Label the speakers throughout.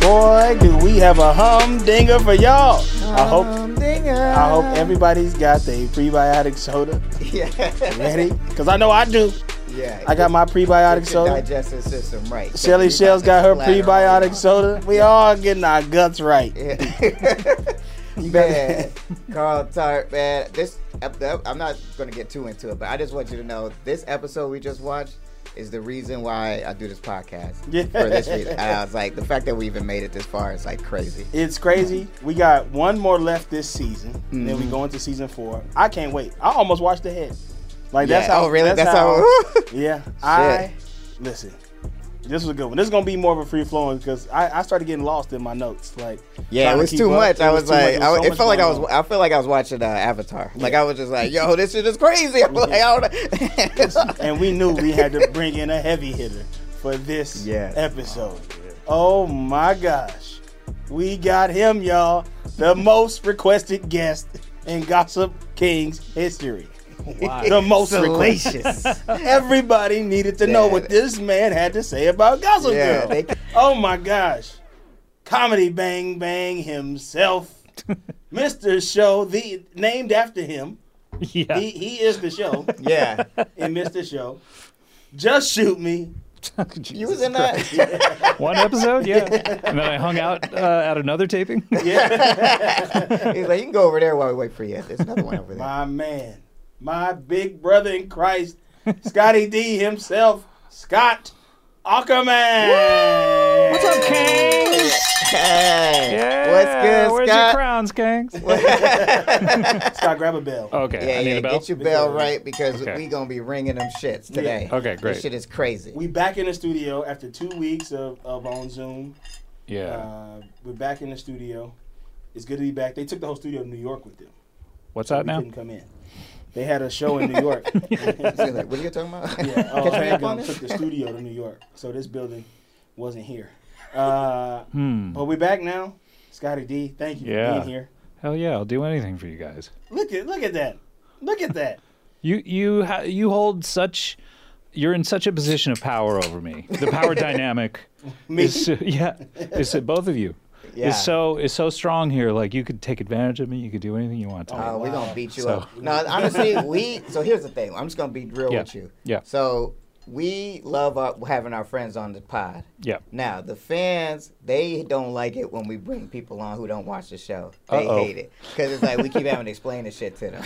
Speaker 1: Boy, do we have a humdinger for y'all. I hope I hope everybody's got their prebiotic soda
Speaker 2: Um, Yeah.
Speaker 1: ready. Cause I know I do.
Speaker 2: yeah.
Speaker 1: I got my prebiotic
Speaker 2: Get your
Speaker 1: soda.
Speaker 2: digestive system right.
Speaker 1: Shelly
Speaker 2: You
Speaker 1: Shell's got her
Speaker 2: splatter all
Speaker 1: prebiotic soda. We all getting our guts right.
Speaker 2: over. Yeah. man, Carl Tart, man, this ep- ep- I'm not gonna get too into it, but I just want you to know this episode we just watched is the reason why I do this podcast
Speaker 1: Yeah.
Speaker 2: for this reason. And I was like, the fact that we even made it this far is like crazy.
Speaker 1: It's crazy. We got one more left this season. Then
Speaker 2: Mm-hmm.
Speaker 1: we go into season four. I can't wait. I almost watched ahead. Like that's
Speaker 2: Yeah.
Speaker 1: how.
Speaker 2: Oh, really?
Speaker 1: That's,
Speaker 2: That's
Speaker 1: how.
Speaker 2: how-
Speaker 1: yeah. I listen. This was a good one. This is gonna be more of a free flowing because I, I started getting lost in my notes. Like
Speaker 2: Yeah,
Speaker 1: trying
Speaker 2: it
Speaker 1: to
Speaker 2: was
Speaker 1: keep
Speaker 2: too
Speaker 1: up.
Speaker 2: much. I was
Speaker 1: too much.
Speaker 2: like,
Speaker 1: There
Speaker 2: I,
Speaker 1: so
Speaker 2: it
Speaker 1: much
Speaker 2: felt like I
Speaker 1: going
Speaker 2: was.
Speaker 1: on.
Speaker 2: I felt like I was watching uh, Avatar. Like I was just like, yo, this shit is crazy. I'm like, I don't.
Speaker 1: and we knew we had to bring in a heavy hitter for this
Speaker 2: Yeah.
Speaker 1: episode. Oh, my gosh. We got him, y'all. The most requested guest in Gossip King's history. The most requested. Everybody needed to know
Speaker 2: Yeah.
Speaker 1: what this man had to say about Gossip
Speaker 2: Yeah,
Speaker 1: Girl.
Speaker 2: they-
Speaker 1: Oh my gosh. Comedy Bang Bang himself. Mr. Show, the named after him.
Speaker 3: Yeah.
Speaker 1: He, he is the show
Speaker 2: yeah,
Speaker 1: and missed the show. Just shoot me.
Speaker 2: you was in that.
Speaker 3: One episode, yeah. And then I hung out uh, at another taping.
Speaker 2: He's like, you can go over there while we wait for you. There's another one over there.
Speaker 1: My man, my big brother in Christ, Scotty D himself, Scott Ackerman.
Speaker 3: What's up, Kangs?
Speaker 2: Hey,
Speaker 3: Yeah.
Speaker 2: what's good,
Speaker 3: Where's your
Speaker 2: Scott?
Speaker 3: crowns, Kangs?
Speaker 1: Scott, grab a bell.
Speaker 3: Okay,
Speaker 2: Yeah,
Speaker 3: I need
Speaker 2: yeah,
Speaker 3: a bell.
Speaker 2: get your bell right because
Speaker 3: Okay.
Speaker 2: we gonna be ringing them shits today.
Speaker 3: Okay, great.
Speaker 2: This shit is crazy.
Speaker 1: We back in the studio after two weeks of, of on Zoom.
Speaker 3: yeah.
Speaker 1: Uh, we're back in the studio. It's good to be back. They took the whole studio to New York with them.
Speaker 3: What's that
Speaker 1: We
Speaker 3: now?
Speaker 1: couldn't come in. They had a show in New York.
Speaker 2: He's like, what are you talking about?
Speaker 1: Yeah,
Speaker 3: Oh,
Speaker 1: uh,
Speaker 2: Catch me up
Speaker 1: Handgun
Speaker 2: on
Speaker 1: took
Speaker 2: this.
Speaker 1: the studio to New York, so this building wasn't here. Uh, But we're back now. Scotty D, thank you for
Speaker 3: Hmm. Yeah.
Speaker 1: being here.
Speaker 3: Hell yeah, I'll do anything for you guys.
Speaker 1: Look at look at that. Look at that.
Speaker 3: You you ha- you hold such you're in such a position of power over me. The power dynamic
Speaker 1: Me?
Speaker 3: is yeah, is that both of you.
Speaker 2: Yeah.
Speaker 3: Is so is so strong here. Like you could take advantage of me. You could do anything you want to. me.
Speaker 2: Oh, we're gonna beat you
Speaker 3: So-
Speaker 2: up. No, honestly, we. So here's the thing. I'm just gonna be real
Speaker 3: Yeah,
Speaker 2: with you.
Speaker 3: yeah.
Speaker 2: So we love our, having our friends on the pod.
Speaker 3: Yeah.
Speaker 2: Now the fans, they don't like it when we bring people on who don't watch the show. They
Speaker 3: Uh-oh.
Speaker 2: hate it because it's like we keep having to explain the shit to them.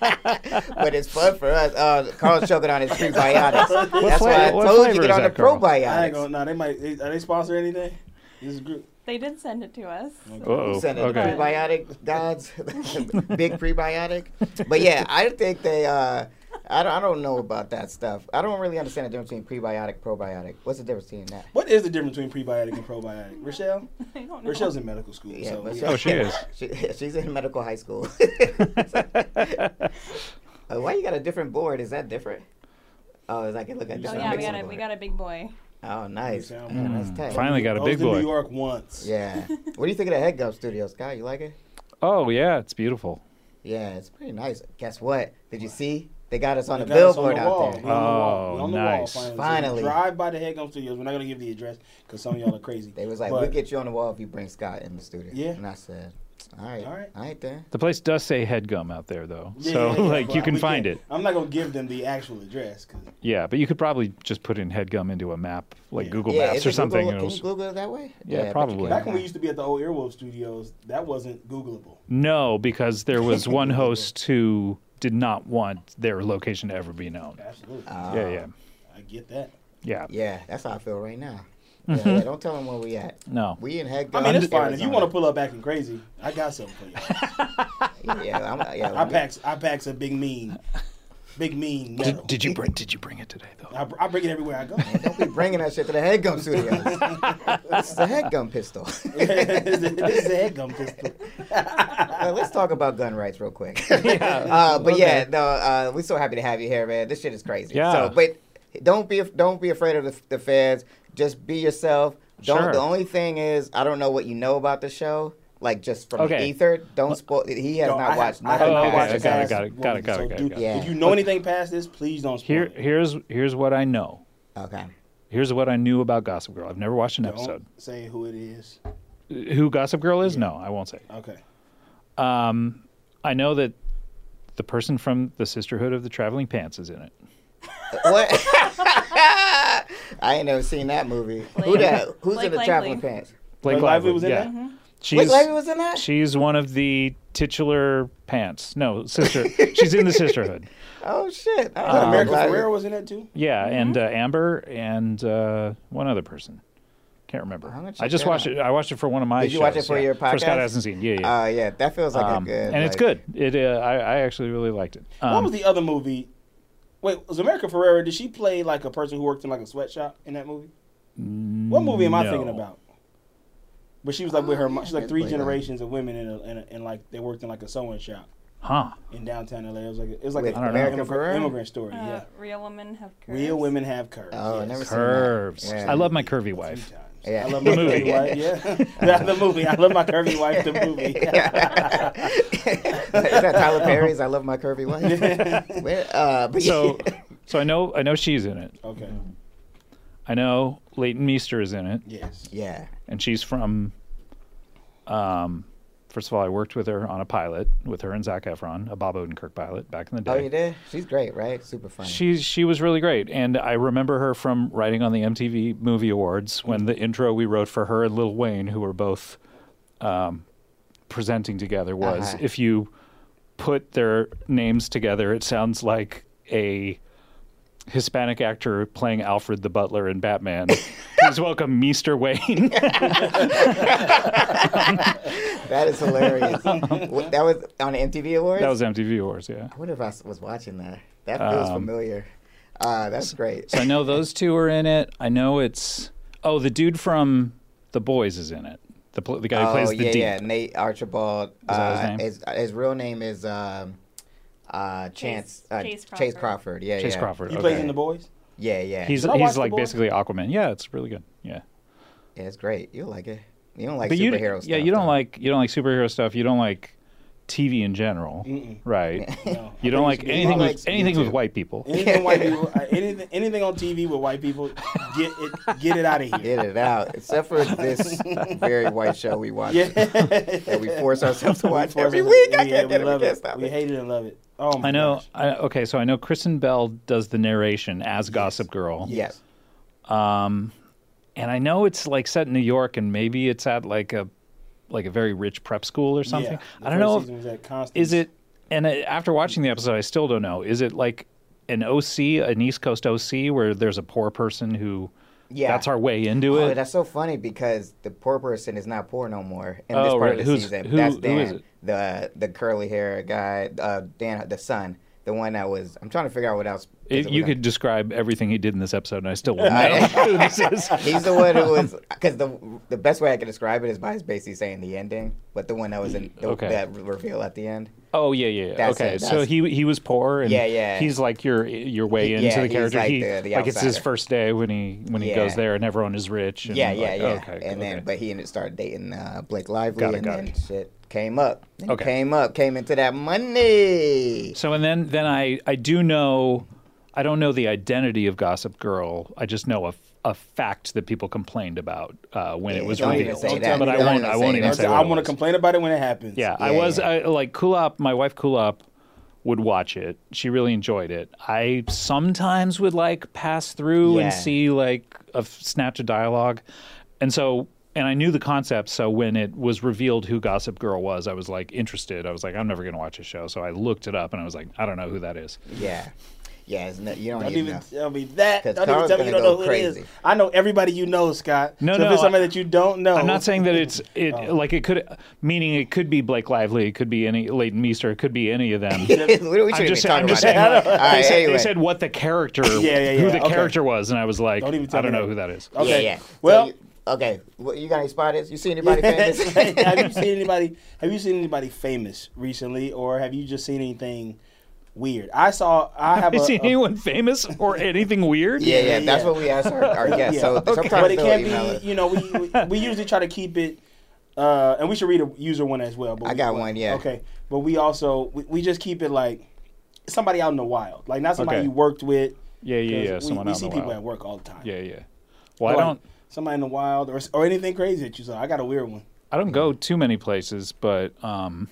Speaker 2: but it's fun for us. Uh, Carl's choking on his prebiotics. That's why I
Speaker 3: flavor- what
Speaker 2: told you
Speaker 3: flavor
Speaker 2: get
Speaker 3: is
Speaker 2: on the
Speaker 3: that, Carl?
Speaker 1: I ain't
Speaker 2: probiotics.
Speaker 1: gonna. No, they might. They, are they sponsor anything? This is group.
Speaker 4: They did send it to us.
Speaker 3: Uh-oh.
Speaker 2: Send it
Speaker 3: Okay.
Speaker 2: prebiotic gods, big prebiotic. But yeah, I think they. Uh, I don't, I don't know about that stuff. I don't really understand the difference between prebiotic, probiotic. What's the difference between that?
Speaker 1: What is the difference between prebiotic and probiotic? Rochelle.
Speaker 4: I don't know.
Speaker 1: Rochelle's in medical school.
Speaker 2: Yeah,
Speaker 1: so
Speaker 2: but
Speaker 1: yeah.
Speaker 3: Oh, she is.
Speaker 2: She, she's in medical high school. Uh, why you got a different board? Is that different? Oh, it's like it look at
Speaker 4: Oh
Speaker 2: different
Speaker 4: yeah, we
Speaker 2: mixing
Speaker 4: got a we
Speaker 2: board.
Speaker 4: got a big boy.
Speaker 2: Oh, nice.
Speaker 1: Yeah.
Speaker 2: Yeah, that's tight.
Speaker 3: Mm, Finally got
Speaker 1: I
Speaker 3: a
Speaker 1: was
Speaker 3: big
Speaker 1: in New
Speaker 3: boy.
Speaker 1: York once.
Speaker 2: Yeah. What do you think of the Head Gum Studio, Scott? You like it?
Speaker 3: Oh yeah, it's beautiful.
Speaker 2: Yeah, it's pretty nice. Guess what? Did you see? They got us on
Speaker 1: They
Speaker 2: the
Speaker 1: got us on
Speaker 2: billboard
Speaker 1: the
Speaker 2: out
Speaker 1: wall.
Speaker 2: there.
Speaker 1: We're on the wall. We're
Speaker 3: Oh,
Speaker 1: on the
Speaker 3: nice.
Speaker 1: Wall, finally.
Speaker 2: Finally.
Speaker 1: So drive by the Headgum Studios. We're not gonna give the address because some of y'all are crazy.
Speaker 2: They was like,
Speaker 1: But-
Speaker 2: we'll get you on the wall if you bring Scott in the studio.
Speaker 1: Yeah.
Speaker 2: And I said, all right.
Speaker 1: All right.
Speaker 2: All right, then.
Speaker 3: The place does say headgum out there though,
Speaker 1: Yeah,
Speaker 3: so
Speaker 1: yeah, yeah,
Speaker 3: like
Speaker 1: but
Speaker 3: you can
Speaker 1: we
Speaker 3: find
Speaker 1: can't-
Speaker 3: it.
Speaker 1: I'm not gonna give them the actual address because
Speaker 3: Yeah, but you could probably just put in headgum into a map, like Google
Speaker 2: yeah, is it
Speaker 3: Maps or something.
Speaker 2: Google,
Speaker 3: and
Speaker 2: can
Speaker 3: it'll
Speaker 2: you Google it that way?
Speaker 3: Yeah,
Speaker 2: I bet you
Speaker 3: probably.
Speaker 2: can.
Speaker 1: back when we used to be at the old Earwolf Studios, that wasn't Googleable.
Speaker 3: No, because there was one host who did not want their location to ever be known.
Speaker 2: Ah.
Speaker 1: Absolutely,
Speaker 3: yeah, yeah,
Speaker 1: I get that.
Speaker 3: yeah.
Speaker 2: Yeah, that's how I feel right now. Yeah, yeah, don't tell them where we at.
Speaker 3: No.
Speaker 2: We in head.
Speaker 1: I mean, it's fine. If you want to pull up acting crazy, I got something for you.
Speaker 2: to, yeah, I'm, yeah.
Speaker 1: I packs, I packs a big mean, big mean metal.
Speaker 3: Did, did you bring? Did you bring it today though?
Speaker 1: I, I bring it everywhere I go.
Speaker 2: Don't be bringing that shit to the headgum studios. it's the headgum pistol.
Speaker 1: this is a headgum pistol.
Speaker 2: Uh, let's talk about gun rights real quick. uh, but yeah, no, uh, we're so happy to have you here, man. This shit is crazy.
Speaker 3: Yeah.
Speaker 2: So, but don't be don't be afraid of the, the feds. Just be yourself. Don't.
Speaker 3: Sure.
Speaker 2: The only thing is, I don't know what you know about the show. Like just from the
Speaker 3: Okay.
Speaker 2: ether. Don't spoil. He has
Speaker 1: No,
Speaker 2: not
Speaker 1: I
Speaker 2: watched.
Speaker 1: have- I have
Speaker 2: nothing
Speaker 3: Oh,
Speaker 1: not
Speaker 3: okay,
Speaker 2: past
Speaker 1: watched
Speaker 3: okay,
Speaker 2: this.
Speaker 3: got it,
Speaker 1: past
Speaker 3: got it,
Speaker 1: one,
Speaker 3: got it, got it,
Speaker 1: so
Speaker 3: got it,
Speaker 1: do-
Speaker 3: got it.
Speaker 2: Yeah.
Speaker 1: If you know anything past this, please don't spoil
Speaker 3: Here,
Speaker 1: it.
Speaker 3: here's here's what I know.
Speaker 2: Okay.
Speaker 3: Here's what I knew about Gossip Girl. I've never watched an
Speaker 1: Don't
Speaker 3: episode.
Speaker 1: say who it is.
Speaker 3: Who Gossip Girl is? No, I won't say.
Speaker 1: Okay.
Speaker 3: I know that the person from the Sisterhood of the Traveling Pants is in it.
Speaker 2: What? I ain't never seen that movie. Who
Speaker 4: Blake-
Speaker 2: that? Who's
Speaker 4: Blake
Speaker 2: in the
Speaker 4: Lively.
Speaker 2: traveling pants?
Speaker 3: Blake
Speaker 1: Blake Lively was in
Speaker 3: yeah.
Speaker 1: that? Uh-huh.
Speaker 3: She's,
Speaker 2: Blake Lively was in that.
Speaker 3: She's one of the titular pants. No, sister. she's in the Sisterhood.
Speaker 2: oh
Speaker 3: Um,
Speaker 2: shit! I
Speaker 1: What,
Speaker 2: don't know.
Speaker 1: America
Speaker 2: Blake-
Speaker 1: Ferrera was in that too.
Speaker 3: Yeah, and uh, Amber and uh, one other person. Can't remember.
Speaker 2: gonna
Speaker 3: I
Speaker 2: check
Speaker 3: just
Speaker 2: that
Speaker 3: watched
Speaker 2: out.
Speaker 3: it. I watched it for one of my.
Speaker 2: Did you watch
Speaker 3: shows,
Speaker 2: it for
Speaker 3: yeah.
Speaker 2: your
Speaker 3: For
Speaker 2: podcast?
Speaker 3: Scott hasn't seen. Yeah, yeah.
Speaker 2: Uh, yeah, that feels like a
Speaker 3: Um,
Speaker 2: good.
Speaker 3: and it's
Speaker 2: like-
Speaker 3: good. It. Uh, I, I actually really liked it.
Speaker 1: what
Speaker 3: Um,
Speaker 1: was the other movie? Wait, was America Ferrera? Did she play like a person who worked in like a sweatshop in that movie? What movie am I thinking
Speaker 3: no.
Speaker 1: about? But she was like with her. mo- She's like
Speaker 2: that's
Speaker 1: three
Speaker 2: Blade Runner.
Speaker 1: generations of women in, a, in, a, in like they worked in like a sewing shop
Speaker 3: huh.
Speaker 1: in downtown LA. It was like a, it was like
Speaker 2: With
Speaker 1: an
Speaker 3: I don't know.
Speaker 1: immigrant,
Speaker 2: America Ferrera?
Speaker 1: immigrant story.
Speaker 4: Uh,
Speaker 1: yeah,
Speaker 4: Real women have curves.
Speaker 1: real women have curves.
Speaker 2: Oh, I
Speaker 1: yes.
Speaker 2: never seen
Speaker 3: Curves.
Speaker 2: Yeah.
Speaker 3: I love my curvy wife.
Speaker 1: Times.
Speaker 2: Yeah.
Speaker 1: I love my
Speaker 3: The movie.
Speaker 1: curvy wife. Yeah, yeah, the movie. I love my curvy wife. The movie.
Speaker 2: Is that Tyler Perry's "I Love My Curvy Wife"? Where- uh, but
Speaker 3: So, so I know. I know she's in it.
Speaker 1: Okay.
Speaker 3: I know Leighton Meester is in it,
Speaker 1: Yes.
Speaker 2: yeah,
Speaker 3: and she's from. Um, first of all, I worked with her on a pilot with her and Zach Efron, a Bob Odenkirk pilot back in the day.
Speaker 2: oh, you did. She's great, right? Super funny.
Speaker 3: She she was really great, and I remember her from writing on the MTV Movie Awards when the intro we wrote for her and Lil Wayne, who were both um, presenting together, was
Speaker 2: Uh-huh.
Speaker 3: if you put their names together, it sounds like a Hispanic actor playing Alfred the Butler in Batman. Please welcome Meester Wayne.
Speaker 2: that is hilarious. Wh- that was on the MTV Awards.
Speaker 3: that was MTV Awards, yeah.
Speaker 2: I wonder if I s- was watching that. That feels familiar. Uh, that's great.
Speaker 3: So I know those two are in it. I know it's oh the dude from The Boys is in it. The pl- the guy who
Speaker 2: oh
Speaker 3: plays the
Speaker 2: yeah,
Speaker 3: deep.
Speaker 2: yeah. Nate Archibald.
Speaker 3: that his
Speaker 2: uh,
Speaker 3: name?
Speaker 2: His, his real name is um, uh, Chance uh,
Speaker 4: Chase
Speaker 2: Chase
Speaker 4: Crawford.
Speaker 2: Crawford. Yeah,
Speaker 3: Chase
Speaker 2: yeah.
Speaker 3: Crawford.
Speaker 1: He
Speaker 3: okay.
Speaker 1: plays in the boys.
Speaker 2: Yeah, yeah.
Speaker 3: He's
Speaker 1: Did I watch
Speaker 3: he's
Speaker 1: The
Speaker 3: like
Speaker 1: Boy?
Speaker 3: basically Aquaman. Yeah, it's really good. Yeah,
Speaker 2: yeah, it's great. You'll like it. You don't like
Speaker 3: but you
Speaker 2: superhero stuff.
Speaker 3: yeah you don't
Speaker 2: though.
Speaker 3: like you don't like superhero stuff. You don't like TV in general, right?
Speaker 1: No.
Speaker 3: You don't like anything
Speaker 2: like
Speaker 3: with anything with white people.
Speaker 1: Anything white people, uh, anything, anything on TV with white people, get it, get it out of here.
Speaker 2: Get it out. Except for this very white show we watch
Speaker 1: Yeah.
Speaker 2: that we force ourselves to watch
Speaker 1: Forces-
Speaker 2: every week. I
Speaker 1: we-
Speaker 2: can't
Speaker 1: we
Speaker 2: get it.
Speaker 1: love
Speaker 2: we can't
Speaker 1: it.
Speaker 2: stop
Speaker 1: We
Speaker 2: it.
Speaker 1: hate it and love it. Oh my
Speaker 3: I know.
Speaker 1: gosh.
Speaker 3: I, okay, so I know Kristen Bell does the narration as Gossip Girl,
Speaker 2: Yeah.
Speaker 3: and I know it's like set in New York, and maybe it's at like a like a very rich prep school or something.
Speaker 1: Yeah.
Speaker 3: I don't
Speaker 1: The
Speaker 3: know.
Speaker 1: first
Speaker 3: if-
Speaker 1: season was at Constance.
Speaker 3: Is it? And uh, after watching the episode, I still don't know. Is it like an OC, an East Coast OC, where there's a poor person who?
Speaker 2: Yeah.
Speaker 3: That's our way into
Speaker 2: Oh,
Speaker 3: it.
Speaker 2: that's so funny because the poor person is not poor no more in this
Speaker 3: Oh,
Speaker 2: part
Speaker 3: right.
Speaker 2: of the
Speaker 3: Who's-
Speaker 2: season.
Speaker 3: who-
Speaker 2: that's Dan,
Speaker 3: who is it?
Speaker 2: the the curly hair guy, uh, Dan, the son, the one that was. I'm trying to figure out what else.
Speaker 3: If you could describe everything he did in this episode, and I still wouldn't know
Speaker 2: I-
Speaker 3: who this is.
Speaker 2: He's the one who was because the the best way I could describe it is by his basically saying the ending, but the one that was in the,
Speaker 3: Okay.
Speaker 2: that reveal at the end.
Speaker 3: Oh yeah, yeah. yeah.
Speaker 2: That's
Speaker 3: okay,
Speaker 2: it,
Speaker 3: so
Speaker 2: that's-
Speaker 3: he he was poor, and
Speaker 2: Yeah, yeah.
Speaker 3: He's like your your way
Speaker 2: He-
Speaker 3: into
Speaker 2: yeah,
Speaker 3: the
Speaker 2: he's
Speaker 3: character.
Speaker 2: like
Speaker 3: he
Speaker 2: the- the
Speaker 3: like it's his
Speaker 2: outsider.
Speaker 3: first day when he when he
Speaker 2: Yeah.
Speaker 3: goes there, and everyone is rich. And
Speaker 2: Yeah,
Speaker 3: like,
Speaker 2: yeah, yeah.
Speaker 3: Okay,
Speaker 2: and then,
Speaker 3: okay.
Speaker 2: but he ended started dating uh, Blake Lively,
Speaker 3: Got it,
Speaker 2: and
Speaker 3: got
Speaker 2: then
Speaker 3: it.
Speaker 2: shit came up.
Speaker 3: Okay.
Speaker 2: Came up, came into that money.
Speaker 3: so and then then I I do know I don't know the identity of Gossip Girl. I just know a a fact that people complained about uh, when
Speaker 2: Yeah,
Speaker 3: it was
Speaker 2: don't even
Speaker 3: revealed.
Speaker 2: say
Speaker 1: that.
Speaker 3: But I
Speaker 1: Don't
Speaker 3: won't.
Speaker 2: even
Speaker 3: I
Speaker 2: say
Speaker 3: won't
Speaker 2: that.
Speaker 3: even
Speaker 2: Don't-
Speaker 3: say.
Speaker 1: I,
Speaker 3: what
Speaker 1: want
Speaker 3: it
Speaker 1: to
Speaker 3: was.
Speaker 1: complain about it when it happens.
Speaker 3: Yeah, I
Speaker 2: Yeah,
Speaker 3: was
Speaker 2: yeah.
Speaker 3: I, like Kulop. My wife Kulop would watch it. She really enjoyed it. I sometimes would like pass through
Speaker 2: Yeah.
Speaker 3: and see like a f- snatch of dialogue, and so and I knew the concept. So when it was revealed who Gossip Girl was, I was like interested. I was like, I'm never gonna watch a show. So I looked it up and I was like, I don't know who that is.
Speaker 2: Yeah. Yeah, it's not, you don't,
Speaker 1: Don't
Speaker 2: need
Speaker 1: even
Speaker 2: enough.
Speaker 1: tell me that.
Speaker 2: 'Cause
Speaker 1: Don't even
Speaker 2: Carl's
Speaker 1: tell me you
Speaker 2: gonna
Speaker 1: don't know
Speaker 2: go
Speaker 1: who it
Speaker 2: crazy.
Speaker 1: is. I know everybody you know, Scott.
Speaker 3: No,
Speaker 1: so
Speaker 3: no,
Speaker 1: if it's somebody
Speaker 3: I-
Speaker 1: that you don't know,
Speaker 3: I'm
Speaker 2: Oh.
Speaker 3: not saying that it's it like it could meaning it could be Blake Lively, it could be any Leighton Meester, it could be any of them.
Speaker 2: we don't- we
Speaker 3: I'm
Speaker 2: shouldn't
Speaker 3: just,
Speaker 2: even
Speaker 3: saying-
Speaker 2: talk
Speaker 3: I'm
Speaker 2: about
Speaker 3: just
Speaker 2: that.
Speaker 3: saying. Like,
Speaker 2: All right,
Speaker 3: they, said,
Speaker 2: anyway.
Speaker 3: they said what the character,
Speaker 1: Yeah, yeah,
Speaker 3: who
Speaker 1: yeah,
Speaker 3: the
Speaker 1: okay.
Speaker 3: character was, and I was like, I
Speaker 1: Don't even tell
Speaker 3: don't
Speaker 1: me
Speaker 3: know
Speaker 1: that.
Speaker 3: who that is.
Speaker 2: Yeah,
Speaker 1: Okay.
Speaker 2: yeah. So
Speaker 1: Well-
Speaker 2: you- okay. What, you got any spotters? You see anybody famous?
Speaker 1: have you seen anybody? Have you seen anybody famous recently, or have you just seen anything weird? I saw. I have
Speaker 3: Have you
Speaker 1: a-
Speaker 3: seen
Speaker 1: a
Speaker 3: anyone famous or anything weird?
Speaker 2: Yeah,
Speaker 1: Yeah,
Speaker 2: yeah, that's
Speaker 1: yeah.
Speaker 2: what we ask our, our guests. So sometimes
Speaker 1: but it
Speaker 2: they'll
Speaker 1: can
Speaker 2: email
Speaker 1: be,
Speaker 2: us.
Speaker 1: you know, we, we we usually try to keep it, uh, and we should read a user one as well. But
Speaker 2: I
Speaker 1: we-
Speaker 2: got one, yeah.
Speaker 1: Okay, but we also we, we just keep it like somebody out in the wild, like not somebody
Speaker 3: Okay.
Speaker 1: you worked with.
Speaker 3: Yeah, yeah,
Speaker 1: 'cause
Speaker 3: yeah,
Speaker 1: We,
Speaker 3: someone
Speaker 1: we
Speaker 3: out in
Speaker 1: see
Speaker 3: the
Speaker 1: people
Speaker 3: wild.
Speaker 1: at work all the time.
Speaker 3: Yeah, yeah. Well, I
Speaker 1: Like,
Speaker 3: don't.
Speaker 1: Somebody in the wild or or anything crazy that you saw. I got a weird one.
Speaker 3: I don't go too many places, but um,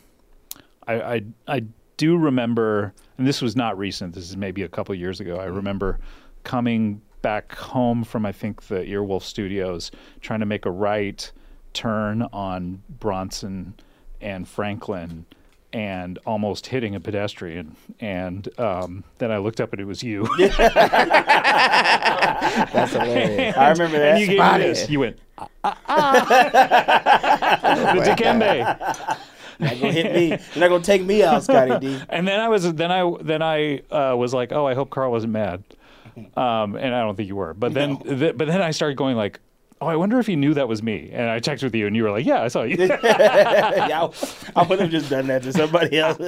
Speaker 3: I, I I do remember, and this was not recent. This is maybe a couple years ago. I remember coming back home from I think the Earwolf Studios, trying to make a right turn on Bronson and Franklin, and almost hitting a pedestrian. And um, then I looked up and it was you.
Speaker 2: That's hilarious.
Speaker 1: I remember that.
Speaker 3: and you gave me
Speaker 2: Spotted.
Speaker 3: this. You went. Ah, ah, ah. the dikembe.
Speaker 1: You're not gonna hit me. You're not gonna take me out, Scotty D.
Speaker 3: And then I was then I then I uh, was like, oh, I hope Carl wasn't mad, um, and I don't think you were. But then th- but then I started going like, oh, I wonder if he knew that was me. And I checked with you, and you were like, yeah, I saw you.
Speaker 1: yeah, I, I would have just done that to somebody else.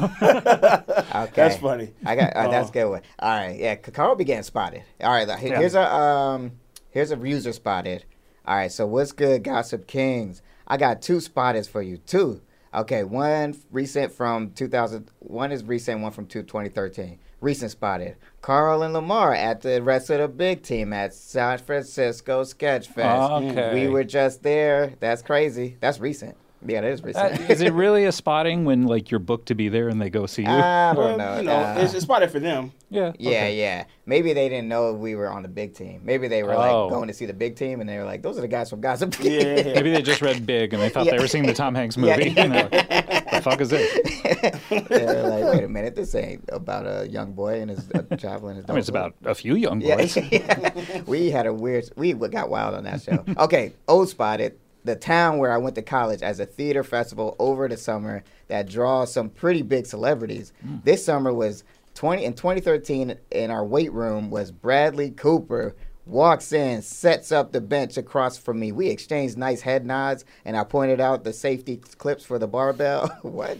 Speaker 2: Okay.
Speaker 1: That's funny. Oh.
Speaker 2: I got uh, that's a good one. All right, yeah. K- Carl began spotted. All right, like, here's a um, here's a user spotted. All right, so what's good, Gossip Kings? I got two spotters for you too. Okay, one recent from 2000. One is recent, one from two- 2013. Recent spotted. Carl and Lamar at the rest of the big team at San Francisco Sketch Fest.
Speaker 1: Oh,
Speaker 3: Okay.
Speaker 2: We were just there. That's crazy. That's recent. Yeah, that is recent.
Speaker 3: That- uh, Is it really a spotting when like you're booked to be there and they go see you?
Speaker 2: I don't know.
Speaker 1: Well, you know,
Speaker 2: uh,
Speaker 1: it's, it's spotted for them.
Speaker 3: yeah.
Speaker 2: Yeah, yeah. Maybe they didn't know we were on the big team. Maybe they were
Speaker 3: Oh.
Speaker 2: like going to see the big team, and they were like, "Those are the guys from Gossip."
Speaker 1: Yeah.
Speaker 3: Maybe they just read Big and they thought they
Speaker 2: Yeah.
Speaker 3: were seeing the Tom Hanks
Speaker 2: Yeah.
Speaker 3: movie. and they're like, the fuck is this?
Speaker 2: they were like, "Wait a minute, this ain't about a young boy and his uh, traveling his."
Speaker 3: I mean, it's about a few young
Speaker 2: Yeah,
Speaker 3: boys.
Speaker 2: yeah. we had a weird. We got wild on that show. okay, old spotted the town where I went to college as a theater festival over the summer that draws some pretty big celebrities.
Speaker 3: Hmm.
Speaker 2: This summer was twenty in 2013. In our weight room was Bradley Cooper. Walks in, sets up the bench across from me. We exchanged nice head nods, and I pointed out the safety clips for the barbell. what?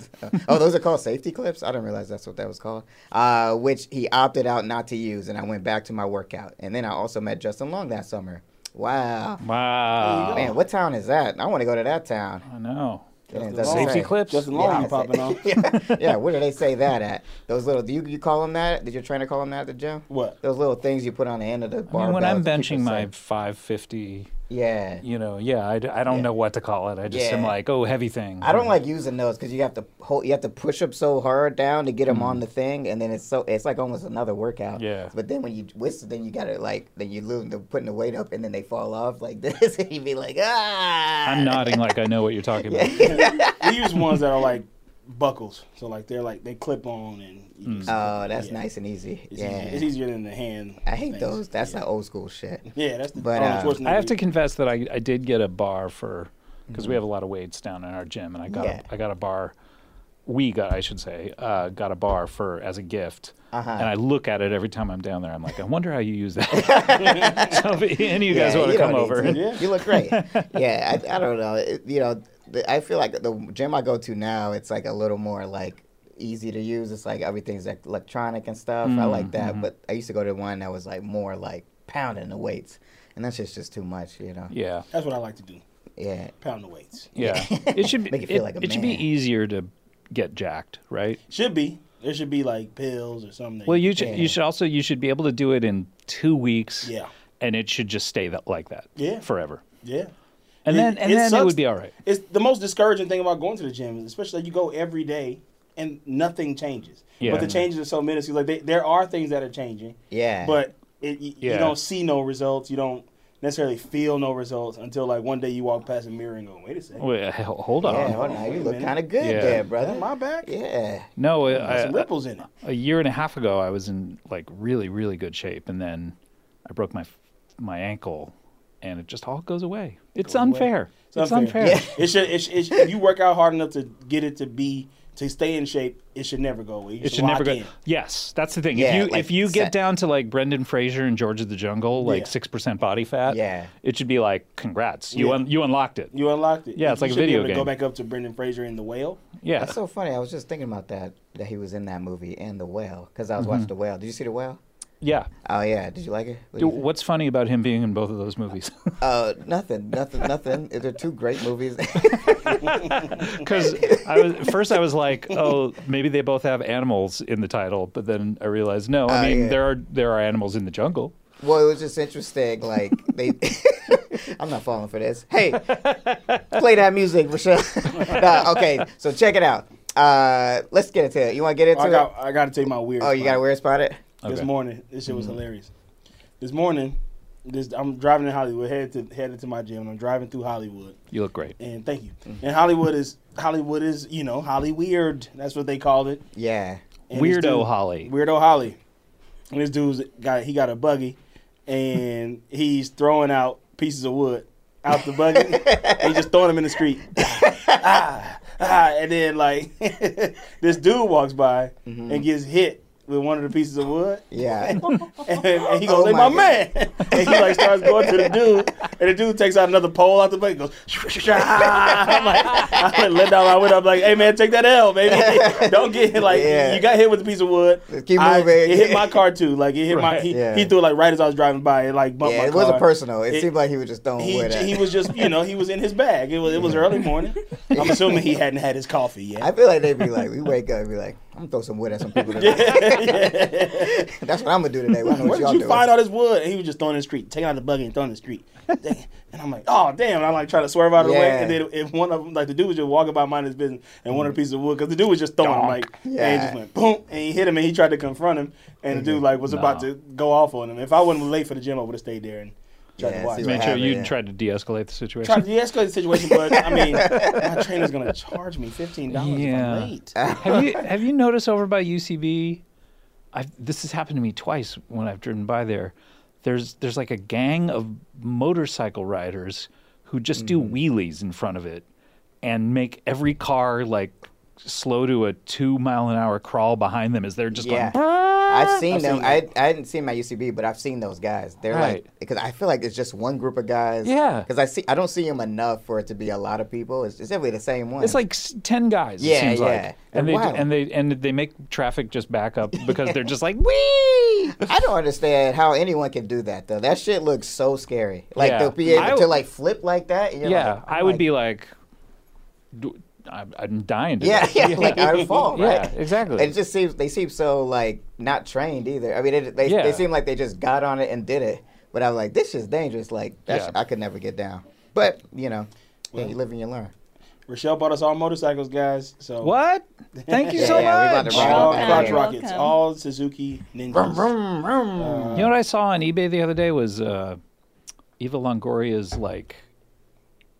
Speaker 2: oh, those are called safety clips? I didn't realize that's what that was called. Uh, which he opted out not to use, and I went back to my workout. And then I also met Justin Long that summer. Wow.
Speaker 3: Wow.
Speaker 2: Man, what town is that? I want to go to that town.
Speaker 3: I know.
Speaker 2: Man, it doesn't
Speaker 3: Safety
Speaker 2: say.
Speaker 3: clips.
Speaker 1: Justin Long
Speaker 2: Yeah,
Speaker 1: be
Speaker 2: I
Speaker 1: popping off.
Speaker 2: yeah, yeah, where do they say that at? Those little, do you, you call them that? Did your trainer call them that at the gym?
Speaker 1: What?
Speaker 2: Those little things you put on the end of the
Speaker 3: I
Speaker 2: barbell.
Speaker 3: mean, when I'm
Speaker 2: to keep it
Speaker 3: benching my
Speaker 2: safe.
Speaker 3: 550
Speaker 2: Yeah.
Speaker 3: you know, yeah, I, d- I don't
Speaker 2: Yeah.
Speaker 3: know what to call it. I just am
Speaker 2: Yeah.
Speaker 3: like, oh, heavy thing.
Speaker 2: I don't like using those because you have to hold, you have to push them so hard down to get them on the thing, and then it's so it's like almost another workout.
Speaker 3: Yeah.
Speaker 2: But then when you whist, then you gotta like then you lose the putting the weight up, and then they fall off like this, and you be like ah.
Speaker 3: I'm nodding like I know what you're talking about.
Speaker 1: We use ones that are like buckles, so like they're like they clip on and you
Speaker 3: Mm.
Speaker 1: just,
Speaker 2: Oh, that's
Speaker 1: Yeah.
Speaker 2: nice and easy.
Speaker 1: it's,
Speaker 2: yeah.
Speaker 1: easier, it's easier than the hand.
Speaker 2: I hate
Speaker 1: things.
Speaker 2: those. That's the old school shit.
Speaker 1: Yeah, that's the.
Speaker 2: But,
Speaker 1: oh,
Speaker 2: uh,
Speaker 1: unfortunately,
Speaker 3: I have to confess that I, I did get a bar for because we have a lot of weights down in our gym, and I got
Speaker 2: Mm-hmm. Yeah.
Speaker 3: a, I got a bar. We got, I should say, uh, got a bar for as a gift,
Speaker 2: Uh-huh.
Speaker 3: and I look at it every time I'm down there. I'm like, I wonder how you use that. so if any of you guys
Speaker 2: Yeah,
Speaker 3: want to
Speaker 2: you don't
Speaker 3: come
Speaker 2: need
Speaker 3: over?
Speaker 2: to. You look great. yeah, I, I don't know. It- you know, the, I feel like the gym I go to now, it's like a little more like easy to use. It's like everything's like electronic and stuff. I
Speaker 3: Mm,
Speaker 2: like that.
Speaker 3: mm-hmm.
Speaker 2: But I used to go to one that was like more like pounding the weights, and that's just just too much. You know.
Speaker 3: Yeah,
Speaker 1: That's what I like to do.
Speaker 2: Yeah.
Speaker 1: Pound the weights.
Speaker 3: yeah. It should be
Speaker 2: Make
Speaker 3: it,
Speaker 2: it feel like a
Speaker 3: it should be
Speaker 2: man.
Speaker 3: easier to get jacked, right?
Speaker 1: Should be. There should be like pills or something.
Speaker 3: Well, you should
Speaker 2: Yeah.
Speaker 3: you should also you should be able to do it in two weeks.
Speaker 1: Yeah.
Speaker 3: And it should just stay that like that.
Speaker 1: Yeah.
Speaker 3: Forever.
Speaker 1: Yeah.
Speaker 3: And
Speaker 1: It-
Speaker 3: then and
Speaker 1: it
Speaker 3: then it
Speaker 1: sucks.
Speaker 3: would be all right.
Speaker 1: It's the most discouraging thing about going to the gym, is especially you go every day and nothing changes.
Speaker 3: Yeah.
Speaker 1: But the changes are so minuscule. Like they, there are things that are changing.
Speaker 2: Yeah.
Speaker 1: But it, you,
Speaker 3: Yeah.
Speaker 1: you don't see no results. You don't. necessarily feel no results until like one day you walk past a mirror and go, wait a second.
Speaker 3: Wait, hell, hold on.
Speaker 2: Yeah, hold on. You look kind of good
Speaker 3: Oh, Yeah.
Speaker 2: there,
Speaker 1: Brother,
Speaker 2: brother.
Speaker 1: my back?
Speaker 2: Yeah.
Speaker 3: No, I-
Speaker 1: Got some
Speaker 3: I-
Speaker 1: ripples in it.
Speaker 3: a year and a half ago I was in like really really good shape and then I broke my my ankle and it just all goes away. It's unfair. It's, unfair.
Speaker 1: It should, it should, it should- if you work out hard enough to get it to be to stay in shape, it should never go away. You
Speaker 3: It should never
Speaker 1: lock
Speaker 3: go.
Speaker 1: in.
Speaker 3: Yes, that's the thing. if
Speaker 2: Yeah,
Speaker 3: you
Speaker 2: like
Speaker 3: if you get
Speaker 2: set-
Speaker 3: down to like Brendan Fraser and George of the Jungle,
Speaker 1: Yeah.
Speaker 3: like six percent body fat,
Speaker 2: Yeah.
Speaker 3: it should be like congrats, you
Speaker 1: Yeah.
Speaker 3: un- you unlocked it.
Speaker 1: You unlocked it.
Speaker 3: Yeah, it's
Speaker 1: You
Speaker 3: like a
Speaker 1: should be
Speaker 3: video
Speaker 1: able to Go
Speaker 3: game.
Speaker 1: back up to Brendan Fraser in the whale.
Speaker 3: yeah,
Speaker 2: That's so funny. I was just thinking about that, that he was in that movie and The Whale, because I
Speaker 3: Mm-hmm.
Speaker 2: was watching The Whale. Did you see The Whale?
Speaker 3: yeah.
Speaker 2: Oh, yeah. Did you like it? What do
Speaker 3: Dude,
Speaker 2: you think?
Speaker 3: What's funny about him being in both of those movies?
Speaker 2: Uh, nothing, nothing, nothing. They're two great movies.
Speaker 3: Because I was first, I was like, oh, maybe they both have animals in the title, but then I realized no. I
Speaker 2: Ah,
Speaker 3: mean,
Speaker 2: yeah.
Speaker 3: there are there are animals in the jungle.
Speaker 2: well, it was just interesting. Like they, I'm not falling for this. Hey, play that music, Rochelle. Nah, okay, so check it out. Uh, let's get into it. You want to get into
Speaker 1: I got,
Speaker 2: it?
Speaker 1: I got to tell you my weird.
Speaker 2: Oh, you got to
Speaker 1: spot.
Speaker 2: wear spot it.
Speaker 1: This
Speaker 3: Okay.
Speaker 1: morning, this shit was hilarious. This morning, this I'm driving in Hollywood, headed to headed to my gym. and I'm driving through Hollywood,
Speaker 3: You look great.
Speaker 1: and thank you. And Hollywood is Hollywood is you know Holly weird. That's what they called it.
Speaker 2: Yeah.
Speaker 1: And this
Speaker 3: Weirdo
Speaker 1: dude-
Speaker 3: Holly.
Speaker 1: Weirdo Holly. And this dude's got he got a buggy, and he's throwing out pieces of wood out the buggy. and he's just throwing them in the street. ah, ah, and then like this dude walks by
Speaker 3: Mm-hmm.
Speaker 1: and gets hit with one of the pieces of wood.
Speaker 2: Yeah.
Speaker 1: Oh And, and he goes,
Speaker 2: Oh
Speaker 1: "Hey, my,
Speaker 2: my
Speaker 1: man!" And he like starts going to the dude, and the dude takes out another pole out the buggy. Goes, I'm like, I went- let down my window. I'm like, "Hey man, take that L, baby. Don't get hit. Like
Speaker 2: Yeah.
Speaker 1: you got hit with a piece of wood.
Speaker 2: Just keep
Speaker 1: I-
Speaker 2: moving.
Speaker 1: It hit my car too. Like it hit my.
Speaker 3: Right.
Speaker 1: He,
Speaker 2: Yeah.
Speaker 1: he threw it like right as I was driving by. It like bumped
Speaker 2: yeah
Speaker 1: my
Speaker 2: it
Speaker 1: car.
Speaker 2: wasn't personal. It,
Speaker 1: It-
Speaker 2: seemed like he was just throwing
Speaker 1: He,
Speaker 2: wood at
Speaker 1: he
Speaker 2: it.
Speaker 1: was just you know he was in his bag. It was it was early morning. I'm assuming he hadn't had his coffee yet.
Speaker 2: I feel like they'd be like, we wake up and be like, I'm gonna throw some wood at some people today. That's what I'm gonna do today. I don't know
Speaker 1: Where
Speaker 2: what
Speaker 1: did
Speaker 2: y'all
Speaker 1: you
Speaker 2: doing.
Speaker 1: find all this wood? And he was just throwing it in the street, taking out the buggy and throwing it in the street. Dang. And I'm like, oh damn! And I'm like trying to swerve out of the way.
Speaker 2: Yeah. Mm.
Speaker 1: And then if one of them, like the dude was just walking by minding his business, and one of the pieces of wood, because the dude was just throwing him, like, and he just
Speaker 2: Yeah. Mm-hmm.
Speaker 1: went boom, and he hit him, and he tried to confront him, and the dude like was about
Speaker 3: Nah.
Speaker 1: to go off on him. If I wasn't late for the gym, I would have stayed there and tried
Speaker 2: Yeah,
Speaker 1: to watch.
Speaker 2: see
Speaker 1: it.
Speaker 2: what
Speaker 3: Make sure
Speaker 2: happened,
Speaker 3: you
Speaker 2: yeah.
Speaker 3: tried to de-escalate the
Speaker 1: Tried
Speaker 3: situation.
Speaker 1: to de-escalate the situation, but I mean, my trainer's gonna charge me fifteen dollars
Speaker 3: Yeah.
Speaker 1: if I'm late.
Speaker 3: have you have you noticed over by UCB? I've, this has happened to me twice when I've driven by there. There's there's like a gang of motorcycle riders who just do
Speaker 2: Mm-hmm.
Speaker 3: wheelies in front of it and make every car like slow to a two mile an hour crawl behind them as they're just
Speaker 2: Yeah.
Speaker 3: going.
Speaker 2: I've seen them.
Speaker 1: seen
Speaker 2: I, I hadn't seen my UCB, but I've seen those guys. They're
Speaker 3: Right.
Speaker 2: like because I feel like it's just one group of guys.
Speaker 3: Yeah.
Speaker 2: Because I see I don't see them enough for it to be a lot of people. It's, it's definitely the same one.
Speaker 3: It's like s- ten guys. it
Speaker 2: Yeah,
Speaker 3: seems
Speaker 2: yeah.
Speaker 3: like.
Speaker 2: They're
Speaker 3: And they
Speaker 2: wild.
Speaker 3: and they and they make traffic just back up because they're just like wee.
Speaker 2: I don't understand how anyone can do that though. That shit looks so scary. Like
Speaker 3: Yeah.
Speaker 2: they'll be able
Speaker 3: I
Speaker 2: to
Speaker 3: w-
Speaker 2: like flip like that. and you're
Speaker 3: Yeah,
Speaker 2: like-
Speaker 3: I
Speaker 2: I'm
Speaker 3: would
Speaker 2: like,
Speaker 3: be like, "Do- I'm, I'm dying to.
Speaker 2: Yeah,
Speaker 3: death."
Speaker 2: yeah, like I would fall,
Speaker 3: Yeah,
Speaker 2: right?
Speaker 3: exactly.
Speaker 2: It just seems they seem so like not trained either. I mean, it, they
Speaker 3: Yeah.
Speaker 2: they seem like they just got on it and did it. But I was like, this is dangerous. Like that
Speaker 3: Yeah.
Speaker 2: shit- I could never get down. But you know, yeah, you live and you learn.
Speaker 1: Rochelle bought us all motorcycles, guys. So
Speaker 3: What? Thank you so
Speaker 2: Yeah, we about
Speaker 3: much.
Speaker 2: to wrap
Speaker 1: All
Speaker 2: Right.
Speaker 1: Crotch
Speaker 2: You're
Speaker 1: Rockets,
Speaker 4: welcome.
Speaker 1: all Suzuki Ninjas.
Speaker 3: You know what I saw on eBay the other day was uh, Eva Longoria's like,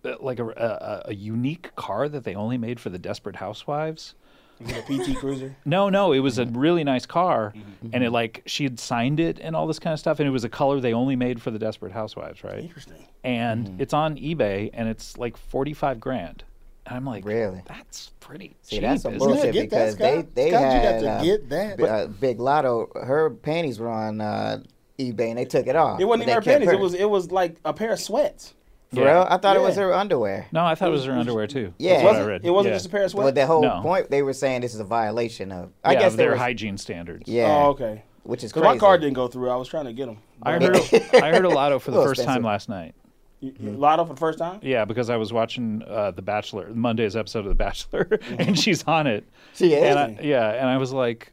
Speaker 3: uh, like a, a a unique car that they only made for the Desperate Housewives.
Speaker 1: Is it a PT Cruiser?
Speaker 3: No, no, it was a
Speaker 2: Mm-hmm.
Speaker 3: really nice car, and it like she had signed it and all this kind of stuff, and it was a color they only made for the Desperate Housewives, right?
Speaker 1: Interesting.
Speaker 3: And
Speaker 2: Mm-hmm.
Speaker 3: it's on eBay, and it's like forty five grand. And I'm like,
Speaker 2: Really?
Speaker 3: That's pretty
Speaker 2: See,
Speaker 3: cheap.
Speaker 2: that's some
Speaker 3: isn't
Speaker 2: bullshit
Speaker 3: it?
Speaker 1: Get that,
Speaker 2: because
Speaker 1: Scott.
Speaker 2: they they
Speaker 1: Scott, you got
Speaker 2: had
Speaker 1: to
Speaker 2: uh,
Speaker 1: get that.
Speaker 2: B- uh, Big Lotto. Her panties were on uh, eBay and they took it off.
Speaker 1: It wasn't
Speaker 2: but
Speaker 1: even her
Speaker 2: they kept
Speaker 1: panties. It was it was like a pair of sweats.
Speaker 2: for real. I thought it was
Speaker 1: Yeah.
Speaker 2: her underwear.
Speaker 3: No, I thought it was her underwear too.
Speaker 2: Mm-hmm. Yeah.
Speaker 3: That's
Speaker 1: It
Speaker 3: what
Speaker 1: wasn't,
Speaker 3: I read.
Speaker 1: it wasn't
Speaker 3: Yeah.
Speaker 1: just a pair of
Speaker 2: But
Speaker 1: sweats.
Speaker 2: the whole
Speaker 3: No.
Speaker 2: point they were saying this is a violation of. I
Speaker 3: yeah,
Speaker 2: guess they
Speaker 3: their
Speaker 2: were.
Speaker 3: hygiene standards.
Speaker 2: yeah.
Speaker 1: oh, okay.
Speaker 2: Which is
Speaker 1: Because my
Speaker 2: crazy.
Speaker 1: card didn't go through. I was trying to get them.
Speaker 3: I heard I heard a lotto for the
Speaker 2: Little
Speaker 3: first time
Speaker 2: expensive.
Speaker 3: last night.
Speaker 1: Lotto for the first time.
Speaker 3: Yeah, because I was watching uh, The Bachelor, Monday's episode of The Bachelor, and she's on it.
Speaker 2: She Mm-hmm. is?
Speaker 3: And I, yeah, and I was like,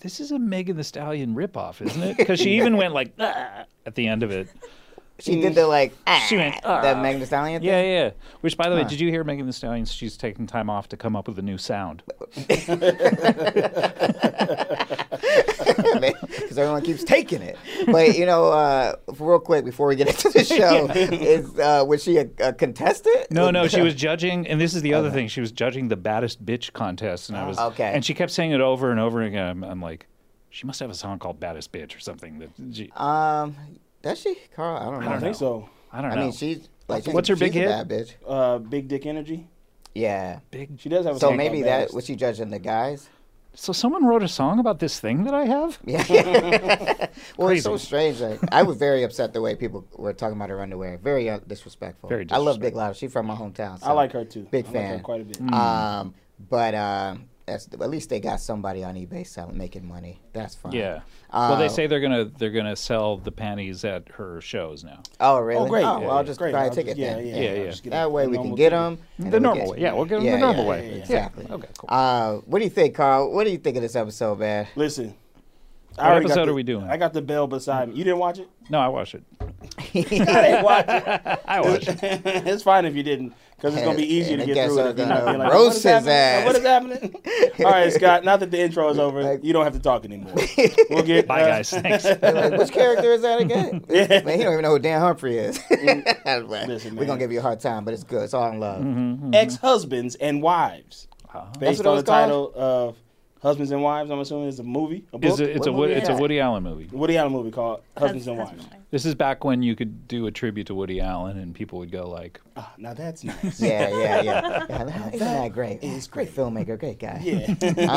Speaker 3: this is a Megan the Stallion ripoff, isn't it? Because she even went like "Ah," at the end of it.
Speaker 2: She did the like.
Speaker 3: She went,
Speaker 2: "Ah," that
Speaker 3: "Ah."
Speaker 2: Magna Stallion thing.
Speaker 3: Yeah, yeah. Which, by the way, did you hear Megan the Stallion? She's taking time off to come up with a new sound.
Speaker 2: Man, because everyone keeps taking it. But you know, uh, real quick before we get into the show, is uh, was she a, a contestant?
Speaker 3: No, no, she was judging, and this is the other thing. She was judging the baddest bitch contest, and I was
Speaker 2: Okay.
Speaker 3: And she kept saying it over and over again. I'm, I'm like, she must have a song called "Baddest Bitch" or something. That she,
Speaker 2: Um, does she, Carl? I don't know.
Speaker 3: I
Speaker 1: I think so.
Speaker 3: I don't
Speaker 2: I
Speaker 3: know.
Speaker 2: mean, she's like, she's,
Speaker 3: What's her
Speaker 2: she's
Speaker 3: big
Speaker 2: a
Speaker 3: hit?
Speaker 2: Bad bitch.
Speaker 1: Uh, Big Dick Energy.
Speaker 2: Yeah.
Speaker 3: big.
Speaker 1: She does have a
Speaker 2: So
Speaker 1: song
Speaker 2: maybe
Speaker 1: called
Speaker 2: that
Speaker 1: Baddest.
Speaker 2: was she judging the guys?
Speaker 3: So someone wrote a song about this thing that I have.
Speaker 2: Yeah. well, it's so
Speaker 3: Crazy.
Speaker 2: strange. Like, I was very upset the way people were talking about her underwear. Very uh, disrespectful.
Speaker 3: Very
Speaker 2: I love Big Lotta. She's from my hometown. so
Speaker 1: I like her too.
Speaker 2: Big
Speaker 1: I
Speaker 2: fan.
Speaker 1: Like her quite a
Speaker 3: Hmm.
Speaker 1: bit.
Speaker 2: Um, but um, that's at least they got somebody on eBay selling, making money. That's fine.
Speaker 3: Yeah.
Speaker 2: Uh,
Speaker 3: well, they say they're gonna they're gonna sell the panties at her shows now.
Speaker 2: Oh, really?
Speaker 1: Oh, great.
Speaker 2: well,
Speaker 1: Yeah,
Speaker 2: I'll
Speaker 1: yeah,
Speaker 2: just
Speaker 1: great.
Speaker 2: buy a
Speaker 1: I'll
Speaker 2: ticket
Speaker 1: just- yeah,
Speaker 2: then.
Speaker 1: yeah,
Speaker 3: Yeah,
Speaker 1: I'll
Speaker 3: yeah.
Speaker 1: just get a
Speaker 2: That way we can
Speaker 1: normal
Speaker 2: get
Speaker 1: ticket.
Speaker 2: them.
Speaker 3: The normal way. Yeah, we'll get them the normal way. Yeah.
Speaker 2: Exactly.
Speaker 3: Okay, cool.
Speaker 2: Uh, what do you think, Carl? What do you think of this episode, man?
Speaker 1: Listen. I
Speaker 3: What
Speaker 1: already got
Speaker 3: episode
Speaker 1: the-
Speaker 3: are we doing?
Speaker 1: I got the bell beside me. You didn't watch it?
Speaker 3: No, I watch it.
Speaker 1: I didn't watch it.
Speaker 3: I watch it.
Speaker 1: it's fine if you didn't, because it's gonna be
Speaker 2: And-
Speaker 1: easier
Speaker 2: and
Speaker 1: to
Speaker 2: I
Speaker 1: get
Speaker 2: guess
Speaker 1: through
Speaker 2: I'm
Speaker 1: it. if you're not
Speaker 2: gonna
Speaker 1: being like, what
Speaker 2: roast
Speaker 1: is
Speaker 2: his
Speaker 1: happening?
Speaker 2: ass.
Speaker 1: What is happening? All right, Scott. Now that the intro is over, you don't have to talk anymore. We'll get
Speaker 3: Bye,
Speaker 1: uh,
Speaker 3: guys. Thanks.
Speaker 2: Like, which character is that again?
Speaker 1: Yeah.
Speaker 2: Man, he don't even know who Dan Humphrey is. Like,
Speaker 1: Listen,
Speaker 2: We're gonna
Speaker 1: man.
Speaker 2: give you a hard time, but it's good. It's all in love.
Speaker 1: Ex-husbands and wives,
Speaker 2: That's
Speaker 1: based
Speaker 2: what it
Speaker 1: on the
Speaker 2: was called?
Speaker 1: title of "Husbands and Wives." I'm assuming it's a movie, a book.
Speaker 3: Is it, it's a
Speaker 1: What
Speaker 3: Woody,
Speaker 1: movie
Speaker 3: it's
Speaker 1: is
Speaker 3: a
Speaker 1: it?
Speaker 3: Woody Allen movie.
Speaker 1: Woody Allen movie called "Husbands and Wives."
Speaker 3: This is back when you could do a tribute to Woody Allen, and people would go like,
Speaker 1: Ah, now that's nice.
Speaker 2: Yeah, yeah, yeah. yeah that- isn't that great?
Speaker 1: is
Speaker 2: great filmmaker, great guy.
Speaker 1: yeah.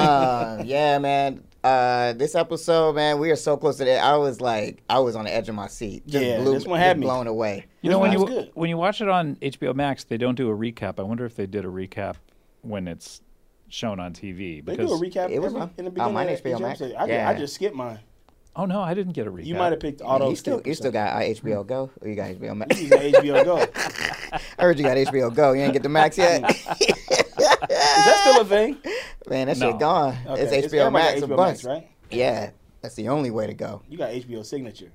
Speaker 2: um, yeah, man. Uh, this episode, man, we are so close to that. I was like, I was on the edge of my seat. Just
Speaker 1: Yeah,
Speaker 2: blew,
Speaker 1: this one had
Speaker 2: just
Speaker 1: me.
Speaker 2: blown away.
Speaker 3: You know, when
Speaker 1: one's
Speaker 3: you
Speaker 1: Oh, good.
Speaker 3: when you watch it on HBO Max, they don't do a recap. I wonder if they did a recap when it's shown on TV.
Speaker 1: They
Speaker 3: Because
Speaker 1: do a recap
Speaker 2: It was
Speaker 1: every,
Speaker 2: on-
Speaker 1: in the
Speaker 2: on
Speaker 1: beginning.
Speaker 2: mine,
Speaker 1: of each
Speaker 2: HBO Max.
Speaker 1: episode. I,
Speaker 2: Yeah.
Speaker 1: I just skipped mine.
Speaker 3: oh no, I didn't get a recap.
Speaker 1: You might have picked
Speaker 2: Man,
Speaker 1: auto
Speaker 2: you still,
Speaker 1: skip.
Speaker 2: you still got uh, HBO Go? Or you got HBO Max?
Speaker 1: He's on HBO Go. Is
Speaker 2: I heard you got HBO Go. You ain't get the Max yet?
Speaker 1: that still a thing?
Speaker 2: man, that
Speaker 3: No.
Speaker 2: shit gone.
Speaker 1: Okay,
Speaker 2: It's
Speaker 1: everybody
Speaker 2: HBO
Speaker 1: got
Speaker 2: Max a
Speaker 1: HBO
Speaker 2: bunch.
Speaker 1: Max, right?
Speaker 2: Yeah, that's the only way to go.
Speaker 1: You got HBO signature.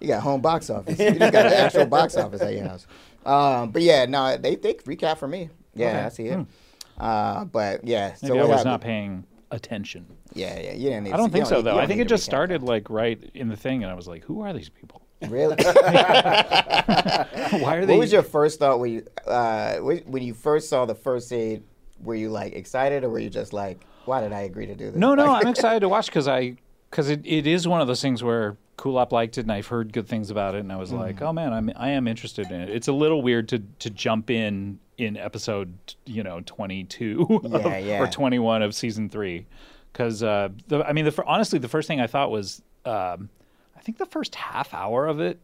Speaker 2: You got home box office. You just got the actual box office at your house. Um, but yeah, no, they they recap for me. Yeah, I see it. Uh, but yeah, so
Speaker 3: Hmm. Maybe I
Speaker 2: what
Speaker 3: was
Speaker 2: happened-
Speaker 3: not paying attention.
Speaker 2: Yeah, yeah, you didn't need.
Speaker 3: I don't think so though. I think it just
Speaker 2: started.
Speaker 3: started like right in the thing, and I was like, who are these people?
Speaker 2: Really?
Speaker 3: Why are they?
Speaker 2: what was your first thought when you uh, wh- when you first saw the first aid? Were you like excited, or were you just like, "Why did I agree to do this?"
Speaker 3: No, no,
Speaker 2: Like,
Speaker 3: I'm excited to watch because I because it, it is one of those things where Kulop liked it and I've heard good things about it and I was
Speaker 2: Mm-hmm.
Speaker 3: like, oh man, I'm I am interested in it. It's a little weird to to jump in in episode you know 22 of-
Speaker 2: Yeah, yeah.
Speaker 3: or 21 of season three because uh, the, I mean the fir- honestly the first thing I thought was um, I think the first half hour of it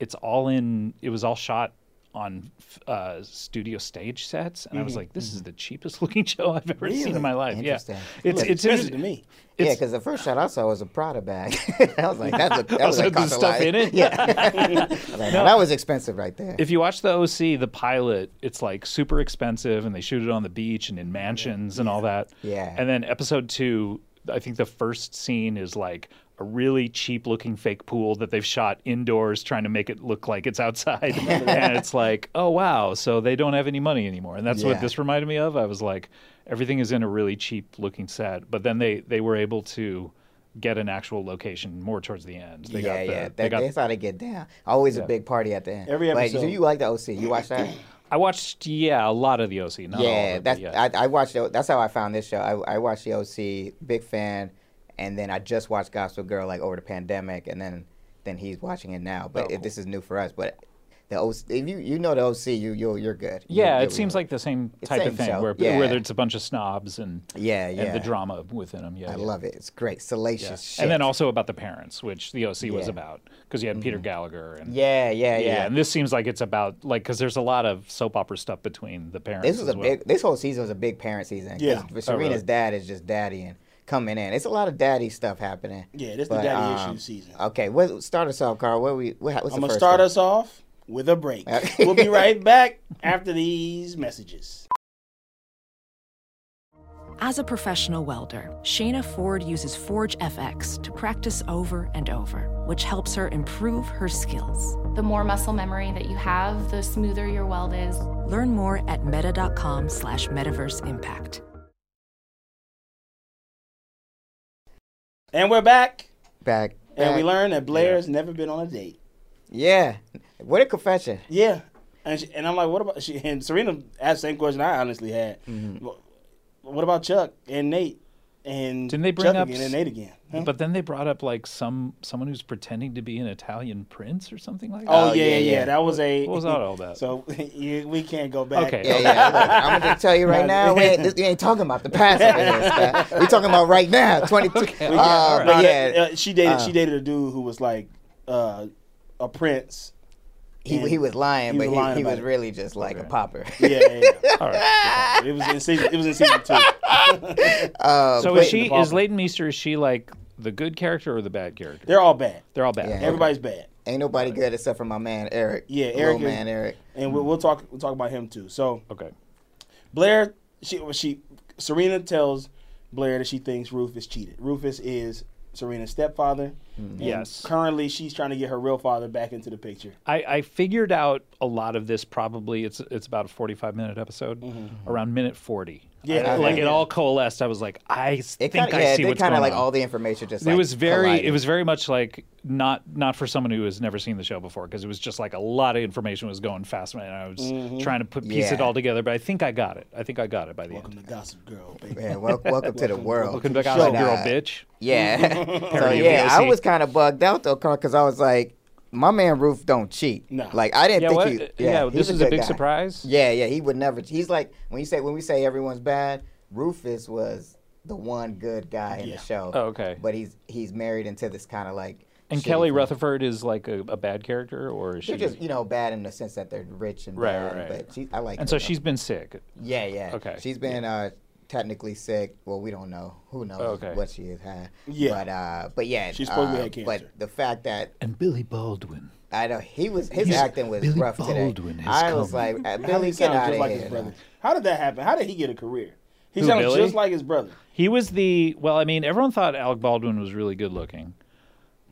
Speaker 3: it's all in it was all shot on f- uh, studio stage sets and i was like this is the cheapest looking show i've ever seen in my life yeah it's
Speaker 2: Mm-hmm. Interesting.
Speaker 3: it's
Speaker 1: Look, expensive
Speaker 3: inter-
Speaker 1: to me.
Speaker 2: yeah,
Speaker 3: it's-
Speaker 2: because the first shot I saw was a Prada bag. I was like, "That look, that
Speaker 3: Oh,
Speaker 2: was
Speaker 3: so
Speaker 2: like
Speaker 3: there's
Speaker 2: cost a
Speaker 3: stuff
Speaker 2: lot.
Speaker 3: in it?
Speaker 2: Yeah, I was like, "Now, that was expensive right there.
Speaker 3: if you watch the OC, the pilot, it's like super expensive, and they shoot it on the beach and in mansions and all that.
Speaker 2: Yeah.
Speaker 3: And then episode two, I think the first scene is like a really cheap looking fake pool that they've shot indoors, trying to make it look like it's outside. and it's like, oh wow, so they don't have any money anymore. And that's
Speaker 2: Yeah.
Speaker 3: what this reminded me of. I was like, everything is in a really cheap looking set, but then they they were able to get an actual location more towards the end. They
Speaker 2: yeah,
Speaker 3: got the,
Speaker 2: yeah,
Speaker 3: they
Speaker 2: that,
Speaker 3: got
Speaker 2: that's how they get down. Always a big party at the end.
Speaker 1: Every
Speaker 2: Like, so
Speaker 1: episode.
Speaker 2: you like the OC? You watch that?
Speaker 3: I watched yeah a lot of the OC. Not all of
Speaker 2: yeah,
Speaker 3: it, but
Speaker 2: that's
Speaker 3: yeah.
Speaker 2: I, I watched. the- That's how I found this show. I, I watched the OC, big fan, and then I just watched Gospel Girl like over the pandemic, and then then he's watching it now.
Speaker 3: Oh,
Speaker 2: But it, this is new for us. But the OC, if you you know the OC, you you you're good. You-
Speaker 3: Yeah,
Speaker 2: you'll
Speaker 3: it
Speaker 2: be
Speaker 3: seems
Speaker 2: good.
Speaker 3: like the same type
Speaker 2: same
Speaker 3: of thing
Speaker 2: show.
Speaker 3: where
Speaker 2: Yeah.
Speaker 3: whether it's a bunch of snobs and
Speaker 2: Yeah,
Speaker 3: and
Speaker 2: yeah.
Speaker 3: the drama within them. Yeah,
Speaker 2: I
Speaker 3: yeah.
Speaker 2: love it. It's great, salacious shit.
Speaker 3: And then also about the parents, which the OC was
Speaker 2: Yeah. Mm-hmm.
Speaker 3: about, because you had Peter Gallagher and
Speaker 2: yeah, yeah, yeah.
Speaker 3: and this seems like it's about like because there's a lot of soap opera stuff between the parents.
Speaker 2: This was
Speaker 3: as
Speaker 2: a
Speaker 3: well.
Speaker 2: big. This whole season was a big parent season. 'cause
Speaker 1: Yeah.
Speaker 2: Serena's
Speaker 3: Oh, really?
Speaker 2: dad is just daddying, coming in. It's a lot of daddy stuff happening.
Speaker 1: Yeah, this the
Speaker 2: But,
Speaker 1: daddy
Speaker 2: um,
Speaker 1: issue season.
Speaker 2: Okay, what start us off, Carl? What we what, what's
Speaker 1: I'm gonna
Speaker 2: the first
Speaker 1: start
Speaker 2: one?
Speaker 1: us off with a break. we'll be right back after these messages.
Speaker 5: As a professional welder, Shayna Ford uses Forge FX to practice over and over, which helps her improve her skills.
Speaker 4: The more muscle memory that you have, the smoother your weld is.
Speaker 5: Learn more at meta.com slash metaverse impact.
Speaker 1: And we're back.
Speaker 2: Back.
Speaker 1: And we
Speaker 2: back.
Speaker 1: learned that Blair's never been on a date.
Speaker 2: Yeah. What a confession.
Speaker 1: Yeah. And, she, and I'm like, what about she? And Serena asked the same question I honestly had.
Speaker 2: Mm-hmm.
Speaker 1: Wh- What about Chuck and Nate? And
Speaker 3: Didn't they bring
Speaker 1: Chuck
Speaker 3: up
Speaker 1: again
Speaker 3: s-
Speaker 1: and Nate again? Huh?
Speaker 3: But then they brought up like some someone who's pretending to be an Italian prince or something like that.
Speaker 1: oh, yeah, yeah, That was a.
Speaker 3: What was that all about?
Speaker 1: So you, we can't go back.
Speaker 3: Okay.
Speaker 2: Yeah, yeah. Look, I'm gonna tell you right now, we ain't, this, we ain't talking about the past. of this, man. we talking about right now, 22.
Speaker 1: We
Speaker 2: uh,
Speaker 1: can't- all right.
Speaker 2: But
Speaker 1: No,
Speaker 2: yeah,
Speaker 1: that- uh, she dated. she dated a dude who was like uh, a prince.
Speaker 2: he, he was lying,
Speaker 1: He
Speaker 2: but
Speaker 1: was
Speaker 2: he,
Speaker 1: lying
Speaker 2: he
Speaker 1: about
Speaker 2: was
Speaker 1: it.
Speaker 2: really just like a popper.
Speaker 1: Yeah, yeah, yeah.
Speaker 3: All right.
Speaker 1: it was in season. It was in season two.
Speaker 3: So
Speaker 1: Leighton
Speaker 3: is she
Speaker 1: the
Speaker 3: is
Speaker 1: Barber.
Speaker 3: Leighton Meester is she like the good character or the bad character?
Speaker 1: They're all bad.
Speaker 3: They're all bad.
Speaker 2: Yeah.
Speaker 1: Everybody's bad.
Speaker 2: Ain't nobody good except for my man Eric.
Speaker 1: Yeah,
Speaker 2: Little
Speaker 1: Eric is-
Speaker 2: man Eric.
Speaker 1: And we'll, we'll talk. We'll talk about him too. So
Speaker 3: Okay.
Speaker 1: Blair, she she Serena tells Blair that she thinks Rufus cheated. Rufus is Serena's stepfather. and
Speaker 3: Yes.
Speaker 1: Currently, she's trying to get her real father back into the picture.
Speaker 3: I, I figured out a lot of this probably it's it's about a 45 minute episode around minute 40
Speaker 1: Yeah.
Speaker 3: I- like it
Speaker 1: Yeah.
Speaker 3: all coalesced i was like i s-
Speaker 2: It
Speaker 3: think
Speaker 2: kind of
Speaker 3: i
Speaker 2: yeah,
Speaker 3: see
Speaker 2: they
Speaker 3: what's
Speaker 2: kind
Speaker 3: going
Speaker 2: of like
Speaker 3: on.
Speaker 2: all the information just.
Speaker 3: it
Speaker 2: like,
Speaker 3: was very
Speaker 2: collided.
Speaker 3: it was very much like not not for someone who has never seen the show before because it was just like a lot of information was going fast and i was trying to put piece it
Speaker 2: Mm-hmm. Yeah.
Speaker 3: all together but i think i got it i think i got it by the
Speaker 1: Welcome
Speaker 3: end
Speaker 1: to Gossip Girl, baby.
Speaker 2: Yeah, wel- welcome to the world.
Speaker 3: welcome back
Speaker 2: But,
Speaker 3: out girl
Speaker 2: uh,
Speaker 3: bitch
Speaker 2: Yeah. so
Speaker 3: Parody of
Speaker 2: yeah, I
Speaker 3: VOC.
Speaker 2: was kind of bugged out though, Carl, because I was like, my man Roof don't cheat.
Speaker 1: No.
Speaker 2: Like I didn't
Speaker 3: yeah,
Speaker 2: think
Speaker 3: what,
Speaker 2: he.
Speaker 3: yeah,
Speaker 2: he's
Speaker 3: this is a
Speaker 2: good
Speaker 3: big
Speaker 2: guy.
Speaker 3: surprise
Speaker 2: Yeah, yeah, he would never. He's like when you say when we say everyone's bad, Rufus was the one good guy in
Speaker 1: Yeah.
Speaker 2: the show.
Speaker 3: Oh, okay.
Speaker 2: But he's he's married into this kind of like.
Speaker 3: and
Speaker 2: shitty
Speaker 3: kelly
Speaker 2: thing.
Speaker 3: rutherford is like a, a bad character or is she
Speaker 2: They're just you know bad in the sense that they're rich and
Speaker 3: Right,
Speaker 2: bad,
Speaker 3: right, right.
Speaker 2: but she I like.
Speaker 3: and
Speaker 2: her,
Speaker 3: so
Speaker 2: though.
Speaker 3: she's been sick
Speaker 2: Yeah, yeah.
Speaker 3: Okay.
Speaker 2: She's been uh technically sick. Well, we don't know. Who knows
Speaker 3: Okay.
Speaker 2: what she is had.
Speaker 1: Yeah.
Speaker 2: But uh but yeah.
Speaker 1: She's supposedly
Speaker 2: uh,
Speaker 1: had cancer.
Speaker 2: But the fact that
Speaker 3: and billy baldwin
Speaker 2: I know he was his
Speaker 3: He's-
Speaker 2: acting was
Speaker 3: Billy
Speaker 2: rough
Speaker 3: Baldwin
Speaker 2: today.
Speaker 3: has
Speaker 2: I was
Speaker 3: come.
Speaker 2: like uh,
Speaker 1: How
Speaker 2: Billy
Speaker 1: he
Speaker 2: get
Speaker 1: sounds
Speaker 2: out
Speaker 1: just
Speaker 2: of
Speaker 1: like
Speaker 2: here.
Speaker 1: his brother.
Speaker 2: dog.
Speaker 1: How did that happen? How did he get a career? He
Speaker 3: Who,
Speaker 1: sounds
Speaker 3: Billy?
Speaker 1: just like his brother.
Speaker 3: He was the well. I mean, everyone thought Alec Baldwin was really good looking,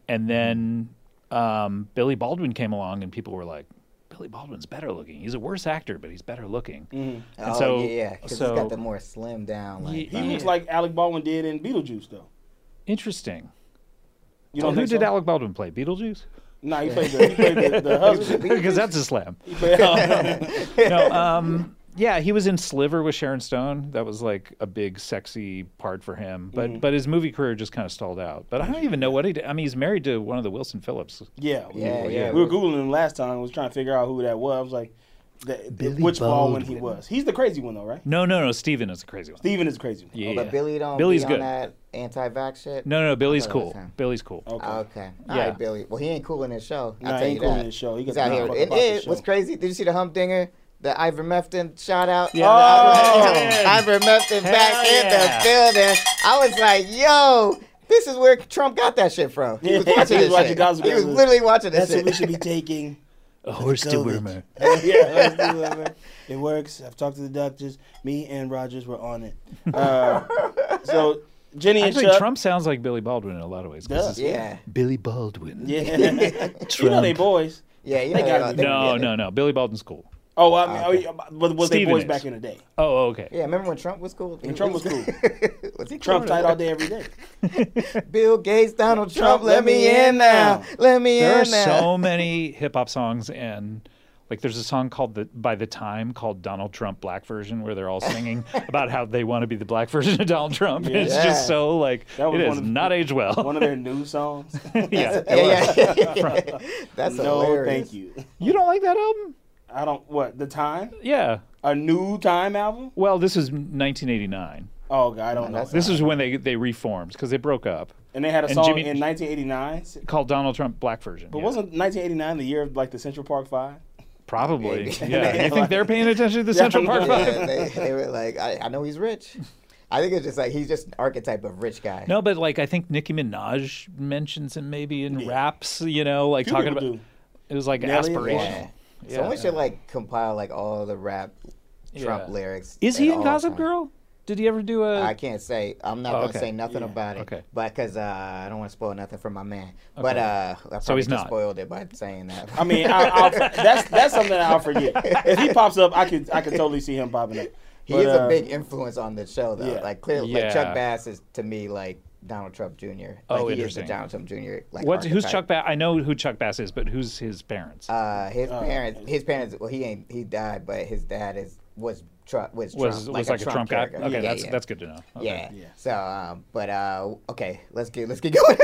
Speaker 3: and then um, Billy Baldwin came along, and people were like, "Billy Baldwin's better looking. He's a worse actor, but he's better looking." And
Speaker 2: oh,
Speaker 3: so,
Speaker 2: yeah, yeah, 'cause
Speaker 3: so
Speaker 2: he's got the more slim down like
Speaker 1: He
Speaker 3: Yeah.
Speaker 1: looks like Alec Baldwin did in Beetlejuice, though.
Speaker 3: interesting.
Speaker 1: You don't
Speaker 3: who
Speaker 1: think
Speaker 3: did
Speaker 1: so?
Speaker 3: Alec Baldwin play? Beetlejuice?
Speaker 1: No, he played the, he played the, the husband.
Speaker 3: Because that's a slam.
Speaker 1: He played-
Speaker 3: No, um, yeah, he was in Sliver with Sharon Stone. That was like a big sexy part for him. But
Speaker 2: Mm-hmm.
Speaker 3: but his movie career just kind of stalled out. But I don't even know what he did. I mean, he's married to one of the Wilson Phillips.
Speaker 1: yeah, we,
Speaker 2: Yeah, yeah.
Speaker 1: We were googling him last time. I was trying to figure out who that was. I was like, that, which Baldwin he was. He's the crazy one, though, right?
Speaker 3: No, no, no. Steven is a crazy one.
Speaker 1: Steven is the crazy one.
Speaker 3: Yeah.
Speaker 2: oh, But Billy don't
Speaker 3: Billy's
Speaker 2: be on
Speaker 3: good.
Speaker 2: that anti vax shit.
Speaker 3: No, no, no, Billy's
Speaker 2: thought it was
Speaker 3: cool.
Speaker 2: him.
Speaker 3: Billy's cool.
Speaker 1: Okay.
Speaker 2: Okay. All
Speaker 3: Yeah.
Speaker 2: right, Billy. Well, he ain't cool in his show.
Speaker 1: Nah,
Speaker 2: I'll
Speaker 1: he
Speaker 2: tell
Speaker 1: ain't
Speaker 2: you
Speaker 1: cool
Speaker 2: that.
Speaker 1: in his show. He
Speaker 2: He's
Speaker 1: got
Speaker 2: out
Speaker 1: the
Speaker 2: here.
Speaker 1: motherfucking
Speaker 2: And
Speaker 1: boxing
Speaker 2: it was
Speaker 1: show.
Speaker 2: crazy. Did you see the Humdinger? The ivermectin shout out.
Speaker 3: Yeah,
Speaker 2: oh, ivermectin back
Speaker 3: yeah.
Speaker 2: in the building. I was like, yo, this is where Trump got that shit from. He was
Speaker 1: Yeah,
Speaker 2: watching
Speaker 1: he was
Speaker 2: this
Speaker 1: watching
Speaker 2: shit.
Speaker 1: Gossip
Speaker 2: He was
Speaker 1: Girl.
Speaker 2: literally watching this
Speaker 1: That's what we
Speaker 2: shit.
Speaker 1: should be taking.
Speaker 3: A horse dewormer.
Speaker 1: yeah, let's do it, man. It works. I've talked to the doctors. Me and Rogers were on it. Uh, so Jenny and
Speaker 3: Actually,
Speaker 1: Chuck.
Speaker 3: Trump sounds like Billy Baldwin in a lot of ways. 'cause
Speaker 1: Does.
Speaker 3: it's
Speaker 2: Yeah.
Speaker 3: Billy Baldwin.
Speaker 1: Yeah, you know they boys.
Speaker 2: Yeah, you
Speaker 1: They
Speaker 2: know,
Speaker 1: got
Speaker 2: uh,
Speaker 1: it.
Speaker 2: they-
Speaker 3: No,
Speaker 2: yeah,
Speaker 3: no, no. Billy Baldwin's cool.
Speaker 1: Oh, I
Speaker 2: Ah,
Speaker 1: mean, oh, yeah, but was they
Speaker 3: Steven
Speaker 1: boys
Speaker 3: is.
Speaker 1: back in the day?
Speaker 3: Oh, okay.
Speaker 2: Yeah, remember when Trump was cool? When
Speaker 1: Trump was cool.
Speaker 2: was he
Speaker 1: Trump
Speaker 2: cool?
Speaker 1: tight all day every day.
Speaker 2: Bill Gates, Donald Trump, let me in now. Let me
Speaker 3: There are
Speaker 2: in now.
Speaker 3: so many hip hop songs and. Like there's a song called the by the time called Donald Trump Black version where they're all singing about how they want to be the black version of Donald Trump. And it's
Speaker 2: Yeah.
Speaker 3: just so like
Speaker 1: That was
Speaker 3: it
Speaker 1: one
Speaker 3: has
Speaker 1: of-
Speaker 3: not aged well.
Speaker 1: One of their new songs.
Speaker 3: yeah.
Speaker 2: yeah, yeah. That's
Speaker 1: no,
Speaker 2: hilarious.
Speaker 1: thank you.
Speaker 3: You don't like that album?
Speaker 1: I don't. What the time?
Speaker 3: Yeah.
Speaker 1: A new time album?
Speaker 3: Well, this is 1989.
Speaker 1: Oh God, I don't know.
Speaker 2: Ah, that's-
Speaker 3: This is when they they reformed because they broke up.
Speaker 1: And they had a
Speaker 3: and
Speaker 1: song
Speaker 3: Jimmy-
Speaker 1: in 1989.
Speaker 3: Called Donald Trump Black version.
Speaker 1: But
Speaker 3: yeah.
Speaker 1: wasn't 1989 the year of like the Central Park Five?
Speaker 3: Probably. Yeah. You think they're paying attention to the Central Park Five?
Speaker 2: Yeah, they, they were like, I, I know he's rich. I think it's just like he's just an archetype of rich guy.
Speaker 3: No, but like I think Nicki Minaj mentions him maybe in raps. You know, like
Speaker 1: Few
Speaker 3: talking
Speaker 1: people
Speaker 3: about
Speaker 1: do.
Speaker 3: it was like
Speaker 1: Nelly and
Speaker 3: aspirational.
Speaker 2: yeah. Someone should like compile like all the rap Trump
Speaker 3: Yeah.
Speaker 2: lyrics.
Speaker 3: Is he
Speaker 2: at
Speaker 3: in
Speaker 2: all
Speaker 3: Gossip
Speaker 2: time.
Speaker 3: Girl? Did he ever do a?
Speaker 2: I can't say. I'm not
Speaker 3: Oh,
Speaker 2: gonna
Speaker 3: okay.
Speaker 2: say nothing
Speaker 1: Yeah.
Speaker 2: about it.
Speaker 3: Okay.
Speaker 2: But because uh, I don't want to spoil nothing for my man. But uh, I
Speaker 3: So
Speaker 2: probably
Speaker 3: he's
Speaker 2: just
Speaker 3: not. Oh,
Speaker 2: spoiled it by saying that.
Speaker 1: I mean, I, I'll, that's that's something that I'll forget. If he pops up, I could I could totally see him popping up.
Speaker 2: He
Speaker 1: But,
Speaker 2: is
Speaker 1: uh,
Speaker 2: a big influence on the show, though.
Speaker 1: yeah.
Speaker 2: Like clearly, like
Speaker 3: Yeah.
Speaker 2: Chuck Bass is to me like Donald Trump Jr. Like,
Speaker 3: Oh,
Speaker 2: he
Speaker 3: interesting.
Speaker 2: Is the Donald Trump Jr. Like
Speaker 3: What's who's
Speaker 2: archetype.
Speaker 3: Chuck Bass? I know who Chuck Bass is, but who's his parents?
Speaker 2: Uh, his parents, his parents. Well, he ain't. He died, but his dad is was Trump. Was Trump,
Speaker 3: was was like a Trump, guy?
Speaker 2: character.
Speaker 3: Okay,
Speaker 2: Yeah,
Speaker 3: that's
Speaker 2: yeah.
Speaker 3: that's good to know. Okay.
Speaker 2: Yeah.
Speaker 1: Yeah.
Speaker 2: So, um, but uh, okay, let's get let's get going.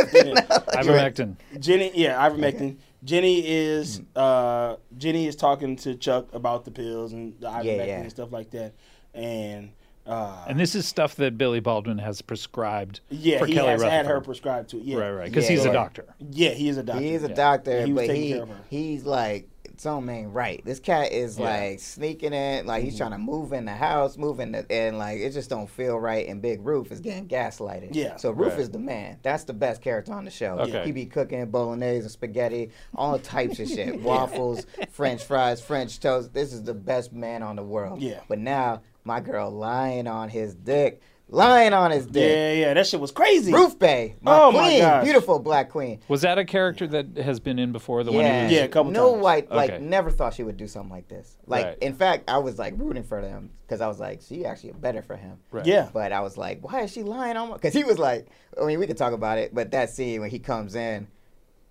Speaker 3: Ivermectin.
Speaker 1: Jenny, yeah, ivermectin. Jenny is uh, Jenny is talking to Chuck about the pills and the ivermectin
Speaker 2: yeah.
Speaker 1: and stuff like that, and uh,
Speaker 3: And this is stuff that Billy Baldwin has prescribed
Speaker 1: yeah,
Speaker 3: for
Speaker 1: he
Speaker 3: Kelly
Speaker 1: has had her
Speaker 3: Rutherford.
Speaker 1: prescribed to it. Yeah,
Speaker 3: right, right, because
Speaker 2: Yeah,
Speaker 3: he's
Speaker 2: yeah.
Speaker 3: a doctor.
Speaker 1: Yeah, he is a doctor.
Speaker 2: he is a
Speaker 1: Yeah.
Speaker 2: doctor,
Speaker 1: He was
Speaker 2: but
Speaker 1: taking
Speaker 2: he
Speaker 1: care of her.
Speaker 2: he's like something ain't right. This cat is like sneaking in, like
Speaker 1: Mm-hmm.
Speaker 2: he's trying to move in the house, move in the, and like it just don't feel right. And Big Roof is getting gaslighted.
Speaker 1: Yeah.
Speaker 2: So Roof is the man. That's the best character on the show.
Speaker 3: Okay.
Speaker 2: He be cooking bolognese and spaghetti, all types of shit, waffles, French fries, French toast. This is the best man on the world.
Speaker 1: Yeah.
Speaker 2: But now my girl lying on his dick, lying on his dick.
Speaker 1: Yeah, yeah, that shit was crazy.
Speaker 2: Roof Bay, my
Speaker 1: Oh, my
Speaker 2: queen,
Speaker 1: gosh.
Speaker 2: beautiful black queen.
Speaker 3: Was that a character that has been in before? The one who was
Speaker 1: Yeah, a couple
Speaker 2: no
Speaker 1: times.
Speaker 2: white like
Speaker 3: Okay.
Speaker 2: never thought she would do something like this. Like
Speaker 3: Right.
Speaker 2: in fact, I was like rooting for them because I was like, she actually better for him.
Speaker 3: Right.
Speaker 1: Yeah.
Speaker 2: But I was like, why is she lying on? Because he was like, I mean, we could talk about it, but that scene when he comes in.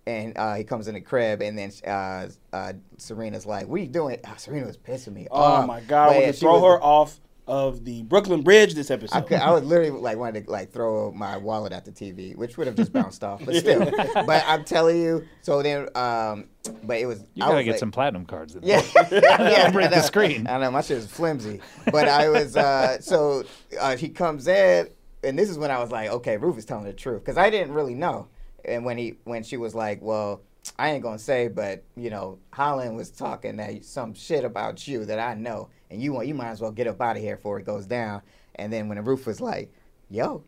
Speaker 2: And uh, he comes in the crib, and then uh, uh, Serena's like, "What are you doing?" Ah, Serena was pissing me
Speaker 1: Oh
Speaker 2: off.
Speaker 1: my god,
Speaker 2: Like,
Speaker 1: we're gonna
Speaker 2: she
Speaker 1: throw
Speaker 2: was-
Speaker 1: her off of the Brooklyn Bridge this
Speaker 2: I,
Speaker 1: episode.
Speaker 2: could, I was literally like wanted to like throw my wallet at the TV, which would have just bounced off, but still. But I'm telling you, so then, um, but it was.
Speaker 3: You
Speaker 2: I
Speaker 3: gotta
Speaker 2: was
Speaker 3: get
Speaker 2: like-
Speaker 3: some platinum cards. In
Speaker 2: Yeah,
Speaker 3: there.
Speaker 2: yeah.
Speaker 3: break
Speaker 2: I
Speaker 3: the
Speaker 2: know.
Speaker 3: screen.
Speaker 2: I know my shit is flimsy, but I was uh, so uh, he comes in, and this is when I was like, okay, Roof is telling the truth because I didn't really know. And when he when she was like, well, I ain't gonna say, but you know, Holland was talking that some shit about you that I know, and you want you might as well get up out of here before it goes down. And then when the Roof was like, yo.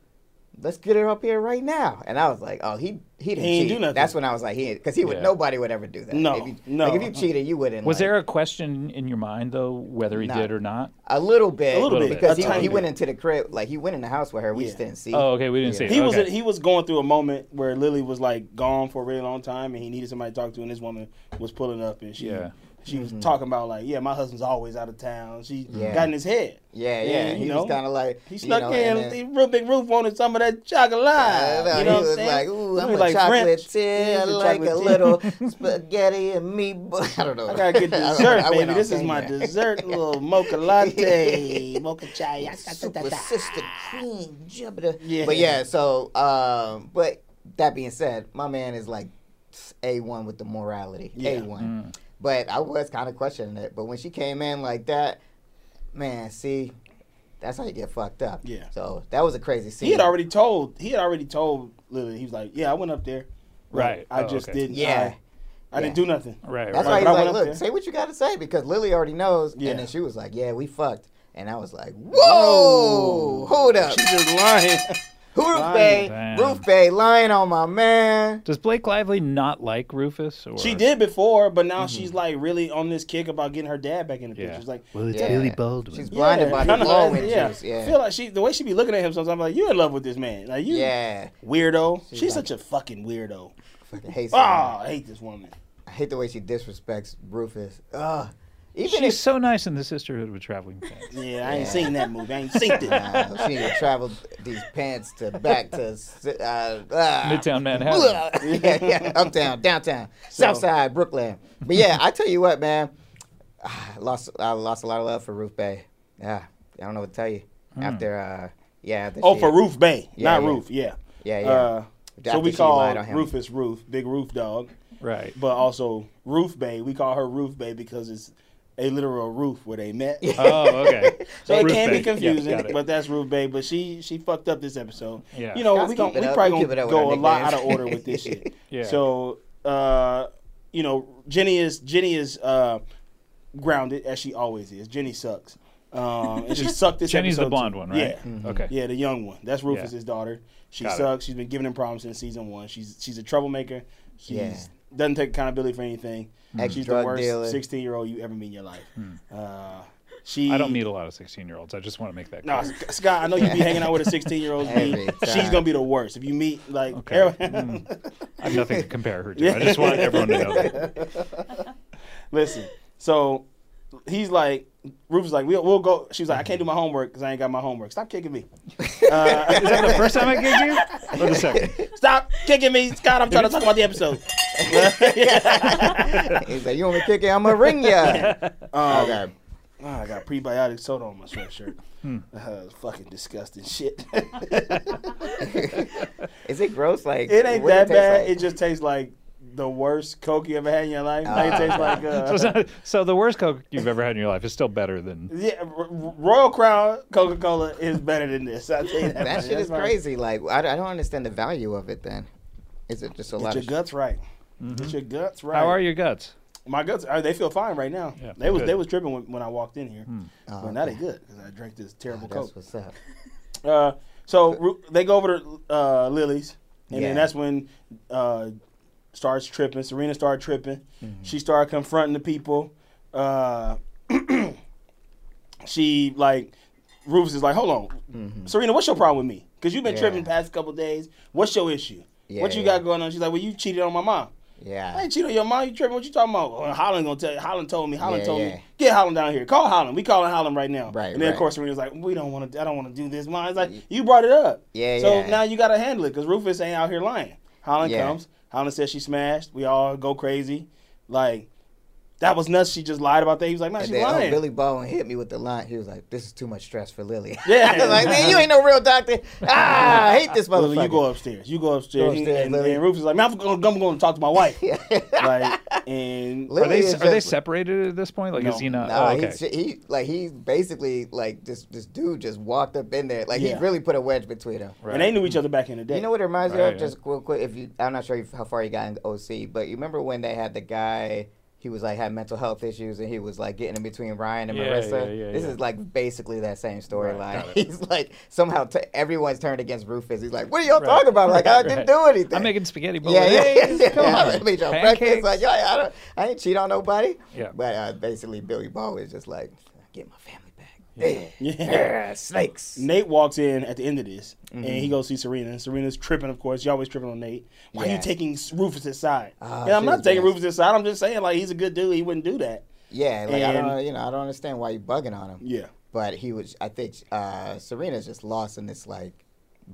Speaker 2: Let's get her up here right now, and I was like, "Oh, he he didn't
Speaker 1: He ain't
Speaker 2: cheat."
Speaker 1: do nothing.
Speaker 2: That's when I was like, "He," because he would
Speaker 3: Yeah.
Speaker 2: nobody would ever do that.
Speaker 1: No,
Speaker 2: if you,
Speaker 1: no.
Speaker 2: Like if you cheated, you wouldn't.
Speaker 3: Was
Speaker 2: like-
Speaker 3: there a question in your mind though whether he
Speaker 2: Nah.
Speaker 3: did or not?
Speaker 2: A little bit.
Speaker 1: A little
Speaker 3: bit.
Speaker 2: Because
Speaker 1: A
Speaker 2: he,
Speaker 1: tiny
Speaker 2: he went
Speaker 1: bit.
Speaker 2: into the crib, like he went in the house with her. We
Speaker 1: Yeah.
Speaker 2: just didn't see.
Speaker 3: Oh, okay, we didn't see. It.
Speaker 1: He was
Speaker 3: Okay.
Speaker 1: he was going through a moment where Lily was like gone for a really long time, and he needed somebody to talk to, and this woman was pulling up, and she
Speaker 3: Yeah.
Speaker 1: she was talking about like, yeah, my husband's always out of town. She
Speaker 2: Mm-hmm. Yeah.
Speaker 1: got in his head.
Speaker 2: Yeah, yeah.
Speaker 1: And,
Speaker 2: he
Speaker 1: you
Speaker 2: was
Speaker 1: know,
Speaker 2: kind of like
Speaker 1: he
Speaker 2: you
Speaker 1: snuck
Speaker 2: know,
Speaker 1: in.
Speaker 2: and then-
Speaker 1: the real big roof wanted some of that chocolate.
Speaker 2: I know,
Speaker 1: you know what
Speaker 2: he
Speaker 1: I'm
Speaker 2: was
Speaker 1: saying?
Speaker 2: like, ooh,
Speaker 1: He
Speaker 2: I'm
Speaker 1: was
Speaker 2: a
Speaker 1: like, French-
Speaker 2: chocolatier,
Speaker 1: Yeah,
Speaker 2: I
Speaker 1: the
Speaker 2: like a
Speaker 1: chocolatier.
Speaker 2: little spaghetti and meatball. I don't know.
Speaker 1: I gotta get
Speaker 2: I went-
Speaker 1: dessert,
Speaker 2: I went
Speaker 1: baby.
Speaker 2: off
Speaker 1: This is
Speaker 2: in
Speaker 1: my
Speaker 2: there.
Speaker 1: dessert, little mocha latte, mocha chai.
Speaker 2: Super sister queen, Jupiter.
Speaker 1: Yeah.
Speaker 2: But yeah, so um, but that being said, my man is like a one with the morality,
Speaker 1: Yeah. Mm.
Speaker 2: a one. But I was kind of questioning it. But when she came in like that, man, see, that's how you get fucked up.
Speaker 1: Yeah.
Speaker 2: So that was a crazy scene.
Speaker 1: He had already told. He had already told Lily. He was like, "Yeah, I went up there. but
Speaker 3: Right.
Speaker 1: I
Speaker 3: Oh,
Speaker 1: just
Speaker 3: okay.
Speaker 1: didn't.
Speaker 2: Yeah.
Speaker 1: I, I didn't
Speaker 2: Yeah.
Speaker 1: do nothing.
Speaker 3: right.
Speaker 2: That's
Speaker 3: right.
Speaker 2: why
Speaker 1: Right,
Speaker 2: he's
Speaker 1: but I went
Speaker 2: like,
Speaker 1: up
Speaker 2: look,
Speaker 1: there.
Speaker 2: say what you got to say because Lily already knows.
Speaker 1: Yeah.
Speaker 2: And then she was like, yeah, we fucked. And I was like, whoa, hold up.
Speaker 1: Oh. She just lying.
Speaker 2: Roof
Speaker 1: lying.
Speaker 2: Bay,
Speaker 3: Damn.
Speaker 2: Roof Bay lying on my man.
Speaker 3: Does Blake Lively not like Rufus? Or?
Speaker 1: she did before, but now she's like really on this kick about getting her dad back in the picture.
Speaker 3: Mm-hmm. Yeah.
Speaker 1: She's like,
Speaker 3: Well, it's
Speaker 2: Yeah.
Speaker 3: Billy Baldwin.
Speaker 2: She's blinded by the
Speaker 1: kinda
Speaker 2: glow
Speaker 1: like-
Speaker 2: and
Speaker 1: yeah.
Speaker 2: juice. Yeah.
Speaker 1: I feel like she the way she be looking at him sometimes. I'm like, you in love with this man? Like you,
Speaker 2: yeah.
Speaker 1: weirdo. She's,
Speaker 2: like-
Speaker 1: such a fucking weirdo.
Speaker 2: Fucking hate
Speaker 1: Oh,
Speaker 2: Serena.
Speaker 1: I hate this woman.
Speaker 2: I hate the way she disrespects Rufus. Ugh. Even
Speaker 3: She's
Speaker 2: if
Speaker 3: so nice in the Sisterhood of Traveling Pants.
Speaker 1: Yeah, I ain't seen that movie. I ain't seen it.
Speaker 2: Nah, uh, she traveled these pants to back to uh, uh,
Speaker 3: Midtown Manhattan.
Speaker 2: yeah, yeah, uptown, downtown,
Speaker 1: So-
Speaker 2: south side, Brooklyn. But yeah, I tell you what, man, Ah, I lost I lost a lot of love for Ruth Bay. Yeah, I don't know what to tell you. After uh, yeah, after
Speaker 1: Hmm. Oh,
Speaker 2: she-
Speaker 1: for Roof Bay,
Speaker 2: Yeah,
Speaker 1: not
Speaker 2: yeah.
Speaker 1: Roof. Yeah,
Speaker 2: Yeah, yeah.
Speaker 1: Uh,
Speaker 2: After
Speaker 1: so we
Speaker 2: she lied
Speaker 1: call
Speaker 2: on him.
Speaker 1: Rufus Roof, Big Roof Dog,
Speaker 3: Right.
Speaker 1: but also Roof Bay. We call her Roof Bay because it's a literal roof where they met.
Speaker 3: Oh, okay.
Speaker 1: So it
Speaker 3: Ruth
Speaker 1: can
Speaker 3: Bader.
Speaker 1: be confusing,
Speaker 3: Yeah, got it.
Speaker 1: but that's Ruth Babe. But she she fucked up this episode.
Speaker 3: Yeah.
Speaker 1: You know
Speaker 2: Gotta
Speaker 1: we
Speaker 2: keep
Speaker 1: gon'
Speaker 2: it
Speaker 1: we
Speaker 2: up.
Speaker 1: probably
Speaker 2: We keep it
Speaker 1: gonna
Speaker 2: up with our
Speaker 1: go a lot out
Speaker 2: nicknames.
Speaker 1: of order with this shit.
Speaker 3: Yeah.
Speaker 1: So uh, you know Jenny is Jenny is uh, grounded as she always is. Jenny sucks. Um, and she sucked this.
Speaker 3: Jenny's the
Speaker 1: episode,
Speaker 3: blonde
Speaker 1: too.
Speaker 3: one, right? Mm-hmm.
Speaker 1: Yeah.
Speaker 3: Okay.
Speaker 1: Yeah, the young one. That's Rufus's
Speaker 3: Yeah.
Speaker 1: daughter. She
Speaker 3: Got it.
Speaker 1: sucks. She's been giving him problems since season one. She's she's a troublemaker. She's doesn't take accountability for anything. She's the
Speaker 2: Ex-drug dealer.
Speaker 1: worst sixteen year old you ever meet in your life. Uh, she
Speaker 3: Hmm. I don't meet a lot of 16 year olds. I just want to make that
Speaker 1: no,
Speaker 3: clear.
Speaker 1: Sc- Scott, I know you be hanging out with a 16 year old.
Speaker 2: Every
Speaker 1: She's
Speaker 2: time.
Speaker 1: going to be the worst. If you meet, like,
Speaker 3: Okay.
Speaker 1: every-
Speaker 3: Mm. I have nothing to compare her to. I just want everyone to know that.
Speaker 1: listen. So he's like, Ruth was like, we'll, we'll go. She was like, I can't do my homework because I ain't got my homework. Stop kicking me.
Speaker 3: Is that the first time I get you? Or the second?
Speaker 1: Stop kicking me, Scott. I'm trying to talk about the episode.
Speaker 2: He's like, you want me to kick it? I'm gonna ring you. okay.
Speaker 1: Oh, I got prebiotic soda on my sweatshirt.
Speaker 3: Hmm.
Speaker 1: Uh, fucking disgusting shit.
Speaker 2: Is it gross? Like
Speaker 1: It ain't
Speaker 2: what does
Speaker 1: that bad.
Speaker 2: taste
Speaker 1: It just tastes like the worst Coke you ever had in your life. Like, it tastes like
Speaker 3: So, it's
Speaker 1: uh,
Speaker 3: not- so the worst Coke you've ever had in your life is still better than.
Speaker 1: yeah, R- R- Royal Crown Coca Cola is better than this. I tell you that.
Speaker 2: like?
Speaker 1: much.
Speaker 2: That shit
Speaker 1: That's
Speaker 2: is
Speaker 1: my-
Speaker 2: crazy. Like I, I don't understand the value of it. Then is it just a
Speaker 1: Get
Speaker 2: lot
Speaker 1: your
Speaker 2: of shit?
Speaker 1: guts right.
Speaker 3: Mm-hmm.
Speaker 1: Get your guts right.
Speaker 3: How are your guts?
Speaker 1: My guts are they feel fine right now.
Speaker 3: Yeah,
Speaker 1: they was
Speaker 3: good. Hmm.
Speaker 1: they was tripping when, when I walked in here, but now they good because I drank this terrible
Speaker 2: Oh, That's
Speaker 1: Coke.
Speaker 2: what's up.
Speaker 1: Uh, so Ru- they go over to uh, Lily's, and
Speaker 2: Yeah.
Speaker 1: then that's when uh, starts tripping. Serena started tripping.
Speaker 2: Mm-hmm.
Speaker 1: She started confronting the people. Uh, she like Rufus is like, hold on, Serena, what's your problem with me? Because you've been
Speaker 2: Mm-hmm. Yeah.
Speaker 1: tripping past couple days. What's your issue? what you
Speaker 2: Yeah.
Speaker 1: got going on? She's like, well, you cheated on my mom. I
Speaker 2: Yeah.
Speaker 1: ain't cheating on your mom. You tripping? What you talking about? Oh, Holland gonna tell you. Holland told me. Holland
Speaker 2: Yeah,
Speaker 1: told
Speaker 2: yeah.
Speaker 1: me. Get Holland down here. Call Holland. We calling Holland right now.
Speaker 2: Right,
Speaker 1: And then
Speaker 2: right.
Speaker 1: of course Serena's like, we don't want to. I don't want to do this. Mom, it's like you brought it up.
Speaker 2: Yeah,
Speaker 1: So
Speaker 2: yeah.
Speaker 1: now you gotta handle it because Rufus ain't out here lying. Holland
Speaker 2: Yeah.
Speaker 1: comes. Holland says she smashed. We all go crazy. Like that was nuts. She just lied about that. He was like, man,
Speaker 2: And
Speaker 1: she's
Speaker 2: then oh,
Speaker 1: lying.
Speaker 2: Billy Bowen hit me with the line. He was like, "This is too much stress for Lily."
Speaker 1: Yeah.
Speaker 2: I was like, "Man, you ain't no real doctor." Ah, I hate this motherfucker.
Speaker 1: Lily, you go upstairs. You go upstairs.
Speaker 2: Go upstairs,
Speaker 1: and, and,
Speaker 2: Lily.
Speaker 1: and Rufus is like, man, I'm going I'm going to talk to my wife. like and
Speaker 2: Lily
Speaker 3: Are they
Speaker 2: is
Speaker 3: are they
Speaker 2: just-
Speaker 3: separated at this point? Like,
Speaker 1: No.
Speaker 3: is he not?
Speaker 2: No,
Speaker 3: oh, okay.
Speaker 2: he's he, like he basically like this this dude just walked up in there like he
Speaker 1: Yeah.
Speaker 2: really put a wedge between them.
Speaker 1: and they knew each other back in the day.
Speaker 2: You know what it reminds me
Speaker 3: Right,
Speaker 2: of?
Speaker 3: yeah.
Speaker 2: Just real quick, if you, I'm not sure if- how far you got in OC, but you remember when they had the guy, he was like had mental health issues and he was like getting in between Ryan and
Speaker 3: Yeah,
Speaker 2: Marissa.
Speaker 3: yeah, yeah,
Speaker 2: this
Speaker 3: yeah.
Speaker 2: is like basically that same storyline.
Speaker 3: got it.
Speaker 2: He's like somehow t- everyone's turned against Rufus. He's like, "What are y'all talking about? Like I didn't do anything."
Speaker 3: I'm making spaghetti
Speaker 2: Yeah,
Speaker 3: bolognese.
Speaker 2: yeah, yeah. yeah.
Speaker 3: Come on.
Speaker 2: I made y'all
Speaker 3: Pancakes.
Speaker 2: breakfast. Like, y'all, I don't, I ain't cheat on nobody.
Speaker 3: Yeah.
Speaker 2: But uh, basically, Billy Ball is just like, get my family back. Yeah.
Speaker 1: Yeah.
Speaker 2: snakes.
Speaker 1: Nate walks in at the end of this, and
Speaker 2: Mm-hmm.
Speaker 1: he goes see Serena. And Serena's tripping, of course. You always tripping on Nate. Why are
Speaker 2: Yeah.
Speaker 1: you taking S- Rufus' side?
Speaker 2: Ah,
Speaker 1: and I'm
Speaker 2: she
Speaker 1: not
Speaker 2: was
Speaker 1: taking
Speaker 2: bad.
Speaker 1: Rufus' side. I'm just saying, like, he's a good dude. He wouldn't do that.
Speaker 2: Yeah, like I
Speaker 1: And-
Speaker 2: don't, you know, I don't understand why you bugging on him.
Speaker 1: Yeah.
Speaker 2: But he was, I think, uh, Serena's just lost in this like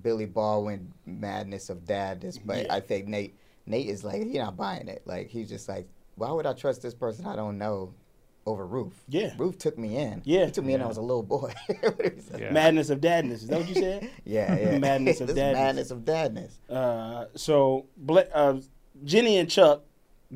Speaker 2: Billy Baldwin madness of dadness. But I think Nate, Nate is like, he not buying it. Like he's just like, why would I trust this person I don't know over Roof?
Speaker 1: Yeah.
Speaker 2: Roof took me in.
Speaker 1: Yeah.
Speaker 2: He took me in. I was a little boy. What he said.
Speaker 3: Yeah.
Speaker 1: Madness of dadness. Is that what you said?
Speaker 2: Yeah, yeah.
Speaker 1: Madness of
Speaker 2: This
Speaker 1: dadness.
Speaker 2: Madness of dadness.
Speaker 1: uh, so, Bla- uh, Jenny and Chuck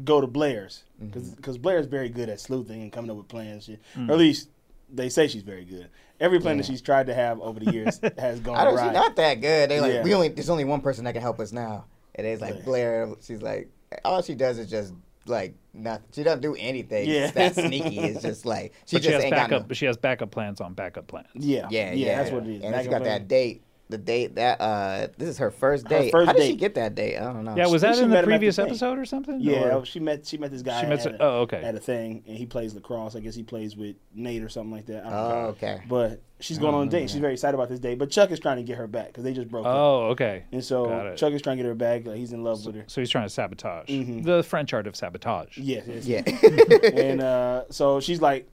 Speaker 1: go to Blair's because
Speaker 2: Mm-hmm.
Speaker 1: Blair's very good at sleuthing and coming up with plans. and Shit.
Speaker 2: Mm.
Speaker 1: Or at least they say she's very good. Every plan that she's tried to have over the years has gone
Speaker 2: I don't.
Speaker 1: awry.
Speaker 2: She's not that good. They like
Speaker 1: Oh, Yeah.
Speaker 2: we only. There's only one person that can help us now, and it's like Blair. She's like all she does is just like nothing. She doesn't do anything.
Speaker 1: Yeah.
Speaker 2: that sneaky. It's just like she
Speaker 3: But
Speaker 2: just
Speaker 3: she has
Speaker 2: ain't got no.
Speaker 3: backup. She has backup plans on backup plans.
Speaker 1: yeah.
Speaker 2: Yeah, yeah,
Speaker 1: That's what it is.
Speaker 2: And
Speaker 1: Back
Speaker 2: she
Speaker 1: in
Speaker 2: got
Speaker 1: Blair.
Speaker 2: that date. The date that uh, this is her first date.
Speaker 1: first
Speaker 2: How did she
Speaker 1: date.
Speaker 2: get that date? I don't know.
Speaker 3: Yeah, was
Speaker 1: think
Speaker 3: that
Speaker 1: she
Speaker 3: in
Speaker 1: met him
Speaker 3: the
Speaker 1: at the
Speaker 3: previous
Speaker 1: thing.
Speaker 3: episode or something?
Speaker 1: Yeah, oh,
Speaker 3: Or-
Speaker 1: she met she met this guy.
Speaker 3: She met
Speaker 1: at
Speaker 3: some- oh, okay.
Speaker 1: At a thing, and he plays lacrosse. I guess he plays with Nate or something like that. I don't
Speaker 2: Oh,
Speaker 1: know.
Speaker 2: okay. Oh,
Speaker 1: But she's going on a date. She's very excited about this date. But Chuck is trying to get her back because they just broke up.
Speaker 3: oh, okay.
Speaker 1: And
Speaker 3: Got
Speaker 1: so
Speaker 3: it.
Speaker 1: Chuck Mm-hmm. is trying to get her back. Like, he's in love with her.
Speaker 3: So he's trying to sabotage the French art of sabotage.
Speaker 1: Yes. yes.
Speaker 2: Yeah.
Speaker 1: and uh, so she's like,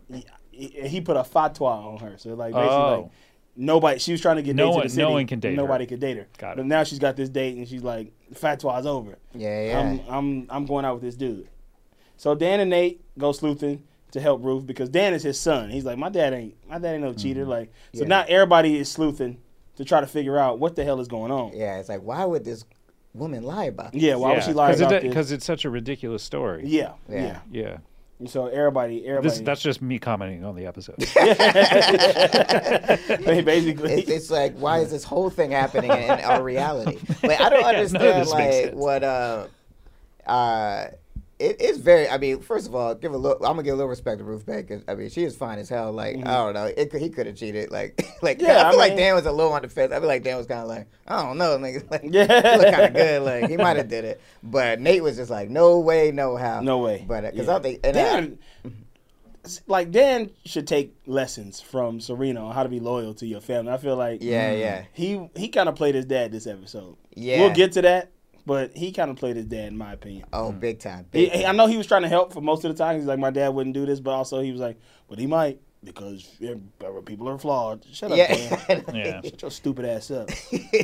Speaker 1: he, he put a fatwa on her. So like basically, like
Speaker 3: Oh.
Speaker 1: nobody. She was trying to get
Speaker 3: No
Speaker 1: dates in
Speaker 3: one-
Speaker 1: the city.
Speaker 3: no one can date her.
Speaker 1: Nobody could date her.
Speaker 3: Got it.
Speaker 1: But now she's got this date, and she's like, fatwa's over.
Speaker 2: Yeah, yeah.
Speaker 1: I'm, I'm I'm going out with this dude. So Dan and Nate go sleuthing to help Ruth because Dan is his son. He's like, my dad ain't my dad ain't no cheater.
Speaker 3: Mm-hmm.
Speaker 1: Like, so
Speaker 2: Yeah.
Speaker 1: now everybody is sleuthing to try to figure out what the hell is going on. Yeah.
Speaker 2: yeah, it's like why would this woman lie about? This?
Speaker 1: why would she lie
Speaker 3: Because
Speaker 1: about
Speaker 3: it,
Speaker 1: this?
Speaker 3: 'cause it's such a ridiculous story.
Speaker 1: yeah, yeah.
Speaker 2: Yeah.
Speaker 3: Yeah.
Speaker 1: And so everybody, everybody,
Speaker 3: This, that's just me commenting on the episode.
Speaker 1: basically.
Speaker 2: It's, it's like, why is this whole thing happening in, in our reality? But I don't understand,
Speaker 3: this makes
Speaker 2: like,
Speaker 3: sense.
Speaker 2: what uh, uh, it is very. I mean, first of all, give a look. I'm gonna give a little respect to Ruth Baker. I mean, she is fine as hell. Like, I don't know, it, could- he could have cheated. Like, like
Speaker 1: Mm-hmm. Yeah,
Speaker 2: I feel
Speaker 1: I
Speaker 2: like
Speaker 1: mean-
Speaker 2: Dan was a little on the fence. I feel like Dan was kind of like, I don't know, nigga. Like,
Speaker 1: Yeah.
Speaker 2: she look kind of good. Like, he might have did it, but Nate was just like, no way, no how,
Speaker 1: No way.
Speaker 2: But because
Speaker 1: Yeah.
Speaker 2: I think and I- Mm-hmm.
Speaker 1: Dan, like Dan should take lessons from Serena on how to be loyal to your family. I feel like
Speaker 2: Yeah, yeah.
Speaker 1: he he kind of played his dad this episode.
Speaker 2: Yeah.
Speaker 1: we'll get to that, but he kind of played his dad in my opinion.
Speaker 2: oh, big time.
Speaker 1: Mm. He-
Speaker 2: Big
Speaker 1: he- I know he was trying to help for most of the time. He's like, my dad wouldn't do this, but also he was like, but he might. because every- people are flawed. Shut up, man.
Speaker 2: Yeah.
Speaker 3: Yeah.
Speaker 1: Shut your stupid ass up.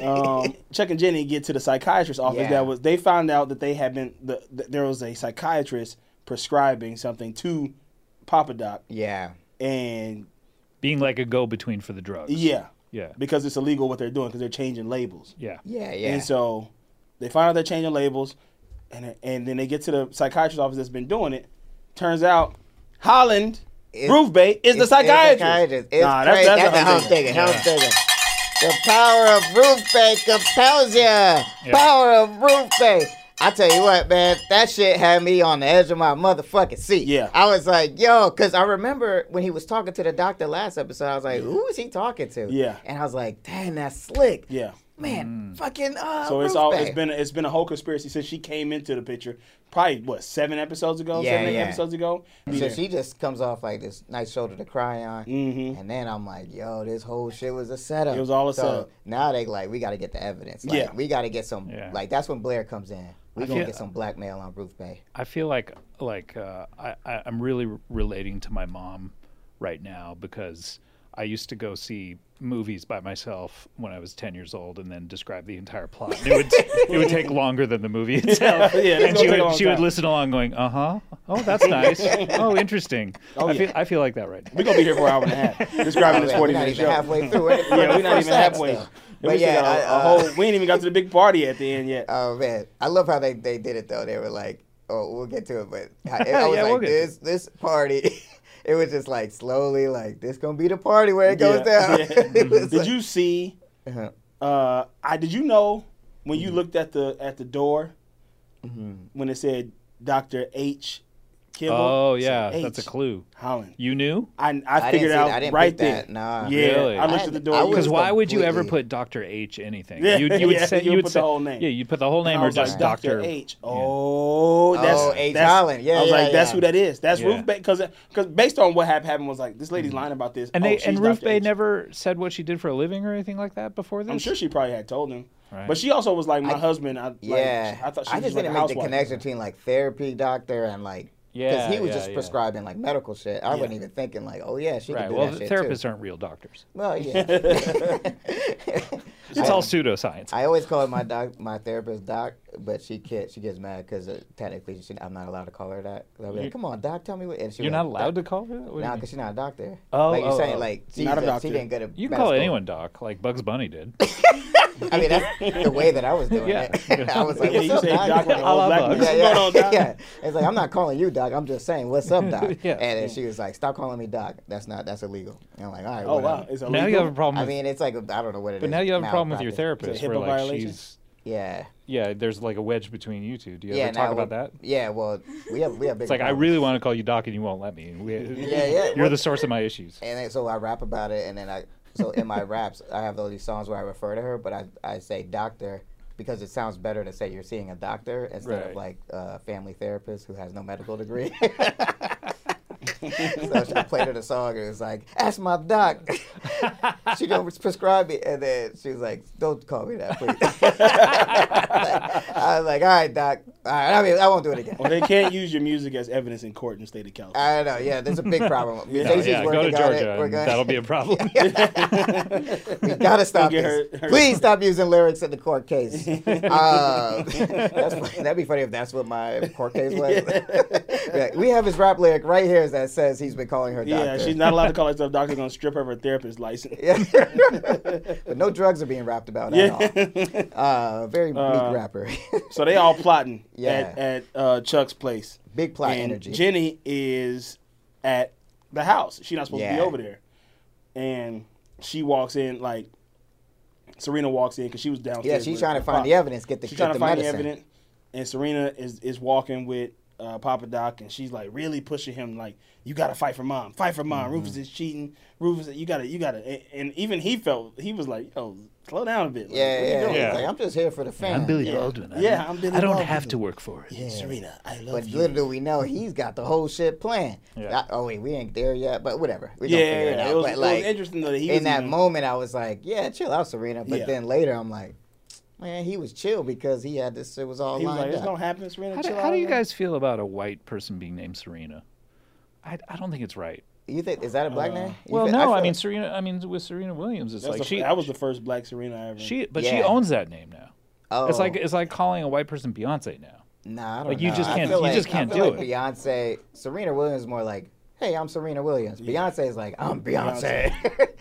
Speaker 1: um, Chuck and Jenny get to the psychiatrist's office.
Speaker 2: Yeah.
Speaker 1: That was they found out that they had been the, that there was a psychiatrist prescribing something to Papa Doc,
Speaker 2: yeah.
Speaker 1: and
Speaker 3: Being like a go between for the drugs.
Speaker 1: yeah,
Speaker 3: Yeah.
Speaker 1: because it's illegal what they're doing because they're changing labels.
Speaker 3: Yeah.
Speaker 2: Yeah. Yeah.
Speaker 1: And so they find out they're changing labels, and and then they get to the psychiatrist's office that's been doing it. Turns out Holland
Speaker 2: Is-
Speaker 1: Roofbait is the
Speaker 2: It's- it's
Speaker 1: psychiatrist.
Speaker 2: It's
Speaker 1: Nah,
Speaker 2: crazy. That's,
Speaker 1: what
Speaker 2: the
Speaker 1: I'm
Speaker 2: home
Speaker 1: thinking.
Speaker 2: thinking. Home thinking. The power of roof fake compels you. Power of roof fake. I tell you what, man, that shit had me on the edge of my motherfucking seat.
Speaker 1: Yeah.
Speaker 2: I was like, yo, because I remember when he was talking to the doctor last episode, I was like, who is he talking to?
Speaker 1: Yeah.
Speaker 2: And I was like, damn, that's slick.
Speaker 1: Yeah. Mm.
Speaker 2: Man, fucking uh,
Speaker 1: So it's
Speaker 2: Roof
Speaker 1: all
Speaker 2: Fake.
Speaker 1: it's been it's been a whole conspiracy since she came into the picture. Probably what seven episodes ago,
Speaker 2: Yeah,
Speaker 1: seven eight
Speaker 2: yeah.
Speaker 1: episodes ago.
Speaker 2: So she just comes off like this nice shoulder to cry on, mm-hmm. and then I'm like, "Yo, this whole shit was a setup."
Speaker 1: It was all a
Speaker 2: so
Speaker 1: setup.
Speaker 2: Now they like, we got to get the evidence. Like,
Speaker 1: Yeah.
Speaker 2: we got to get some.
Speaker 3: Yeah.
Speaker 2: Like that's when Blair comes in. We gonna
Speaker 3: feel-
Speaker 2: get some blackmail on Ruth Bay.
Speaker 3: I feel like like uh, I, I I'm really r relating to my mom right now because I used to go see movies by myself when I was 10 years old and then describe the entire plot. And it would it would take longer than the movie itself.
Speaker 1: Yeah, it's
Speaker 3: and
Speaker 1: gonna
Speaker 3: she
Speaker 1: take a long
Speaker 3: would she would
Speaker 1: time.
Speaker 3: listen along going, "Uh-huh. Oh, that's nice. oh, interesting." I feel I feel like that right now.
Speaker 1: We're gonna be here for an hour and a half describing this
Speaker 2: Man,
Speaker 1: forty
Speaker 2: we're not
Speaker 1: minute
Speaker 2: even
Speaker 1: show.
Speaker 2: halfway through. We're-
Speaker 1: Yeah, we're
Speaker 2: the
Speaker 1: not
Speaker 2: first
Speaker 1: even
Speaker 2: act
Speaker 1: halfway.
Speaker 2: still.
Speaker 1: we
Speaker 2: But
Speaker 1: still
Speaker 2: yeah,
Speaker 1: got a-
Speaker 2: I,
Speaker 1: a
Speaker 2: uh,
Speaker 1: whole- we ain't even got to the big party at the end yet.
Speaker 2: Oh man, I love how they, they did it though. They were like, "Oh, we'll get to it," but I, I was
Speaker 3: Yeah, we'll
Speaker 2: like,
Speaker 3: get to it.
Speaker 2: "This this party." It was just like slowly, like this gonna be the party where it goes
Speaker 1: Yeah,
Speaker 2: down.
Speaker 1: yeah. Mm-hmm.
Speaker 2: It was
Speaker 1: did
Speaker 2: like-
Speaker 1: you see?
Speaker 2: Uh-huh.
Speaker 1: Uh, I did you know when
Speaker 2: Mm-hmm.
Speaker 1: you looked at the at the door when it said Doctor H. Kibble?
Speaker 3: Oh,
Speaker 1: It
Speaker 3: yeah,
Speaker 1: said
Speaker 3: that's a
Speaker 1: H.
Speaker 3: clue.
Speaker 1: Holland.
Speaker 3: You knew?
Speaker 1: I I
Speaker 2: didn't
Speaker 1: figured
Speaker 2: see
Speaker 1: it out
Speaker 2: that. I didn't
Speaker 1: right
Speaker 2: pick that.
Speaker 1: there.
Speaker 2: Nah.
Speaker 1: Yeah,
Speaker 3: Really?
Speaker 1: I looked
Speaker 2: I-
Speaker 1: at the door.
Speaker 2: I
Speaker 1: you-
Speaker 2: was
Speaker 3: Because why would you ever
Speaker 2: completely-
Speaker 3: put Dr. H anything?
Speaker 1: Oh, Yeah,
Speaker 3: you, you would
Speaker 1: yeah,
Speaker 3: say
Speaker 1: you
Speaker 3: you would
Speaker 1: put
Speaker 3: say
Speaker 1: the whole name.
Speaker 3: Yeah, you'd put the whole name
Speaker 1: I
Speaker 3: or
Speaker 1: was like,
Speaker 3: just
Speaker 1: Dr. H. Oh, that's
Speaker 2: Oh, H.
Speaker 1: that's-
Speaker 2: Holland. Yeah,
Speaker 1: I was
Speaker 2: yeah,
Speaker 1: like, that's
Speaker 2: yeah.
Speaker 1: who that is. That's
Speaker 3: Yeah. Mm.
Speaker 1: Ruth Bay. Because based on what had happened was like, this lady's lying about this.
Speaker 3: And
Speaker 1: Oh,
Speaker 3: they
Speaker 1: she's
Speaker 3: and Ruth
Speaker 1: Dr.
Speaker 3: Bay
Speaker 1: H.
Speaker 3: never said what she did for a living or anything like that before this.
Speaker 1: I'm sure she probably had told him.
Speaker 3: Right.
Speaker 1: But she also was like, my husband. I, like,
Speaker 2: Yeah,
Speaker 1: I thought she
Speaker 2: I
Speaker 1: was
Speaker 2: just
Speaker 1: like
Speaker 2: didn't
Speaker 1: a
Speaker 2: make the
Speaker 1: housewife.
Speaker 2: connection between like therapy doctor and like because
Speaker 3: Yeah,
Speaker 2: he was
Speaker 3: yeah,
Speaker 2: just
Speaker 3: yeah.
Speaker 2: prescribing like medical shit. I wasn't even thinking like, oh yeah, she could
Speaker 3: Right.
Speaker 2: do
Speaker 3: Well,
Speaker 2: that
Speaker 3: the
Speaker 2: shit
Speaker 3: therapists
Speaker 2: too.
Speaker 3: aren't real doctors.
Speaker 2: Well, yeah.
Speaker 3: It's all pseudoscience.
Speaker 2: I always call my doc, my therapist doc, but she can't. She gets mad because uh, technically she, I'm not allowed to call her that. 'Cause I'll be like, come on, doc, tell me what. And she
Speaker 3: You're
Speaker 2: was like,
Speaker 3: not allowed to
Speaker 2: "Doc."
Speaker 3: call her that. What do you
Speaker 2: Nah,
Speaker 3: mean?
Speaker 2: because she's not a doctor.
Speaker 3: Oh,
Speaker 2: like you're
Speaker 3: oh,
Speaker 2: saying,
Speaker 3: oh.
Speaker 2: like she's
Speaker 1: Not a
Speaker 2: doctor.
Speaker 1: doctor.
Speaker 2: She didn't go to.
Speaker 3: You can
Speaker 2: med
Speaker 3: call
Speaker 2: school.
Speaker 3: anyone doc, like Bugs Bunny did.
Speaker 2: I mean, that's the way that I was doing it. I was like,
Speaker 1: Yeah,
Speaker 2: what's
Speaker 1: you
Speaker 2: up,
Speaker 1: say
Speaker 2: doc?
Speaker 1: Doc with the whole
Speaker 3: I
Speaker 1: black
Speaker 3: love
Speaker 1: man.
Speaker 3: bugs.
Speaker 1: What's going on, Doc?
Speaker 2: yeah. It's like I'm not calling you doc. I'm just saying what's up, doc.
Speaker 3: Yeah.
Speaker 2: And then she was like, stop calling me doc. That's not. That's illegal. And I'm like, all right.
Speaker 1: Oh
Speaker 2: whatever.
Speaker 1: wow, it's
Speaker 3: now you have a
Speaker 1: illegal.
Speaker 3: problem.
Speaker 2: I
Speaker 3: With,
Speaker 2: mean, it's like a, I don't know what it is.
Speaker 3: but now you have a problem with your
Speaker 2: Malpractice.
Speaker 1: Is
Speaker 3: therapist,
Speaker 1: it
Speaker 3: where
Speaker 1: HIPAA
Speaker 3: like
Speaker 1: violation?
Speaker 3: she's
Speaker 2: Yeah.
Speaker 3: yeah. There's like a wedge between you two. Do you
Speaker 2: Yeah.
Speaker 3: ever talk
Speaker 2: now
Speaker 3: about
Speaker 2: we-
Speaker 3: that?
Speaker 2: Yeah. Well, we have we have big.
Speaker 3: It's like I really want to call you doc, and you won't let me. We-
Speaker 2: Yeah. Yeah.
Speaker 3: You're the source of my issues.
Speaker 2: and then, so I rap about it, and then I so in my raps I have all these songs where I refer to her, but I I say doctor because it sounds better to say you're seeing a doctor instead of
Speaker 3: Right.
Speaker 2: like a family therapist who has no medical degree. so she played her the song and it was like, "Ask my doc." she gonna prescribe me, and then she was like, "Don't call me that, please." I was like, "All right, doc. All right. I mean, I won't do it again."
Speaker 1: Well, they can't use your music as evidence in court in the state of California.
Speaker 2: I don't know. Yeah, there's a big problem.
Speaker 3: Oh,
Speaker 2: Stacey's
Speaker 3: yeah, go to
Speaker 2: working on it.
Speaker 3: Georgia.
Speaker 2: We're
Speaker 3: and
Speaker 2: gonna-
Speaker 3: That'll be a problem.
Speaker 2: We gotta stop
Speaker 1: get
Speaker 2: this.
Speaker 1: her- her-
Speaker 2: Please stop using lyrics in the court case. uh, that's, fu- that'd be funny if that's what my court case was. Be like, we have his rap lyric right here that says he's been calling her doctor.
Speaker 1: yeah, she's not allowed to call herself doctor. Gonna strip her of her therapist license.
Speaker 2: Yeah. but no drugs are being rapped about at all. Uh, very meek rapper.
Speaker 1: So they all plotting
Speaker 2: Yeah.
Speaker 1: at, at uh, Chuck's place.
Speaker 2: Big plot
Speaker 1: and
Speaker 2: energy.
Speaker 1: Jenny is at the house. She's not supposed to be
Speaker 2: Yeah.
Speaker 1: over there. And she walks in like Serena walks in because she was downstairs.
Speaker 2: yeah,
Speaker 1: with
Speaker 2: she's trying to
Speaker 1: her
Speaker 2: find
Speaker 1: pop.
Speaker 2: the evidence, get the,
Speaker 1: She's
Speaker 2: get
Speaker 1: trying to
Speaker 2: the
Speaker 1: find
Speaker 2: medicine.
Speaker 1: the evidence, and Serena is is walking with uh, Papa Doc, and she's like really pushing him, like you got to fight for mom, fight for mom.
Speaker 2: Mm-hmm.
Speaker 1: Rufus is cheating. Rufus, you got to, you got to. And, and even he felt he was like, yo, slow down a bit. Like,
Speaker 2: Yeah,
Speaker 1: what you
Speaker 2: yeah,
Speaker 1: doing?
Speaker 2: yeah.
Speaker 3: Yeah.
Speaker 2: Like, I'm just here for the fans.
Speaker 3: Baldwin. I
Speaker 1: Yeah,
Speaker 3: don't-
Speaker 1: I'm Billy
Speaker 3: I don't
Speaker 1: Baldwin.
Speaker 3: have to work for it.
Speaker 1: Serena, I love
Speaker 2: But
Speaker 1: you.
Speaker 2: little do we know, he's got the whole shit planned.
Speaker 3: Yeah.
Speaker 2: I- oh wait, we ain't there yet, but whatever. We
Speaker 1: yeah,
Speaker 2: gonna
Speaker 1: yeah,
Speaker 2: figure it
Speaker 1: yeah.
Speaker 2: out.
Speaker 1: It, was,
Speaker 2: But,
Speaker 1: it was
Speaker 2: like,
Speaker 1: interesting though that he was
Speaker 2: in that
Speaker 1: even-
Speaker 2: moment, I was like, "Yeah, chill out, Serena." But
Speaker 1: Yeah.
Speaker 2: then later, I'm like, "Man, he was chill because he had this. It was all
Speaker 1: He was like,
Speaker 2: lined
Speaker 1: "It's gonna
Speaker 2: up."
Speaker 1: happen, Serena."
Speaker 3: How do,
Speaker 1: chill
Speaker 3: how
Speaker 1: out,
Speaker 3: do you
Speaker 1: man."
Speaker 3: guys feel about a white person being named Serena? I, I don't think it's right.
Speaker 2: You think is that a black name? You
Speaker 3: Well,
Speaker 2: feel-
Speaker 3: no, I,
Speaker 2: feel-
Speaker 3: mean Serena. I mean with Serena Williams, it's
Speaker 1: That's
Speaker 3: like
Speaker 1: the-
Speaker 3: she
Speaker 1: that was the first black Serena I ever.
Speaker 3: she, but she
Speaker 2: Yeah.
Speaker 3: owns that name now.
Speaker 2: oh,
Speaker 3: It's like it's like calling a white person Beyonce now.
Speaker 2: nah, I don't
Speaker 3: like, you
Speaker 2: know.
Speaker 3: just
Speaker 2: I
Speaker 3: can't-
Speaker 2: feel
Speaker 3: you
Speaker 2: like,
Speaker 3: just can't
Speaker 2: I feel
Speaker 3: do
Speaker 2: like
Speaker 3: it.
Speaker 2: Beyonce, Serena Williams, is more like, hey, I'm Serena Williams. Beyonce is like, I'm Beyonce.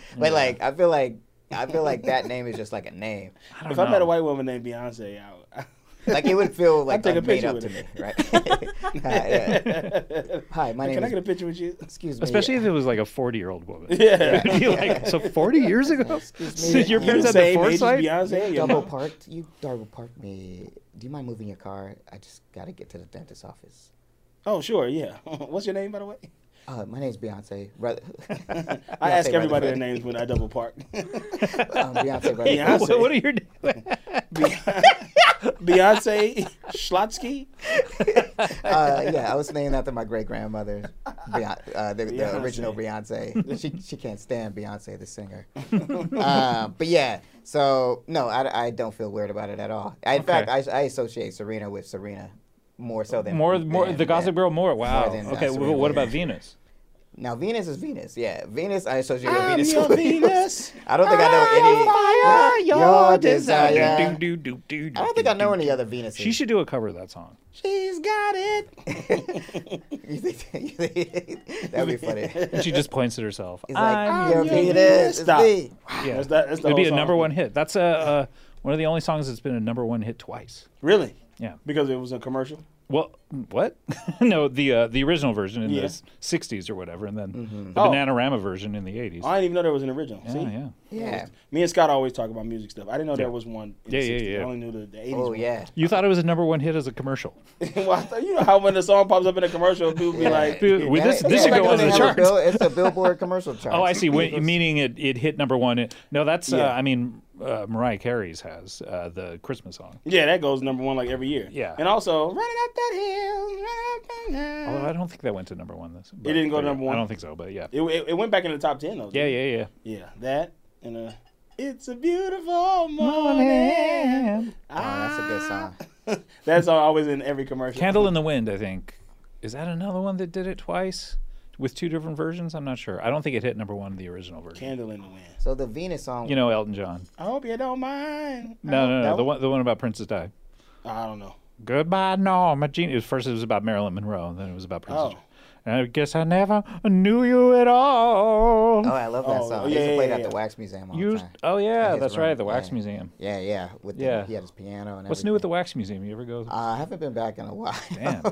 Speaker 2: but like, I feel like, I feel like that name is just like a name.
Speaker 3: I don't
Speaker 1: if
Speaker 3: know.
Speaker 1: I met a white woman named Beyonce, I, would-
Speaker 2: Like it would feel like
Speaker 1: take a
Speaker 2: I'm made
Speaker 1: picture
Speaker 2: up
Speaker 1: with
Speaker 2: to
Speaker 1: it.
Speaker 2: me, right? Hi, yeah. Hi, my name
Speaker 1: can I
Speaker 2: is.
Speaker 1: get a picture with you?
Speaker 2: Excuse me.
Speaker 3: Especially if it was like a forty-year-old woman.
Speaker 1: Yeah.
Speaker 3: It'd be like, so forty years ago, So
Speaker 2: me.
Speaker 3: your
Speaker 2: You
Speaker 3: parents
Speaker 1: the
Speaker 3: had the
Speaker 1: same age as
Speaker 3: foresight.
Speaker 1: Beyonce? and your
Speaker 2: double
Speaker 1: mom?
Speaker 2: parked. You double parked me. Do you mind moving your car? I just gotta get to the dentist's office.
Speaker 1: Oh, sure, yeah. What's your name, by the way?
Speaker 2: Uh, my name's Beyonce. Brother,
Speaker 1: I
Speaker 2: Beyonce
Speaker 1: ask
Speaker 2: rather
Speaker 1: everybody their
Speaker 2: than-
Speaker 1: names when I double park.
Speaker 2: um, Beyonce. Brother.
Speaker 1: Beyonce.
Speaker 3: What, what are your names?
Speaker 1: Beyonce Schlotsky?
Speaker 2: Uh, yeah, I was named after my great grandmother, Beyonce, uh, the, the
Speaker 1: Beyonce.
Speaker 2: original Beyonce. She she can't stand Beyonce, the singer. um, but yeah, so no, I, I don't feel weird about it at all. In fact, I, I associate Serena with Serena more so than
Speaker 3: more, more
Speaker 2: than-
Speaker 3: the Gossip
Speaker 2: than-
Speaker 3: Girl. More. Wow.
Speaker 2: than, uh,
Speaker 3: okay.
Speaker 2: Serena
Speaker 3: Well, what about
Speaker 2: Williams.
Speaker 3: Venus?
Speaker 2: Now Venus is Venus. Yeah, Venus. I associate with
Speaker 1: I'm
Speaker 2: Venus.
Speaker 1: your Venus.
Speaker 2: I don't think I know any. your desire.
Speaker 3: Do, do, do, do,
Speaker 2: I don't think I know any other Venuses.
Speaker 3: She should do a cover of that song.
Speaker 1: She's got it.
Speaker 2: You think- you think- That'd be funny. It's
Speaker 3: And she just points at herself.
Speaker 2: like "Ah,
Speaker 3: I'm
Speaker 2: your
Speaker 3: your
Speaker 2: Venus.
Speaker 1: Venus.
Speaker 2: is
Speaker 1: Stop.
Speaker 2: me.
Speaker 3: Yeah.
Speaker 1: That's that- that's the
Speaker 3: It'd be
Speaker 1: whole
Speaker 3: a number
Speaker 1: song.
Speaker 3: one hit. That's a uh, one of the only songs that's been a number one hit twice.
Speaker 1: Really?
Speaker 3: Yeah.
Speaker 1: Because it was a commercial?
Speaker 3: Well, what? no, the uh, the original version in
Speaker 1: Yeah.
Speaker 3: the s- '60s or whatever, and then the
Speaker 1: Oh.
Speaker 3: Bananarama version in the '80s.
Speaker 1: I didn't even know there was an original.
Speaker 3: yeah,
Speaker 1: See?
Speaker 3: yeah.
Speaker 2: Yeah.
Speaker 1: Me and Scott always talk about music stuff. I didn't know
Speaker 3: Yeah.
Speaker 1: there was one. In
Speaker 3: Yeah,
Speaker 1: the
Speaker 3: yeah,
Speaker 1: 60s.
Speaker 3: yeah.
Speaker 1: I only knew the, the 80s.
Speaker 2: Oh
Speaker 1: one.
Speaker 2: yeah.
Speaker 3: You thought it was a number one hit as a commercial.
Speaker 1: well, I thought, you know how when the song pops up in a commercial, people be like,
Speaker 3: Dude, we- this
Speaker 2: Yeah,
Speaker 3: this
Speaker 2: it's
Speaker 3: should
Speaker 2: like
Speaker 3: go
Speaker 2: when they
Speaker 3: on the
Speaker 2: have a
Speaker 3: charts.
Speaker 2: bill- it's a Billboard commercial chart.
Speaker 3: Oh, I see. Wait, meaning it, it hit number one. It- no, that's uh,
Speaker 1: Yeah.
Speaker 3: I mean uh, Mariah Carey's has uh, the Christmas song.
Speaker 1: yeah, that goes number one like every year.
Speaker 3: Yeah.
Speaker 1: And also, running up that hill, running up that
Speaker 3: Although
Speaker 1: hill.
Speaker 3: I don't think that went to number one. This
Speaker 1: It didn't go to number one?
Speaker 3: I don't think so, but yeah,
Speaker 1: It, it, it went back in the top 10, though.
Speaker 3: yeah, yeah, yeah.
Speaker 1: Yeah, that and uh, it's a beautiful morning.
Speaker 3: Morning.
Speaker 2: Oh, that's a good song.
Speaker 1: That's always in every commercial.
Speaker 3: Candle in the Wind, I think. Is that another one that did it twice with two different versions? I'm not sure. I don't think it hit number one in the original version.
Speaker 1: Candle in the wind.
Speaker 2: So the Venus song.
Speaker 3: you know, Elton John.
Speaker 1: I hope you don't mind.
Speaker 3: No, no, no.
Speaker 2: that
Speaker 3: The one, the one about Princess Di.
Speaker 1: I don't know.
Speaker 3: Goodbye, Norma Jean. It was first it was about Marilyn Monroe, and then it was about Princess.
Speaker 1: Oh.
Speaker 3: Di. And I guess I never knew you at all.
Speaker 2: oh, I love that
Speaker 1: Oh,
Speaker 2: song.
Speaker 1: oh,
Speaker 2: I used
Speaker 1: yeah,
Speaker 2: to play
Speaker 1: yeah,
Speaker 2: that at
Speaker 1: yeah.
Speaker 2: the Wax Museum all
Speaker 3: You-
Speaker 2: the time.
Speaker 3: oh yeah,
Speaker 2: his
Speaker 3: that's
Speaker 2: room,
Speaker 3: right, the Wax
Speaker 2: yeah.
Speaker 3: Museum.
Speaker 2: Yeah, yeah. With the,
Speaker 3: Yeah.
Speaker 2: he had his piano and
Speaker 3: What's
Speaker 2: everything.
Speaker 3: new at the Wax Museum? You ever go?
Speaker 2: Uh, I haven't been back in a while.
Speaker 3: Damn.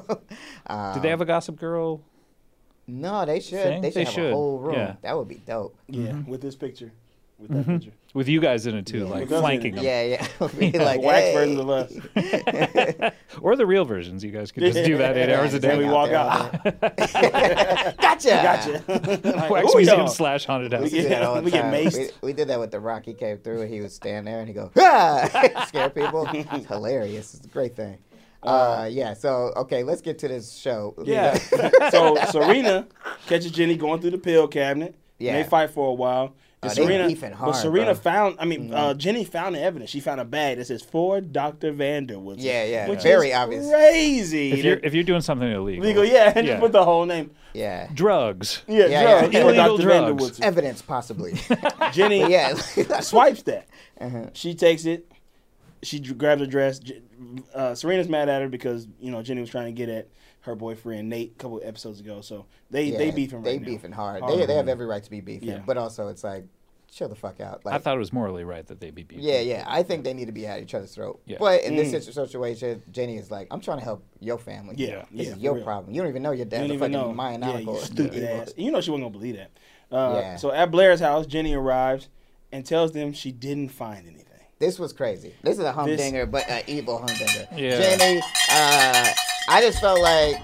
Speaker 3: Did they have a Gossip Girl?
Speaker 2: no, they should.
Speaker 3: Thing?
Speaker 2: They should
Speaker 3: They
Speaker 2: have
Speaker 3: should,
Speaker 2: a whole room.
Speaker 3: yeah.
Speaker 2: That would be dope.
Speaker 1: Yeah,
Speaker 3: Mm-hmm.
Speaker 1: with this picture, with that picture.
Speaker 3: With you guys in it too, like
Speaker 1: With us in
Speaker 3: flanking
Speaker 1: it.
Speaker 3: them,
Speaker 2: Yeah, yeah. We'd be
Speaker 1: The
Speaker 2: like,
Speaker 1: wax
Speaker 2: hey.
Speaker 1: versions of us.
Speaker 3: or the real versions. You guys could just do that eight
Speaker 2: Yeah,
Speaker 3: hours a
Speaker 2: just
Speaker 3: day.
Speaker 2: hang
Speaker 1: we walk
Speaker 2: there all
Speaker 1: out.
Speaker 2: day. gotcha. Gotcha.
Speaker 1: Like,
Speaker 3: Wax
Speaker 1: "Ooh,
Speaker 3: Museum
Speaker 1: y'all."
Speaker 3: slash haunted house.
Speaker 2: We, did that all the
Speaker 1: We get
Speaker 2: time.
Speaker 1: maced.
Speaker 2: We, we did that with The Rock. He came through and he would stand there and he go, ah! scare people. It's hilarious. It's a great thing. Uh, yeah. So okay, let's get to this show.
Speaker 1: Yeah. so Serena catches Jenny going through the pill cabinet. Yeah.
Speaker 2: Yeah.
Speaker 1: And they fight for a while. And
Speaker 2: Oh, they
Speaker 1: Serena,
Speaker 2: beefing
Speaker 1: but
Speaker 2: hard,
Speaker 1: Serena
Speaker 2: bro. Mm-hmm.
Speaker 1: found, I mean, uh, Jenny found the evidence. She found a bag that says for Dr. Vanderwood.
Speaker 2: Yeah, yeah.
Speaker 1: Which
Speaker 2: Very
Speaker 1: is
Speaker 2: obvious.
Speaker 1: Crazy.
Speaker 3: If you're if you're doing something illegal,
Speaker 1: legal, yeah, and
Speaker 3: Yeah.
Speaker 1: just put the whole name.
Speaker 2: Yeah.
Speaker 3: drugs.
Speaker 1: Yeah,
Speaker 2: Yeah, yeah.
Speaker 1: drugs. for
Speaker 3: Illegal
Speaker 1: Dr.
Speaker 3: drugs.
Speaker 1: Vanderwood.
Speaker 2: Evidence, possibly.
Speaker 1: Jenny
Speaker 2: yeah.
Speaker 1: swipes that. She takes it. She dr- grabs her dress. J- Uh, Serena's mad at her because you know Jenny was trying to get at her boyfriend Nate a couple episodes ago. So they
Speaker 2: Yeah,
Speaker 1: they beefing right
Speaker 2: They
Speaker 1: now.
Speaker 2: beefing hard. They, they have every right to be beefing,
Speaker 1: Yeah.
Speaker 2: but also it's like, chill the fuck out. Like,
Speaker 3: I thought it was morally right that they be beat.
Speaker 2: yeah, yeah. I think they need to be at each other's throat.
Speaker 3: Yeah.
Speaker 2: But in this situ- situation, Jenny is like, I'm trying to help your family.
Speaker 1: Yeah, yeah,
Speaker 2: This is
Speaker 1: for
Speaker 2: your
Speaker 1: real.
Speaker 2: problem. You don't even know your
Speaker 1: You
Speaker 2: dad's
Speaker 1: don't
Speaker 2: a
Speaker 1: even
Speaker 2: fucking
Speaker 1: know. Yeah,
Speaker 2: maniacal.
Speaker 1: you stupid
Speaker 2: evil.
Speaker 1: ass. You know she wasn't gonna believe that. Uh,
Speaker 2: Yeah.
Speaker 1: So at Blair's house, Jenny arrives and tells them she didn't find anything.
Speaker 2: This was crazy. This is a humdinger, but an evil humdinger.
Speaker 3: Yeah.
Speaker 2: Jenny, uh, I just felt like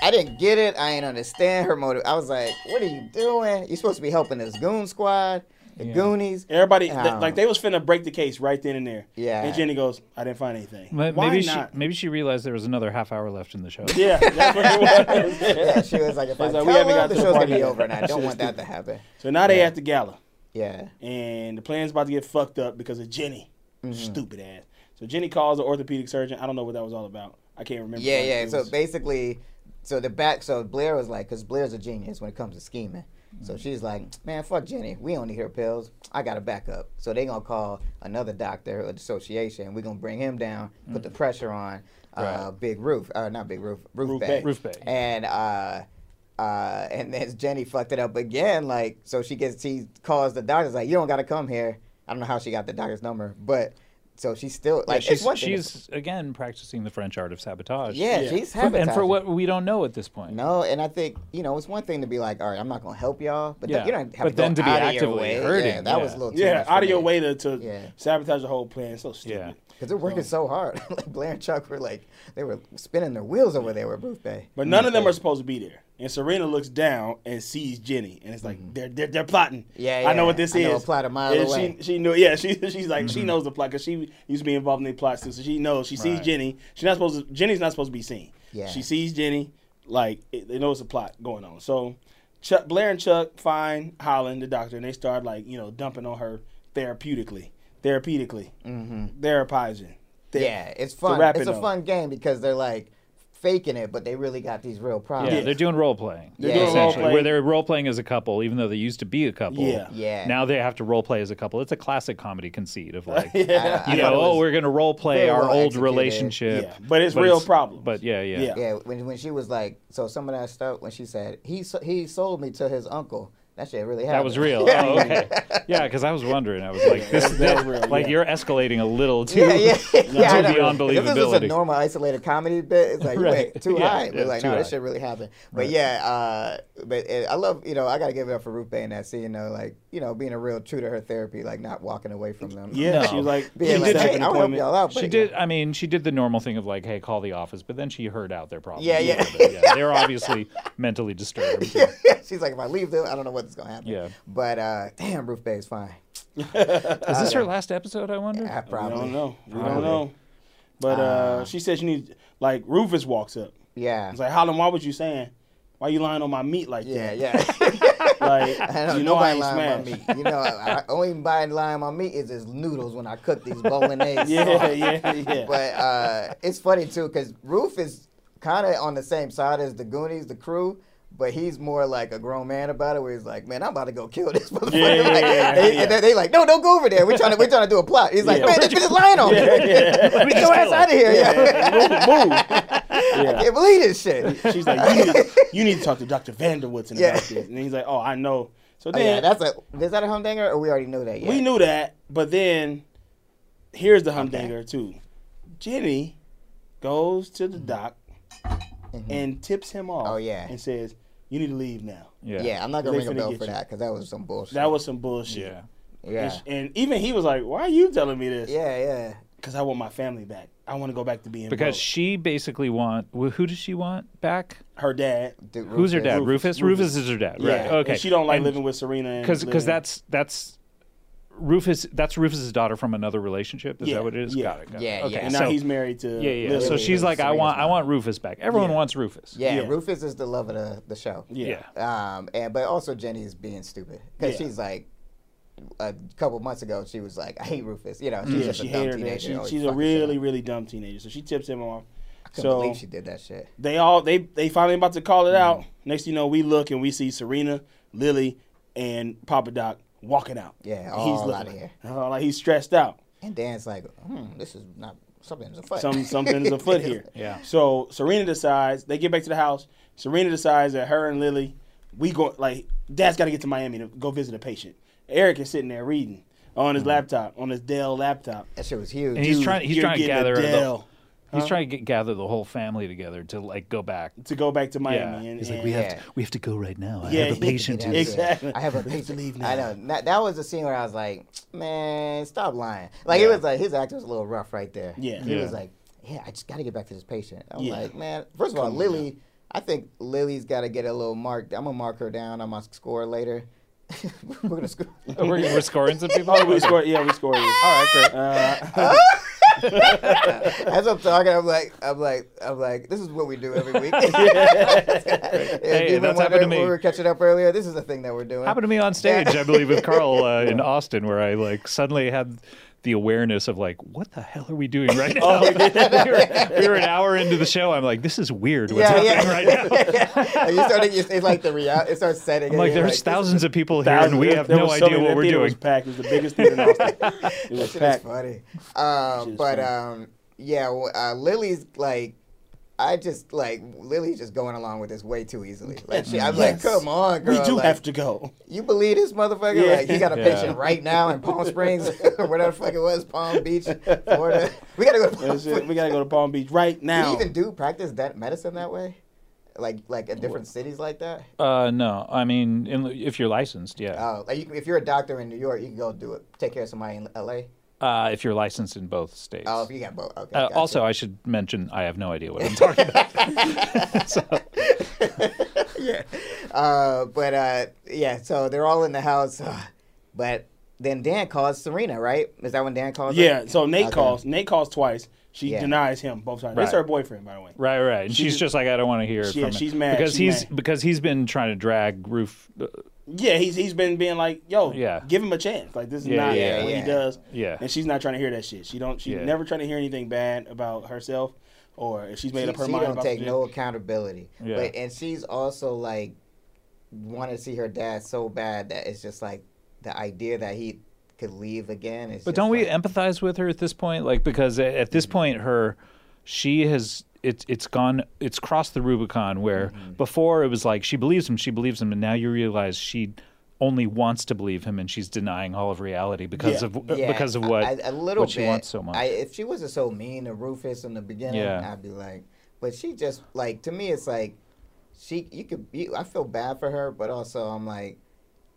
Speaker 2: I didn't get it. I ain't understand her motive. I was like, what are you doing? You're supposed to be helping this goon squad, the Goonies.
Speaker 1: Everybody
Speaker 2: Oh.
Speaker 1: th- like they was finna break the case right then and there.
Speaker 2: Yeah.
Speaker 1: And Jenny goes, I didn't find anything.
Speaker 3: But
Speaker 1: Why
Speaker 3: maybe
Speaker 1: not?
Speaker 3: she maybe she realized there was another half hour left in the show.
Speaker 1: Yeah. That's what it was.
Speaker 2: Yeah, she was like, if I
Speaker 1: like,
Speaker 2: tell
Speaker 1: we haven't
Speaker 2: her,
Speaker 1: got to
Speaker 2: the
Speaker 1: the
Speaker 2: show's gonna
Speaker 1: party
Speaker 2: be
Speaker 1: yet.
Speaker 2: over, and I don't want that to happen.
Speaker 1: So now they at the gala.
Speaker 2: Yeah.
Speaker 1: and the plan's about to get fucked up because of Jenny.
Speaker 2: Mm-hmm.
Speaker 1: Stupid ass. So Jenny calls the orthopedic surgeon. I don't know what that was all about. I can't remember.
Speaker 2: Yeah,
Speaker 1: Like,
Speaker 2: yeah.
Speaker 1: it
Speaker 2: So
Speaker 1: was-
Speaker 2: basically, so the back, so Blair was like, because Blair's a genius when it comes to scheming. So
Speaker 3: Mm-hmm.
Speaker 2: she's like, man, fuck Jenny. We don't need her pills. I got a backup. So they gonna call another doctor of the association. We're gonna bring him down, put the pressure on uh,
Speaker 3: Mm. Right.
Speaker 2: Big Roof, uh, not Big Roof, Roof,
Speaker 1: Roof
Speaker 2: Bay.
Speaker 1: Bay.
Speaker 3: Roof Bay.
Speaker 2: And uh, uh, and then Jenny fucked it up again. Like, so she gets she calls the doctors like, you don't gotta come here. I don't know how she got the doctor's number, but so she's still like,
Speaker 3: she's
Speaker 2: it's one thing.
Speaker 3: she's again practicing the French art of sabotage.
Speaker 2: yeah, she's
Speaker 3: For-
Speaker 2: sabotaging.
Speaker 3: and for what we don't know at this point.
Speaker 2: No, and I think you know it's one thing to be like, all right, I'm not gonna help y'all, but
Speaker 3: Yeah.
Speaker 2: then you don't have
Speaker 3: But
Speaker 2: to
Speaker 3: then
Speaker 2: go
Speaker 3: to be
Speaker 2: out of your
Speaker 3: actively
Speaker 2: way. Yeah,
Speaker 3: hurting,
Speaker 2: that was a
Speaker 3: yeah.
Speaker 2: little too
Speaker 1: Yeah,
Speaker 2: much for
Speaker 1: out of your
Speaker 2: me.
Speaker 1: way to, to
Speaker 2: Yeah.
Speaker 1: sabotage the whole plan. So stupid.
Speaker 3: Yeah.
Speaker 2: because they're
Speaker 3: Oh.
Speaker 2: working so hard. like Blair and Chuck were like, they were spinning their wheels over there with Ruth Bay.
Speaker 1: But none of them are supposed to be there. And Serena looks down and sees Jenny, and it's like they're, they're they're plotting.
Speaker 2: Mm-hmm. Yeah,
Speaker 1: I know
Speaker 2: yeah.
Speaker 1: what this
Speaker 2: I
Speaker 1: is.
Speaker 2: know a plot a mile
Speaker 1: And
Speaker 2: away. Mm-hmm.
Speaker 1: She she knew. Yeah, she she's like she knows the plot because she used to be involved in the plots too. So she knows. She sees
Speaker 3: Right.
Speaker 1: Jenny. She's not supposed. to Jenny's not supposed to be seen.
Speaker 2: Yeah.
Speaker 1: She sees Jenny. Like it, they know it's a plot going on. So Chuck, Blair and Chuck find Holland, the doctor, and they start like you know dumping on her therapeutically, therapeutically, mm-hmm. therapizing. Ther-
Speaker 2: yeah, it's
Speaker 1: to
Speaker 2: fun.
Speaker 1: wrap
Speaker 2: It's
Speaker 1: it
Speaker 2: a
Speaker 1: up.
Speaker 2: fun game because they're like faking it, but they really got these real
Speaker 3: Yeah,
Speaker 2: problems.
Speaker 3: they're doing role playing.
Speaker 2: They're doing
Speaker 3: essentially,
Speaker 1: role-playing.
Speaker 3: where they're role playing as a couple, even though they used to be a couple.
Speaker 1: Yeah.
Speaker 2: Yeah.
Speaker 3: Now they have to role play as a couple. It's a classic comedy conceit of like,
Speaker 1: Yeah.
Speaker 3: you
Speaker 2: thought
Speaker 3: know,
Speaker 2: it
Speaker 3: oh,
Speaker 2: was
Speaker 3: we're gonna role play
Speaker 2: very
Speaker 3: our
Speaker 2: well
Speaker 3: old
Speaker 2: executed.
Speaker 3: relationship,
Speaker 1: Yeah, but it's real problems.
Speaker 3: But yeah, yeah,
Speaker 1: Yeah.
Speaker 2: Yeah, when when she was like, so some of that stuff when she said he so, he sold me to his uncle. That shit really happened.
Speaker 3: That was real. Oh, okay. Yeah, because I was wondering. I was like, this,
Speaker 1: that
Speaker 3: that,
Speaker 1: was real,
Speaker 3: like
Speaker 1: yeah.
Speaker 3: you're escalating a little too.
Speaker 2: Yeah, yeah, yeah. I
Speaker 3: to
Speaker 2: know.
Speaker 3: beyond
Speaker 2: If This is just a
Speaker 3: believability.
Speaker 2: normal isolated comedy bit. It's like
Speaker 3: Right.
Speaker 2: wait, too
Speaker 3: Yeah,
Speaker 2: high. We're
Speaker 3: yeah,
Speaker 2: like,
Speaker 3: too
Speaker 2: no, this
Speaker 3: high.
Speaker 2: shit really happened. But yeah, uh, but uh I love you know I gotta give it up for Ruth Bay in that scene though. Like you know being a real true to her therapy, like not walking away from them.
Speaker 1: Yeah,
Speaker 3: No.
Speaker 1: she was like,
Speaker 2: being
Speaker 1: she
Speaker 2: like,
Speaker 1: did take
Speaker 2: hey,
Speaker 1: an
Speaker 2: I'll help
Speaker 1: appointment.
Speaker 2: y'all out.
Speaker 3: She
Speaker 2: but-
Speaker 3: did. I mean, she did the normal thing of like, "Hey, call the office," but then she heard out their problems.
Speaker 2: Yeah,
Speaker 3: a
Speaker 2: yeah.
Speaker 3: little bit. yeah. They're obviously mentally disturbed. Yeah.
Speaker 2: She's like, if I leave them, I don't know what's gonna happen.
Speaker 3: Yeah.
Speaker 2: But uh, damn, Ruth Bay is fine.
Speaker 3: Is
Speaker 2: Uh,
Speaker 3: this her last episode? I wonder.
Speaker 2: I
Speaker 1: I
Speaker 2: probably.
Speaker 1: don't know. We don't know. But uh, she said she needs like Rufus walks up.
Speaker 2: Yeah.
Speaker 1: It's like Holland, why was you saying? Why you lying on my meat like
Speaker 2: yeah,
Speaker 1: that?
Speaker 2: yeah.
Speaker 1: Like you know I ain't smashed.
Speaker 2: lying my meat. You know, I, I only buying lying my meat is his noodles when I cook these bolognese.
Speaker 1: Yeah, yeah, yeah.
Speaker 2: But uh, it's funny too because Roof is kind of on the same side as the Goonies, the crew. But he's more like a grown man about it, where he's like, "Man, I'm about to go kill this motherfucker."
Speaker 1: yeah,
Speaker 2: Like,
Speaker 1: yeah,
Speaker 2: and-
Speaker 1: yeah.
Speaker 2: And then they like, "No, don't go over there. We're trying to, we're trying to do a plot." He's like,
Speaker 1: Yeah.
Speaker 2: "Man, this bitch is lying on me. Get your ass out of here, yo. I
Speaker 1: yeah.
Speaker 2: can't believe this shit."
Speaker 1: She's like, you need, to, you need to talk to Dr. Vanderwoodson about
Speaker 2: Yeah.
Speaker 1: this. And he's like, oh, I know. So
Speaker 2: Oh,
Speaker 1: then
Speaker 2: yeah, that's a. Is that a humdinger, or we already knew that? Yeah.
Speaker 1: we knew that, but then here's the humdinger too. Jenny goes to the doc and tips him off.
Speaker 2: Mm-hmm. Oh, yeah.
Speaker 1: and says, "You need to leave now."
Speaker 3: Yeah.
Speaker 2: Yeah, I'm not gonna
Speaker 1: They
Speaker 2: ring a
Speaker 1: finna
Speaker 2: bell
Speaker 1: get
Speaker 2: for
Speaker 1: you.
Speaker 2: that because that was some bullshit.
Speaker 1: That was some bullshit.
Speaker 3: Yeah.
Speaker 2: yeah.
Speaker 1: And- And even he was like, "Why are you telling me this?"
Speaker 2: Yeah, yeah.
Speaker 1: Because I want my family back. I want to go back to being
Speaker 3: Because
Speaker 1: broke.
Speaker 3: she basically want. wh- Who does she want back?
Speaker 1: her dad.
Speaker 2: Dude,
Speaker 3: Who's her
Speaker 2: Rufus-
Speaker 3: dad?
Speaker 1: Rufus.
Speaker 3: Rufus. Rufus is her dad. Right.
Speaker 1: Yeah.
Speaker 3: Okay.
Speaker 1: And she don't like living with Serena. and
Speaker 3: because
Speaker 1: living-
Speaker 3: that's that's Rufus. That's Rufus's daughter from another relationship. Is
Speaker 1: Yeah,
Speaker 3: that what it is?
Speaker 1: yeah.
Speaker 3: Got it. Got
Speaker 2: Yeah,
Speaker 3: It. Okay.
Speaker 2: yeah.
Speaker 1: And
Speaker 3: so,
Speaker 1: now he's married to.
Speaker 3: yeah, yeah.
Speaker 1: Lily.
Speaker 3: So she's
Speaker 2: Lily,
Speaker 3: like, I
Speaker 2: Serena's
Speaker 3: want, I
Speaker 2: mom.
Speaker 3: want Rufus back. Everyone
Speaker 1: Yeah.
Speaker 3: wants Rufus.
Speaker 2: Yeah,
Speaker 1: Yeah.
Speaker 2: Rufus is the love of the, the show.
Speaker 1: yeah.
Speaker 2: Um, and but also Jenny is being stupid because
Speaker 1: Yeah.
Speaker 2: she's like, a couple months ago she was like, I hate Rufus. You know, she's
Speaker 1: Yeah,
Speaker 2: just
Speaker 1: she
Speaker 2: a dumb
Speaker 1: hated her.
Speaker 2: teenager.
Speaker 1: dad. She,
Speaker 2: always
Speaker 1: she's a
Speaker 2: fucking
Speaker 1: really,
Speaker 2: shit up.
Speaker 1: really dumb teenager. So she tips him off.
Speaker 2: Couldn't
Speaker 1: so
Speaker 2: believe she did Mm-hmm. that shit.
Speaker 1: they all they they finally about to call it out. Next thing you know, we look and we see Serena, Lily, and Papa Doc walking out.
Speaker 2: Yeah,
Speaker 1: And
Speaker 2: all
Speaker 1: looking
Speaker 2: outta
Speaker 1: like-
Speaker 2: here.
Speaker 1: oh, like he's stressed out.
Speaker 2: And Dan's like, hmm, this is not something's afoot.
Speaker 1: Some something's afoot here.
Speaker 3: Yeah.
Speaker 1: So Serena decides they get back to the house. Serena decides that her and Lily, we go like Dad's got to get to Miami to go visit a patient. Eric is sitting there reading on
Speaker 3: Mm-hmm.
Speaker 1: his laptop, on his Dell laptop.
Speaker 2: that shit was huge.
Speaker 3: And he's
Speaker 1: Dude,
Speaker 3: trying. He's
Speaker 1: you're
Speaker 3: trying to
Speaker 1: getting a
Speaker 3: gather. The,
Speaker 1: Dell.
Speaker 3: he's trying to get, gather the whole family together to like go back.
Speaker 1: To go back to Miami,
Speaker 3: Yeah.
Speaker 1: and,
Speaker 3: He's like,
Speaker 1: and-
Speaker 3: we have
Speaker 2: Yeah.
Speaker 3: to. We have to go right now. I
Speaker 1: Yeah,
Speaker 3: have a
Speaker 1: he-
Speaker 3: patient.
Speaker 1: Yeah.
Speaker 3: who's-
Speaker 2: That's it.
Speaker 1: Exactly.
Speaker 2: I have a
Speaker 1: We have to
Speaker 2: patient.
Speaker 1: leave now.
Speaker 2: I know. That, that was the scene where I was like, man, stop lying. Like it was like his actor was a little rough right there.
Speaker 1: Yeah.
Speaker 2: He
Speaker 3: Yeah.
Speaker 2: was like, yeah, I just got to get back to this patient. I'm
Speaker 1: Yeah.
Speaker 2: like, man. First of all, Lily, I think Lily's got to get a little marked. I'm gonna mark her down on my score later. We're gonna score.
Speaker 3: Oh, we're, we're scoring some people.
Speaker 1: Oh, we scored. Yeah, we scored. Uh, All
Speaker 3: All right, great.
Speaker 2: As I'm talking, I'm like, I'm like, I'm like, this is what we do every week.
Speaker 3: Hey,
Speaker 2: hey,
Speaker 3: that's happened to me.
Speaker 2: We were catching up earlier. This is the thing that we're doing.
Speaker 3: happened to me on stage, I believe, with Carl uh, in Austin, where I like suddenly had the awareness of like, what the hell are we doing right now? Like, we, were, we were an hour into the show. I'm like, this is weird. What's
Speaker 2: Yeah,
Speaker 3: happening
Speaker 2: yeah.
Speaker 3: right now?
Speaker 2: Like, you started, it's, it's like the reality. It starts setting.
Speaker 3: I'm
Speaker 2: in,
Speaker 3: like,
Speaker 2: you're
Speaker 3: there's
Speaker 2: this is-
Speaker 3: thousands of people here, and we
Speaker 1: There-
Speaker 3: have
Speaker 1: there
Speaker 3: no
Speaker 1: was so
Speaker 3: idea
Speaker 1: many-
Speaker 3: what
Speaker 1: that
Speaker 3: we're
Speaker 1: theater was
Speaker 3: doing.
Speaker 1: packed. It was the biggest theater in Austin. It was
Speaker 2: Shit is
Speaker 1: packed.
Speaker 2: funny. Uh,
Speaker 1: is
Speaker 2: but
Speaker 1: funny.
Speaker 2: um, yeah, w- uh, Lily's like, I just like Lily's just going along with this way too easily. Like she, I'm
Speaker 1: Yes.
Speaker 2: like, come on,
Speaker 1: We
Speaker 2: girl.
Speaker 1: do
Speaker 2: like,
Speaker 1: have to go.
Speaker 2: You believe this motherfucker?
Speaker 1: Yeah.
Speaker 2: Like you got a
Speaker 3: Yeah.
Speaker 2: patient right now in Palm Springs, or whatever the fuck it was, Palm Beach, Florida. We gotta go to Palm
Speaker 1: That's it.
Speaker 2: Springs.
Speaker 1: We gotta go to Palm Beach right
Speaker 2: Do
Speaker 1: now.
Speaker 2: you even do practice that medicine that way? Like like in different cities like that?
Speaker 3: Uh, no, I mean, in, if you're licensed, yeah.
Speaker 2: Oh, like you, can- if you're a doctor in New York, you can go do it. Take care of somebody in L.A.
Speaker 3: Uh, if you're licensed in both states.
Speaker 2: Oh, if you got both. Okay.
Speaker 3: Uh,
Speaker 2: gotcha.
Speaker 3: also, I should mention I have no idea what I'm talking about.
Speaker 2: yeah. Uh, but uh, yeah, so they're all in the house. uh, but then Dan calls Serena, right? Is that when Dan calls? her?
Speaker 1: Yeah. So Nate
Speaker 2: Okay.
Speaker 1: calls. Nate calls twice. She
Speaker 2: Yeah.
Speaker 1: denies him both times. It's
Speaker 3: Right.
Speaker 1: her boyfriend, by the way.
Speaker 3: Right, right. And
Speaker 1: She
Speaker 3: she's
Speaker 1: just-
Speaker 3: just like, I don't want to hear it
Speaker 1: Yeah,
Speaker 3: from him.
Speaker 1: she's mad,
Speaker 3: because
Speaker 1: she's
Speaker 3: he's
Speaker 1: mad.
Speaker 3: because he's been trying to drag roof. uh,
Speaker 1: Yeah. He's he's been being like, yo,
Speaker 3: Yeah.
Speaker 1: give him a chance. Like this is
Speaker 3: Yeah,
Speaker 1: not
Speaker 3: yeah,
Speaker 1: what
Speaker 2: yeah.
Speaker 1: he does.
Speaker 3: Yeah.
Speaker 1: And she's not trying to hear that shit. She don't. She's
Speaker 3: Yeah.
Speaker 1: never trying to hear anything bad about herself, or if she's made
Speaker 2: She,
Speaker 1: up her
Speaker 2: she
Speaker 1: mind
Speaker 2: don't
Speaker 1: about
Speaker 2: take
Speaker 1: the-
Speaker 2: no accountability.
Speaker 3: Yeah.
Speaker 2: But and she's also like want to see her dad so bad that it's just like the idea that he could leave again. Is
Speaker 3: But
Speaker 2: just
Speaker 3: don't we
Speaker 2: like-
Speaker 3: empathize with her at this point? Like because a- at this
Speaker 2: Mm-hmm.
Speaker 3: point, her she has it's it's gone it's crossed the Rubicon where
Speaker 2: Mm-hmm.
Speaker 3: before it was like she believes him, she believes him, and now you realize she only wants to believe him, and she's denying all of reality because
Speaker 1: Yeah.
Speaker 3: of uh,
Speaker 2: Yeah,
Speaker 3: because of what
Speaker 2: I, I- a little
Speaker 3: what she
Speaker 2: bit.
Speaker 3: wants so much.
Speaker 2: I, if she wasn't so mean to Rufus in the beginning,
Speaker 3: Yeah.
Speaker 2: I'd be like, but she just like to me, it's like she you could you, I feel bad for her, but also I'm like,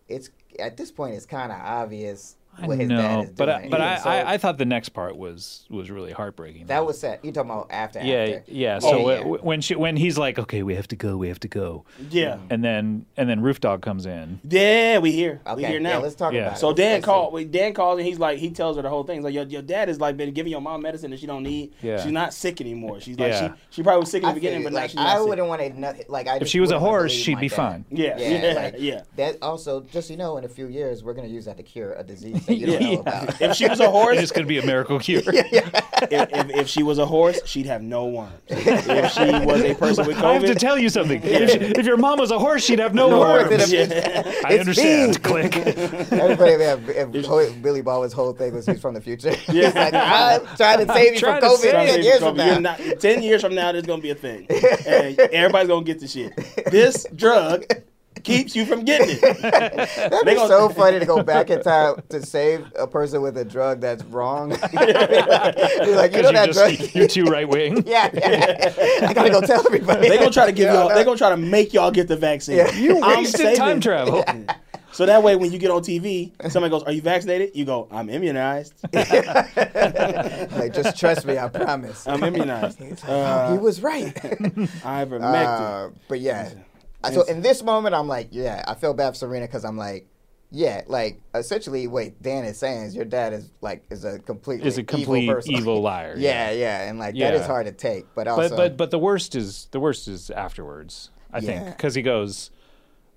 Speaker 2: it's at this point it's kind of obvious
Speaker 3: I
Speaker 2: what his dad
Speaker 3: know,
Speaker 2: is
Speaker 3: but
Speaker 2: doing.
Speaker 3: I, but
Speaker 2: Yeah,
Speaker 3: I,
Speaker 2: so
Speaker 3: I, I thought the next part was was really heartbreaking.
Speaker 2: that was sad. You talking about after?
Speaker 3: yeah
Speaker 2: after.
Speaker 3: yeah.
Speaker 2: Oh,
Speaker 3: So uh,
Speaker 2: yeah.
Speaker 3: w- when she when he's like, okay, we have to go, we have to go,
Speaker 1: Yeah.
Speaker 3: and then and then Roof Dog comes in.
Speaker 1: Yeah. We here.
Speaker 2: okay,
Speaker 1: We here now.
Speaker 2: Yeah, let's talk
Speaker 3: Yeah.
Speaker 2: about it.
Speaker 1: So Dan
Speaker 2: Let's see.
Speaker 1: called. wait, Dan calls and he's like, he tells her the whole thing. He's like, your, your dad is like been giving your mom medicine that she don't need.
Speaker 3: Yeah.
Speaker 1: She's not sick anymore. She's like,
Speaker 3: Yeah.
Speaker 1: she, she probably was sick in
Speaker 2: I
Speaker 1: the beginning,
Speaker 2: feel
Speaker 1: but
Speaker 2: like,
Speaker 1: now she's not
Speaker 2: I
Speaker 1: sick.
Speaker 2: wouldn't want to. Nothing, like I.
Speaker 3: If
Speaker 2: just
Speaker 3: she was a
Speaker 2: wouldn't wanna
Speaker 3: horse,
Speaker 2: believe
Speaker 3: she'd
Speaker 2: my
Speaker 3: be
Speaker 2: dad.
Speaker 3: fine.
Speaker 1: Yeah,
Speaker 2: Yeah,
Speaker 1: yeah,
Speaker 2: like,
Speaker 1: yeah.
Speaker 2: That also, just so you know, in a few years, we're gonna use that to cure a disease that you don't know about.
Speaker 1: If she was a
Speaker 3: It
Speaker 1: horse,
Speaker 3: is going to be a miracle cure.
Speaker 1: if, if, if she was a horse, she'd have no worms. If she was a person with COVID,
Speaker 3: I have to tell you something. If, she- if your mom was a horse, she'd have no,
Speaker 2: No
Speaker 3: worms.
Speaker 2: worms.
Speaker 1: yeah.
Speaker 3: I understand.
Speaker 2: me.
Speaker 3: Click.
Speaker 2: Everybody, if, if Ho- Billy Baldwin's whole thing was he's from the future.
Speaker 1: Yeah.
Speaker 2: He's like, I'm trying to save you from
Speaker 3: trying to
Speaker 2: COVID
Speaker 3: save
Speaker 2: ten
Speaker 3: you
Speaker 2: years
Speaker 1: Gonna
Speaker 2: from
Speaker 1: be-
Speaker 2: now.
Speaker 1: you're not- Ten years from now, there's gonna be a thing, and everybody's gonna get the shit. This drug keeps you from getting it.
Speaker 2: That'd
Speaker 1: they
Speaker 2: be
Speaker 1: gonna-
Speaker 2: so funny to go back in time to save a person with a drug that's wrong. Be like, you know that
Speaker 3: Because
Speaker 2: drug?
Speaker 3: you just, you're too right wing.
Speaker 2: yeah, yeah. I gotta go tell everybody.
Speaker 1: They gonna try to give
Speaker 2: Yeah,
Speaker 1: y'all.
Speaker 2: no.
Speaker 1: They gonna try to make y'all get the vaccine.
Speaker 2: Yeah.
Speaker 3: You
Speaker 1: I'm
Speaker 3: wasted
Speaker 1: saving-
Speaker 3: time travel.
Speaker 1: So that way, when you get on TV, somebody goes, "Are you vaccinated?" You go, "I'm immunized.
Speaker 2: Like, just trust me. I promise. "Oh,
Speaker 1: I'm immunized.
Speaker 2: he
Speaker 1: Uh,
Speaker 2: was right.
Speaker 1: ivermectin."
Speaker 2: Uh, but yeah. I- So in this moment, I'm like, yeah, I feel bad for Serena because I'm like, yeah, like essentially, wait, Dan is saying is your dad is like is a complete
Speaker 3: Is a complete
Speaker 2: evil,
Speaker 3: evil,
Speaker 2: person.
Speaker 3: liar.
Speaker 2: yeah, yeah, and like that is
Speaker 3: Yeah.
Speaker 2: hard to take, but also,
Speaker 3: But but but the worst is the worst is afterwards. I think. 'Cause
Speaker 2: Yeah.
Speaker 3: think because he goes.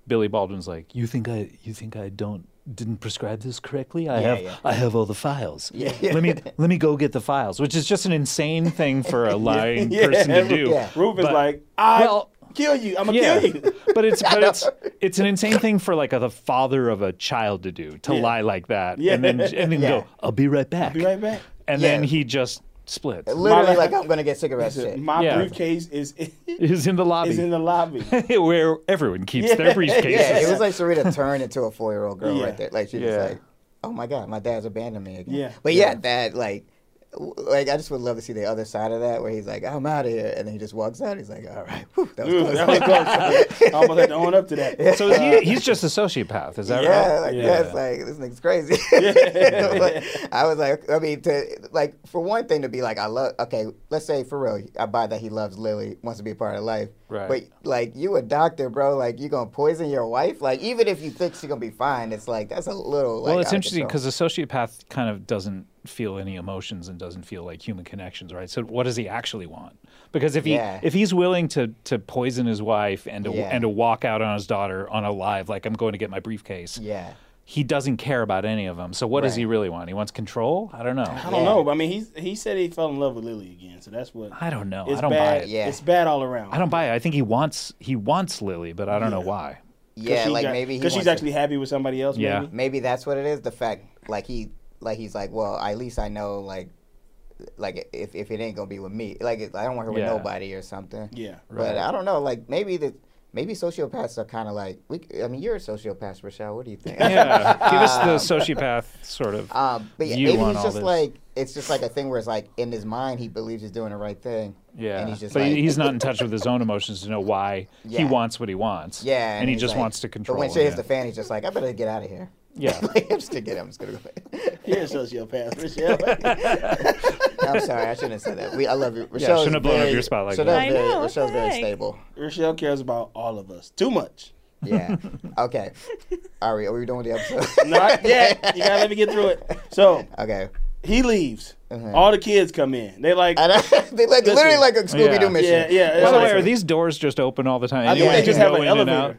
Speaker 3: Billy Baldwin's like, you think I you think I don't didn't prescribe this correctly? I
Speaker 2: Yeah,
Speaker 3: have
Speaker 2: yeah.
Speaker 3: I have all the files.
Speaker 2: Yeah.
Speaker 3: Let me let me go get the files, which is just an insane thing for a lying person to do.
Speaker 2: yeah.
Speaker 1: Roof is
Speaker 3: But-
Speaker 1: like, "I
Speaker 3: well,
Speaker 1: will kill you. I'm gonna
Speaker 3: Yeah,
Speaker 1: kill you."
Speaker 3: but it's but it's it's an insane thing for like a, the father of a child to do to lie like that,
Speaker 1: Yeah.
Speaker 3: and then and then
Speaker 2: Yeah.
Speaker 3: go, I'll be right back,
Speaker 1: Be right back.
Speaker 3: and then
Speaker 2: Yeah.
Speaker 3: he just splits.
Speaker 2: literally,
Speaker 1: my-
Speaker 2: like I'm gonna get cigarette shit.
Speaker 1: My
Speaker 3: Yeah.
Speaker 1: briefcase is
Speaker 3: Is in the lobby
Speaker 1: is in the lobby.
Speaker 3: where everyone keeps their briefcases.
Speaker 2: yeah, it was like Serena turned into a four year old girl
Speaker 1: Yeah.
Speaker 2: right there. Like she
Speaker 3: Yeah.
Speaker 2: was like, oh my god, my dad's abandoned me again.
Speaker 1: Yeah.
Speaker 2: but yeah, that like. w- Like I just would love to see the other side of that, where he's like, "I'm out of here," and then he just walks out. He's like, "All right, whew, that was
Speaker 1: Ooh,
Speaker 2: close."
Speaker 1: that was close. I almost had to own up to that.
Speaker 3: So he, he's just a sociopath, is that
Speaker 2: Yeah,
Speaker 3: right?
Speaker 2: like
Speaker 1: Yeah.
Speaker 2: that's like this nigga's crazy. But I was like, I mean, to like for one thing to be like, I love. Okay, let's say for real, I buy that he loves Lily, wants to be a part of life.
Speaker 3: Right.
Speaker 2: But like, you a doctor, bro? Like, you gonna poison your wife? Like, even if you think she's gonna be fine, it's like that's a little. Like,
Speaker 3: Well, it's
Speaker 2: out of
Speaker 3: interesting
Speaker 2: control.
Speaker 3: because a sociopath kind of doesn't feel any emotions and doesn't feel like human connections, right? So what does he actually want? Because if he
Speaker 2: Yeah.
Speaker 3: if he's willing to to poison his wife and to,
Speaker 2: Yeah.
Speaker 3: and to walk out on his daughter on a live like I'm going to get my briefcase,
Speaker 2: yeah.
Speaker 3: he doesn't care about any of them. So what does
Speaker 2: Right.
Speaker 3: he really want? He wants control? I don't know.
Speaker 1: I don't know. but I mean, he's, he said he fell in love with Lily again, so that's what.
Speaker 3: I don't know.
Speaker 1: It's
Speaker 3: I don't
Speaker 1: bad.
Speaker 3: buy it.
Speaker 2: Yeah.
Speaker 1: It's bad all around.
Speaker 3: I don't buy it. I think he wants he wants Lily, but I don't know why.
Speaker 2: Yeah, like maybe he
Speaker 1: because she's
Speaker 2: wants to-
Speaker 1: actually happy with somebody else.
Speaker 3: Yeah.
Speaker 1: maybe.
Speaker 2: maybe that's what it is. The fact, like he, like he's like, well, at least I know, like, like if if it ain't gonna be with me, like I don't want her with
Speaker 3: Yeah.
Speaker 2: nobody or something.
Speaker 1: Yeah.
Speaker 2: But I don't know, like maybe the maybe sociopaths are kind of like we. I mean, you're a sociopath, Rochelle. What do you think?
Speaker 3: Yeah, give us the sociopath sort of
Speaker 2: Um, but yeah,
Speaker 3: view
Speaker 2: maybe
Speaker 3: on
Speaker 2: he's
Speaker 3: all
Speaker 2: just
Speaker 3: this.
Speaker 2: like it's just like a thing where it's like in his mind he believes he's doing the right thing.
Speaker 3: yeah,
Speaker 2: and he's just
Speaker 3: but
Speaker 2: like,
Speaker 3: he's not in touch with his own emotions to know why he
Speaker 2: Yeah.
Speaker 3: wants what he wants.
Speaker 2: yeah,
Speaker 3: and, he
Speaker 2: he's
Speaker 3: just
Speaker 2: like-
Speaker 3: wants to control.
Speaker 2: But when shit hits
Speaker 3: yeah.
Speaker 2: the fan, he's just like, I better get out of here.
Speaker 3: Yeah.
Speaker 2: like, I'm just gonna get. I'm just gonna go.
Speaker 1: You're a sociopath, Michelle.
Speaker 2: I'm sorry, I shouldn't have said that. We, I love you. Rochelle
Speaker 3: shouldn't have blown up your spot like that.
Speaker 5: I
Speaker 2: Very,
Speaker 5: know, what
Speaker 2: Rochelle's
Speaker 5: the
Speaker 2: very
Speaker 5: heck?
Speaker 2: stable.
Speaker 1: Rochelle cares about all of us too much.
Speaker 2: Yeah. Okay. Ari, are we done with the episode?
Speaker 1: Not yet. You gotta let me get through it. So
Speaker 2: okay.
Speaker 1: he leaves. All the kids come in. They like.
Speaker 2: Uh-huh. And I, they like literally like a Scooby Doo
Speaker 3: Yeah.
Speaker 2: mission.
Speaker 1: Yeah, yeah.
Speaker 3: By
Speaker 1: it's
Speaker 3: the way,
Speaker 1: like-
Speaker 3: are these doors just open all the time?
Speaker 1: I think
Speaker 3: Anyone
Speaker 1: they
Speaker 3: can
Speaker 1: just have
Speaker 3: go
Speaker 1: an
Speaker 3: in and
Speaker 1: elevator.
Speaker 3: out?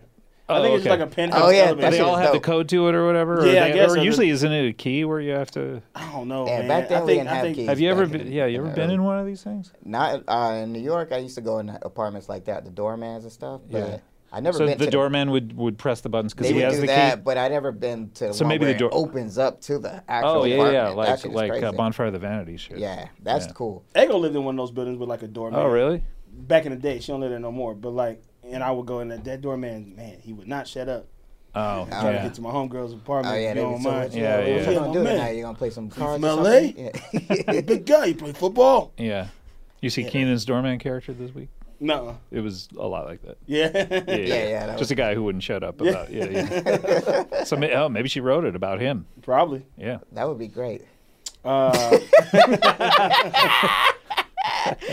Speaker 1: I think
Speaker 3: Oh,
Speaker 1: it's just
Speaker 3: okay.
Speaker 1: like a penthouse
Speaker 2: Oh, yeah,
Speaker 1: elevator.
Speaker 2: that
Speaker 3: They
Speaker 2: shit
Speaker 3: all
Speaker 2: is
Speaker 3: have the
Speaker 2: dope.
Speaker 3: code to it or whatever. Or
Speaker 1: Yeah, I
Speaker 3: they-
Speaker 1: guess
Speaker 3: or
Speaker 1: so.
Speaker 3: usually isn't it a key where you have to?
Speaker 1: I don't know.
Speaker 2: Yeah,
Speaker 1: man.
Speaker 2: back then
Speaker 1: I
Speaker 2: we
Speaker 1: think,
Speaker 2: didn't
Speaker 1: I
Speaker 2: have
Speaker 1: think-
Speaker 2: keys.
Speaker 3: Have you
Speaker 2: back
Speaker 3: ever
Speaker 2: in the-
Speaker 3: been? Yeah, you ever been in one of these things?
Speaker 2: Not uh, in New York. I used to go in apartments like that, the doormans and stuff. But
Speaker 3: Yeah.
Speaker 2: I never
Speaker 3: So
Speaker 2: been
Speaker 3: the
Speaker 2: to
Speaker 3: doorman would would press the buttons
Speaker 2: They
Speaker 3: because he
Speaker 2: would
Speaker 3: has
Speaker 2: do
Speaker 3: the
Speaker 2: that,
Speaker 3: key.
Speaker 2: but I never been to the
Speaker 3: So
Speaker 2: one
Speaker 3: maybe
Speaker 2: where
Speaker 3: the
Speaker 2: it
Speaker 3: door-
Speaker 2: opens up to the actual.
Speaker 3: Oh yeah, yeah,
Speaker 2: apartment. That
Speaker 3: like
Speaker 2: shit is
Speaker 3: like uh,
Speaker 2: crazy.
Speaker 3: bonfire of the vanity shit.
Speaker 2: Yeah, that's
Speaker 3: Yeah.
Speaker 2: cool.
Speaker 1: Ego lived in one of those buildings with like a doorman.
Speaker 3: Oh really?
Speaker 1: Back in the day, she don't live there no more. But like, and I would go in that, that doorman. Man, he would not shut up.
Speaker 3: Oh
Speaker 1: Trying to
Speaker 3: yeah.
Speaker 1: get to my homegirl's apartment.
Speaker 2: Oh yeah,
Speaker 1: you
Speaker 2: they
Speaker 1: don't
Speaker 2: would so
Speaker 1: mind.
Speaker 2: much.
Speaker 3: Yeah, yeah.
Speaker 2: What you
Speaker 1: Yeah,
Speaker 2: gonna
Speaker 1: my
Speaker 2: do
Speaker 1: man.
Speaker 2: tonight? You gonna play some cards?
Speaker 1: from
Speaker 2: or
Speaker 1: LA?
Speaker 2: something? Yeah.
Speaker 1: Big guy, you play football.
Speaker 3: Yeah. You see Keenan's doorman character this week?
Speaker 1: No.
Speaker 3: It was a lot like that.
Speaker 1: Yeah.
Speaker 2: Yeah, yeah, that
Speaker 3: Just
Speaker 2: was-
Speaker 3: a guy who wouldn't shut up about yeah. yeah. so may- oh, maybe she wrote it about him.
Speaker 1: Probably.
Speaker 3: Yeah.
Speaker 2: that would be great.
Speaker 1: Uh,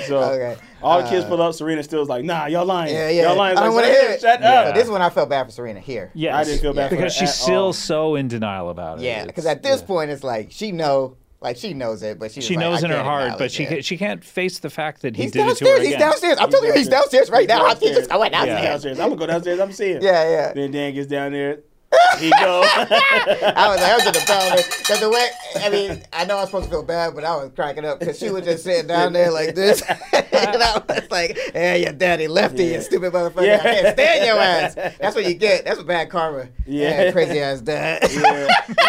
Speaker 1: so
Speaker 2: Okay. Uh,
Speaker 1: all the kids pull up. Serena still's like, "Nah, y'all lying.
Speaker 2: Yeah, yeah.
Speaker 1: Y'all lying."
Speaker 2: I don't
Speaker 1: Like,
Speaker 2: want to
Speaker 1: "Shut
Speaker 2: hear
Speaker 1: up,
Speaker 2: it.
Speaker 1: Shut
Speaker 2: So
Speaker 1: up.
Speaker 2: this one I felt bad for Serena here.
Speaker 3: Yes.
Speaker 1: I didn't feel bad for
Speaker 3: because
Speaker 1: her
Speaker 3: she's
Speaker 1: at
Speaker 3: still
Speaker 1: all.
Speaker 3: so in denial about it.
Speaker 2: Yeah, because
Speaker 3: It's-
Speaker 2: at this point it's like she know, like she knows it, but she
Speaker 3: she knows in her heart, but she ca- she can't face the fact that he
Speaker 2: he's
Speaker 3: did it to her
Speaker 2: downstairs. He's
Speaker 3: again.
Speaker 2: downstairs. I'm telling you, he's downstairs right now. I'm
Speaker 1: downstairs.
Speaker 2: just going
Speaker 1: I'm
Speaker 3: Yeah.
Speaker 2: downstairs.
Speaker 1: downstairs. I'm gonna go downstairs. I'm seeing.
Speaker 2: Yeah, yeah.
Speaker 1: Then Dan gets down there. He go.
Speaker 2: I was like, I was in the phone because the way I mean, I know I'm supposed to feel bad, but I was cracking up because she was just sitting down there like this, and I was like, "Yeah, your daddy lefty, you stupid motherfucker. I can't stand your ass." That's what you get. That's what bad karma.
Speaker 1: Yeah.
Speaker 2: Yeah, crazy ass dad.
Speaker 1: yeah.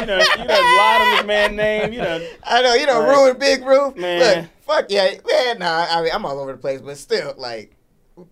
Speaker 1: You know, you done lied on this man's name. You know,
Speaker 2: I know you don't
Speaker 1: Like,
Speaker 2: ruin Big Roof.
Speaker 1: man.
Speaker 2: Look, fuck yeah, man. Nah, I mean I'm all over the place, but still, like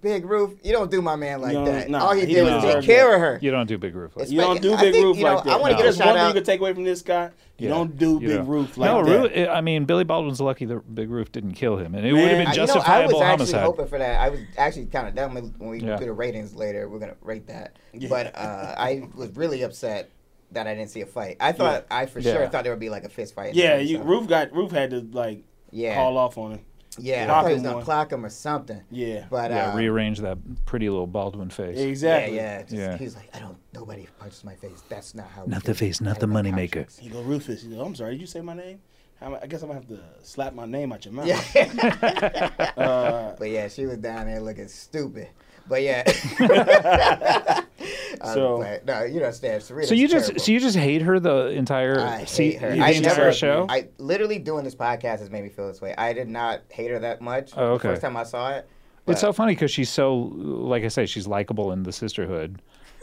Speaker 2: Big Roof, you don't do my man like
Speaker 1: No,
Speaker 2: that.
Speaker 1: no,
Speaker 2: all he,
Speaker 1: he
Speaker 2: did
Speaker 3: don't
Speaker 2: was take
Speaker 1: deserve
Speaker 2: care
Speaker 1: that.
Speaker 2: of her.
Speaker 3: You don't do big roof. Like
Speaker 2: It's
Speaker 1: you don't do
Speaker 2: I
Speaker 1: big
Speaker 2: think,
Speaker 1: roof
Speaker 2: you know,
Speaker 1: like that.
Speaker 2: I want to
Speaker 3: No.
Speaker 2: get a
Speaker 1: There's
Speaker 2: shout
Speaker 1: one thing you
Speaker 2: out.
Speaker 1: can take away from this, Scott. You don't do big
Speaker 3: don't.
Speaker 1: roof like
Speaker 3: no,
Speaker 1: that.
Speaker 3: Roo- I mean, Billy Baldwin's lucky the big roof didn't kill him, and it would have
Speaker 1: Man,
Speaker 3: been
Speaker 2: I- you know, I
Speaker 3: justifiable
Speaker 2: was actually
Speaker 3: homicide.
Speaker 2: hoping for that. I was actually kind of that when we
Speaker 3: Yeah.
Speaker 2: do the ratings later, we're gonna rate that. But uh, I was really upset that I didn't see a fight. I thought I for
Speaker 3: Yeah.
Speaker 2: sure thought there would be like a fist fight.
Speaker 1: yeah,
Speaker 2: or
Speaker 1: you,
Speaker 2: something.
Speaker 1: Roof got Roof had to like
Speaker 2: Yeah.
Speaker 1: call off on him.
Speaker 2: Yeah, I
Speaker 1: Clock
Speaker 2: thought he
Speaker 1: him
Speaker 2: was gonna
Speaker 1: one.
Speaker 2: clock him or something.
Speaker 1: Yeah.
Speaker 2: but
Speaker 3: yeah,
Speaker 2: uh,
Speaker 3: rearrange that pretty little Baldwin face.
Speaker 1: Exactly.
Speaker 2: Yeah, yeah. Just,
Speaker 3: Yeah.
Speaker 2: He was like, I don't. Nobody punches my face. That's not how.
Speaker 3: Not the face, not the money maker.
Speaker 1: He go, Rufus. He go, I'm sorry, did you say my name? I'm- I guess I'm gonna have to slap my name out your mouth.
Speaker 2: Yeah.
Speaker 1: Uh,
Speaker 2: but yeah, she was down there looking stupid. But yeah. Uh,
Speaker 1: So-
Speaker 2: but, no, you don't understand. Serena's
Speaker 3: So you just
Speaker 2: terrible.
Speaker 3: so you just hate her the entire
Speaker 2: I hate
Speaker 3: se-
Speaker 2: her.
Speaker 3: the
Speaker 2: I
Speaker 3: entire
Speaker 2: never-
Speaker 3: show.
Speaker 2: I literally doing this podcast has made me feel this way. I did not hate her that much.
Speaker 3: Oh,
Speaker 2: The
Speaker 3: okay.
Speaker 2: first time I saw it.
Speaker 3: it's so funny because she's so like I say she's likable in the sisterhood,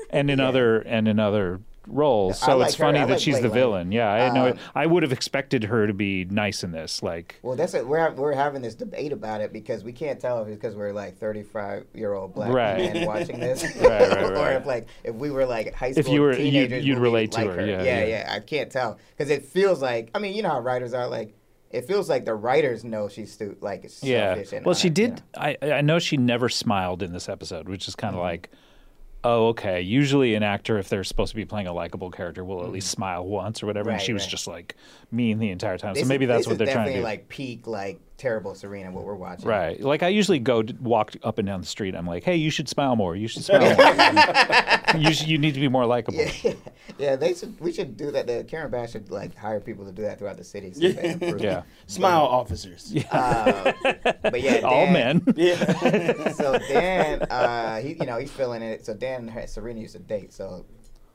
Speaker 3: and in other and in other roles.
Speaker 2: I
Speaker 3: So
Speaker 2: like
Speaker 3: it's
Speaker 2: her.
Speaker 3: funny
Speaker 2: I
Speaker 3: that
Speaker 2: like Um,
Speaker 3: she's the
Speaker 2: Blake Lively.
Speaker 3: villain. Yeah, I know. It. I would have expected her to be nice in this. Like,
Speaker 2: Well, that's it. We're ha- we're having this debate about it because we can't tell if it's because we're like thirty five year old black
Speaker 3: Right.
Speaker 2: men watching this,
Speaker 3: Right, right,
Speaker 2: or
Speaker 3: right.
Speaker 2: if like if we were like high school
Speaker 3: you were- you'd-
Speaker 2: teenagers,
Speaker 3: you'd
Speaker 2: would we
Speaker 3: relate to
Speaker 2: like
Speaker 3: her. Yeah,
Speaker 2: yeah,
Speaker 3: yeah.
Speaker 2: I can't tell because it feels like I mean you know how writers are like it feels like the writers know she's stu- like it's
Speaker 3: yeah.
Speaker 2: selfish and
Speaker 3: Well, she
Speaker 2: un- you
Speaker 3: did. I I know she never smiled in this episode, which is kind
Speaker 2: Mm-hmm.
Speaker 3: of like. Oh, okay. Usually, an actor, if they're supposed to be playing a likable character, will at least smile once or whatever. and
Speaker 2: Mm-hmm. Right,
Speaker 3: she was
Speaker 2: right.
Speaker 3: just like mean the entire time.
Speaker 2: This
Speaker 3: so
Speaker 2: is-
Speaker 3: maybe that's
Speaker 2: this
Speaker 3: what
Speaker 2: is
Speaker 3: they're trying to
Speaker 2: definitely,
Speaker 3: do.
Speaker 2: Like peak, like terrible Serena, what we're watching.
Speaker 3: Right. Like I usually go d- walk up and down the street. I'm like, hey, you should smile more. You should smile more. you, sh- you need to be more likable.
Speaker 2: yeah, they should. We should do that. The Karen Bass should like hire people to do that throughout the city. So they improve.
Speaker 3: Yeah.
Speaker 1: Smile, officers. Yeah.
Speaker 2: Uh, but yeah,
Speaker 3: All
Speaker 2: Dan-
Speaker 3: men.
Speaker 2: So Dan, uh, he you know he's feeling it. So Dan and her- Serena used to date. So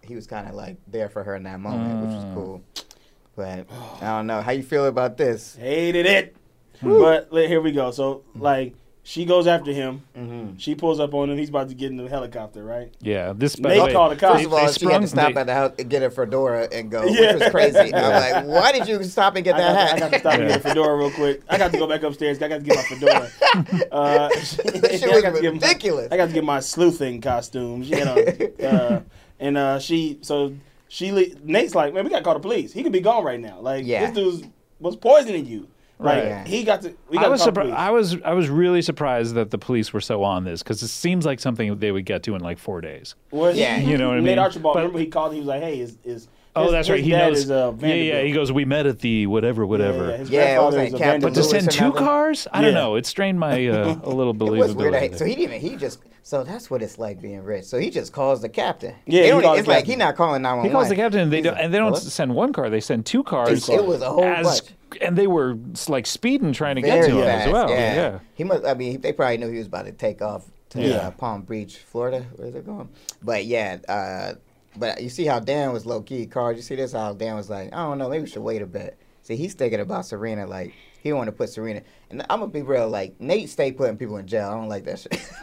Speaker 2: he was kind of like there for her in that moment, which was
Speaker 3: Mm.
Speaker 2: cool. But I don't know how you feel about this.
Speaker 1: Hated it.
Speaker 3: Hmm.
Speaker 1: But li- here we go. So like she goes after him. She pulls up on him. He's about to get in the helicopter, right?
Speaker 3: Yeah, this. By
Speaker 1: They
Speaker 3: the way,
Speaker 1: call the cops.
Speaker 3: they-
Speaker 2: First of all,
Speaker 3: they
Speaker 2: she had to
Speaker 3: sprung-
Speaker 2: stop
Speaker 3: they-
Speaker 2: at the house and get a fedora and go,
Speaker 1: Yeah.
Speaker 2: which was crazy. I'm like, why did you stop and get
Speaker 1: I got, to, I
Speaker 2: that
Speaker 1: got
Speaker 2: hat?
Speaker 1: to stop and
Speaker 3: Yeah.
Speaker 1: get a fedora real quick. I got to go back upstairs. I got to get my fedora. Uh,
Speaker 2: shit
Speaker 1: I
Speaker 2: was
Speaker 1: got to get my-
Speaker 2: ridiculous.
Speaker 1: I got to get my sleuthing costumes, you know. Uh, and uh, she, so she, le- Nate's like, man, we got to call the police. He could be gone right now. Like
Speaker 2: Yeah.
Speaker 1: this dude's was poisoning you. Like
Speaker 2: Right.
Speaker 1: he got to. We got
Speaker 3: I
Speaker 1: to call
Speaker 3: was
Speaker 1: the
Speaker 3: surprised.
Speaker 1: police.
Speaker 3: I was I was really surprised that the police were so on this because it seems like something they would get to in like four days.
Speaker 1: Was
Speaker 2: Yeah.
Speaker 3: You know what I
Speaker 1: Nate
Speaker 3: mean?
Speaker 1: Archibald.
Speaker 3: But-
Speaker 1: remember he called. He was like, "Hey, is is
Speaker 3: Oh,
Speaker 1: his-
Speaker 3: that's
Speaker 1: his
Speaker 3: right. He
Speaker 1: dad
Speaker 3: knows.
Speaker 1: Is, uh,
Speaker 3: yeah, yeah.
Speaker 1: Vanderbilt.
Speaker 3: He goes, "We met at the whatever, whatever."
Speaker 1: his
Speaker 2: Yeah, it was
Speaker 1: grandfather
Speaker 2: like
Speaker 1: is a
Speaker 2: Captain
Speaker 3: But
Speaker 1: Vanderbilt.
Speaker 3: to
Speaker 2: Lewis
Speaker 3: send
Speaker 2: and
Speaker 3: two
Speaker 2: Malcolm.
Speaker 3: cars, I don't
Speaker 1: Yeah.
Speaker 3: know. It strained my uh, a little
Speaker 2: It was weird.
Speaker 3: believability.
Speaker 2: that- So he didn't. He just. So that's what it's like being rich. So he just calls the captain.
Speaker 1: Yeah,
Speaker 2: They
Speaker 1: he
Speaker 2: don't-
Speaker 1: calls
Speaker 2: it's
Speaker 1: the
Speaker 2: like
Speaker 1: captain.
Speaker 2: he not calling nine one
Speaker 3: he
Speaker 2: one.
Speaker 3: calls the captain, and they don't, and they don't
Speaker 2: Hello?
Speaker 3: send one car; they send two cars.
Speaker 2: It was a whole
Speaker 3: as-
Speaker 2: bunch.
Speaker 3: and they were like speeding trying to get
Speaker 2: Very
Speaker 3: to him
Speaker 2: fast.
Speaker 3: as well.
Speaker 2: Yeah.
Speaker 3: yeah.
Speaker 2: He must. I mean, he- they probably knew he was about to take off to
Speaker 1: Yeah.
Speaker 2: uh, Palm Beach, Florida. Where's it going? But yeah. Uh, but you see how Dan was low key. Carl, you see this? How Dan was like, I don't know. Maybe we should wait a bit. See, he's thinking about Serena. Like he want to put Serena. And I'm gonna be real. Like Nate stay putting people in jail. I don't like that shit.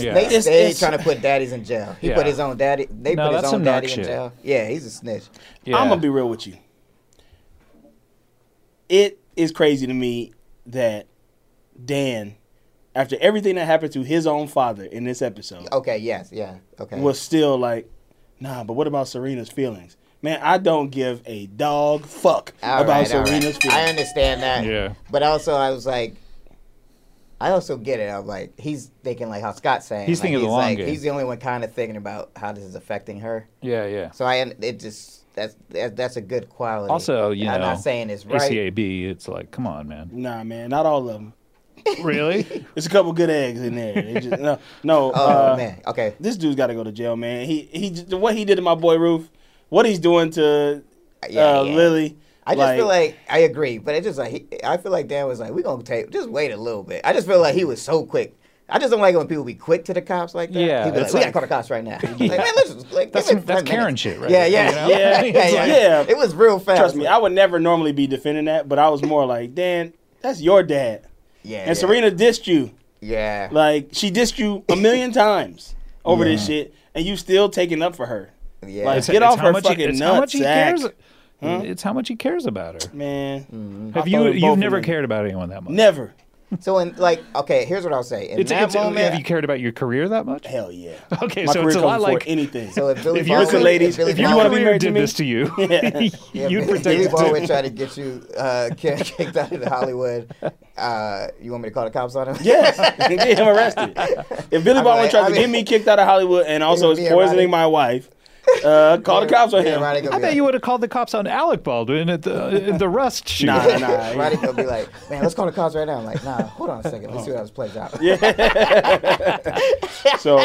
Speaker 3: Yeah.
Speaker 2: Nate
Speaker 3: It's-
Speaker 2: stay
Speaker 1: it's-
Speaker 2: trying to put daddies in jail. He
Speaker 3: Yeah.
Speaker 2: put his own daddy. They
Speaker 3: No,
Speaker 2: put his
Speaker 3: that's
Speaker 2: own
Speaker 3: some narc
Speaker 2: daddy in
Speaker 3: shit.
Speaker 2: jail. Yeah, he's a snitch.
Speaker 3: yeah.
Speaker 1: I'm gonna be real with you. It is crazy to me that Dan, after everything that happened to his own father in this episode,
Speaker 2: Okay. Yes. Yeah. Okay.
Speaker 1: was still like, nah. But what about Serena's feelings? Man, I don't give a dog fuck
Speaker 2: All
Speaker 1: about
Speaker 2: right, all
Speaker 1: Serena's
Speaker 2: right.
Speaker 1: feelings.
Speaker 2: I understand that.
Speaker 3: Yeah.
Speaker 2: But also, I was like, I also get it. I'm like, he's thinking like how Scott's saying.
Speaker 3: He's
Speaker 2: like,
Speaker 3: thinking of the long
Speaker 2: like,
Speaker 3: game.
Speaker 2: He's the only one kind of thinking about how this is affecting her.
Speaker 3: yeah, yeah.
Speaker 2: So I, it just that's that, that's a good quality.
Speaker 3: Also, you
Speaker 2: I'm
Speaker 3: know,
Speaker 2: not saying it's right.
Speaker 3: ACAB, it's like, come on, man.
Speaker 1: Nah, man, not all of them.
Speaker 3: really?
Speaker 1: There's a couple good eggs in there. They just, no, no.
Speaker 2: Oh
Speaker 1: uh,
Speaker 2: man. Okay.
Speaker 1: this dude's got to go to jail, man. He he, j- what he did to my boy Roof, what he's doing to uh,
Speaker 2: Yeah, yeah.
Speaker 1: Lily.
Speaker 2: I just feel like I agree, but it just like he, I feel like Dan was like, "We gonna take just wait a little bit." I just feel like he was so quick. I just don't like it when people be quick to the cops like that.
Speaker 3: Yeah,
Speaker 2: He be like,
Speaker 3: it's
Speaker 2: "We gotta
Speaker 3: like-
Speaker 2: call the cops right now." Like, man, let's just, like,
Speaker 3: That's
Speaker 2: give it
Speaker 3: that's
Speaker 2: five
Speaker 3: Karen
Speaker 2: minutes."
Speaker 3: shit, right?
Speaker 2: Yeah,
Speaker 3: there,
Speaker 2: yeah.
Speaker 3: you know?
Speaker 1: Yeah,
Speaker 3: It's
Speaker 2: yeah,
Speaker 3: like-
Speaker 2: yeah.
Speaker 1: Yeah.
Speaker 2: It was real fast.
Speaker 1: trust me, I would never normally be defending that, but I was more like, Dan, that's your dad.
Speaker 2: yeah,
Speaker 1: And
Speaker 2: yeah.
Speaker 1: Serena dissed you,
Speaker 2: Yeah.
Speaker 1: like she dissed you a million times over this shit, and you still taking up for her,
Speaker 2: yeah.
Speaker 1: like-
Speaker 3: It's,
Speaker 1: Get
Speaker 3: it's
Speaker 1: off
Speaker 3: how
Speaker 1: her
Speaker 3: much he-
Speaker 1: fucking
Speaker 3: it's how much he
Speaker 1: nutsack.
Speaker 3: cares. It's how much he cares about her.
Speaker 1: man.
Speaker 2: Mm-hmm.
Speaker 3: Have
Speaker 1: Mm-hmm. I
Speaker 3: you
Speaker 1: thought of both
Speaker 3: you've
Speaker 1: of
Speaker 3: never
Speaker 1: them.
Speaker 3: cared about anyone that much?
Speaker 1: Never.
Speaker 2: so in like okay, here's what I'll say. In
Speaker 3: It's,
Speaker 2: that
Speaker 3: it's,
Speaker 2: moment,
Speaker 3: have you cared about your career that much?
Speaker 1: Hell yeah.
Speaker 3: Okay,
Speaker 1: My
Speaker 3: so
Speaker 1: career
Speaker 3: it's a
Speaker 1: comes
Speaker 3: lot
Speaker 1: before
Speaker 3: like
Speaker 1: anything.
Speaker 2: so if Billy
Speaker 3: if you-
Speaker 2: Baldwin,
Speaker 3: Listen,
Speaker 1: ladies,
Speaker 2: Billy
Speaker 3: if your
Speaker 1: you wanna
Speaker 2: Baldwin,
Speaker 1: be
Speaker 3: career
Speaker 1: married to
Speaker 3: did
Speaker 1: me-
Speaker 3: this to you,
Speaker 2: Yeah,
Speaker 3: you'd
Speaker 2: Billy-
Speaker 3: protect
Speaker 2: Billy
Speaker 3: it too.
Speaker 2: Baldwin tried to get you uh, kicked kicked out of Hollywood. Uh, you want me to call the cops on him?
Speaker 1: Yes, get him arrested. If Billy
Speaker 2: I'm
Speaker 1: Baldwin
Speaker 2: like-
Speaker 1: tries
Speaker 2: I
Speaker 1: to
Speaker 2: mean-
Speaker 1: get me kicked out of Hollywood and also
Speaker 2: would
Speaker 1: is
Speaker 2: be
Speaker 1: poisoning
Speaker 2: erotic.
Speaker 1: my wife, uh, call the cops on
Speaker 2: Yeah,
Speaker 1: him.
Speaker 2: Roddy gonna
Speaker 3: I
Speaker 2: be
Speaker 3: bet
Speaker 2: like-
Speaker 3: you would have called the cops on Alec Baldwin at the at the Rust shoot.
Speaker 1: Nah, nah.
Speaker 2: Roddy gonna be like, man, let's call the cops right now. I'm like, nah, hold on a second. Let's see how this plays out.
Speaker 1: So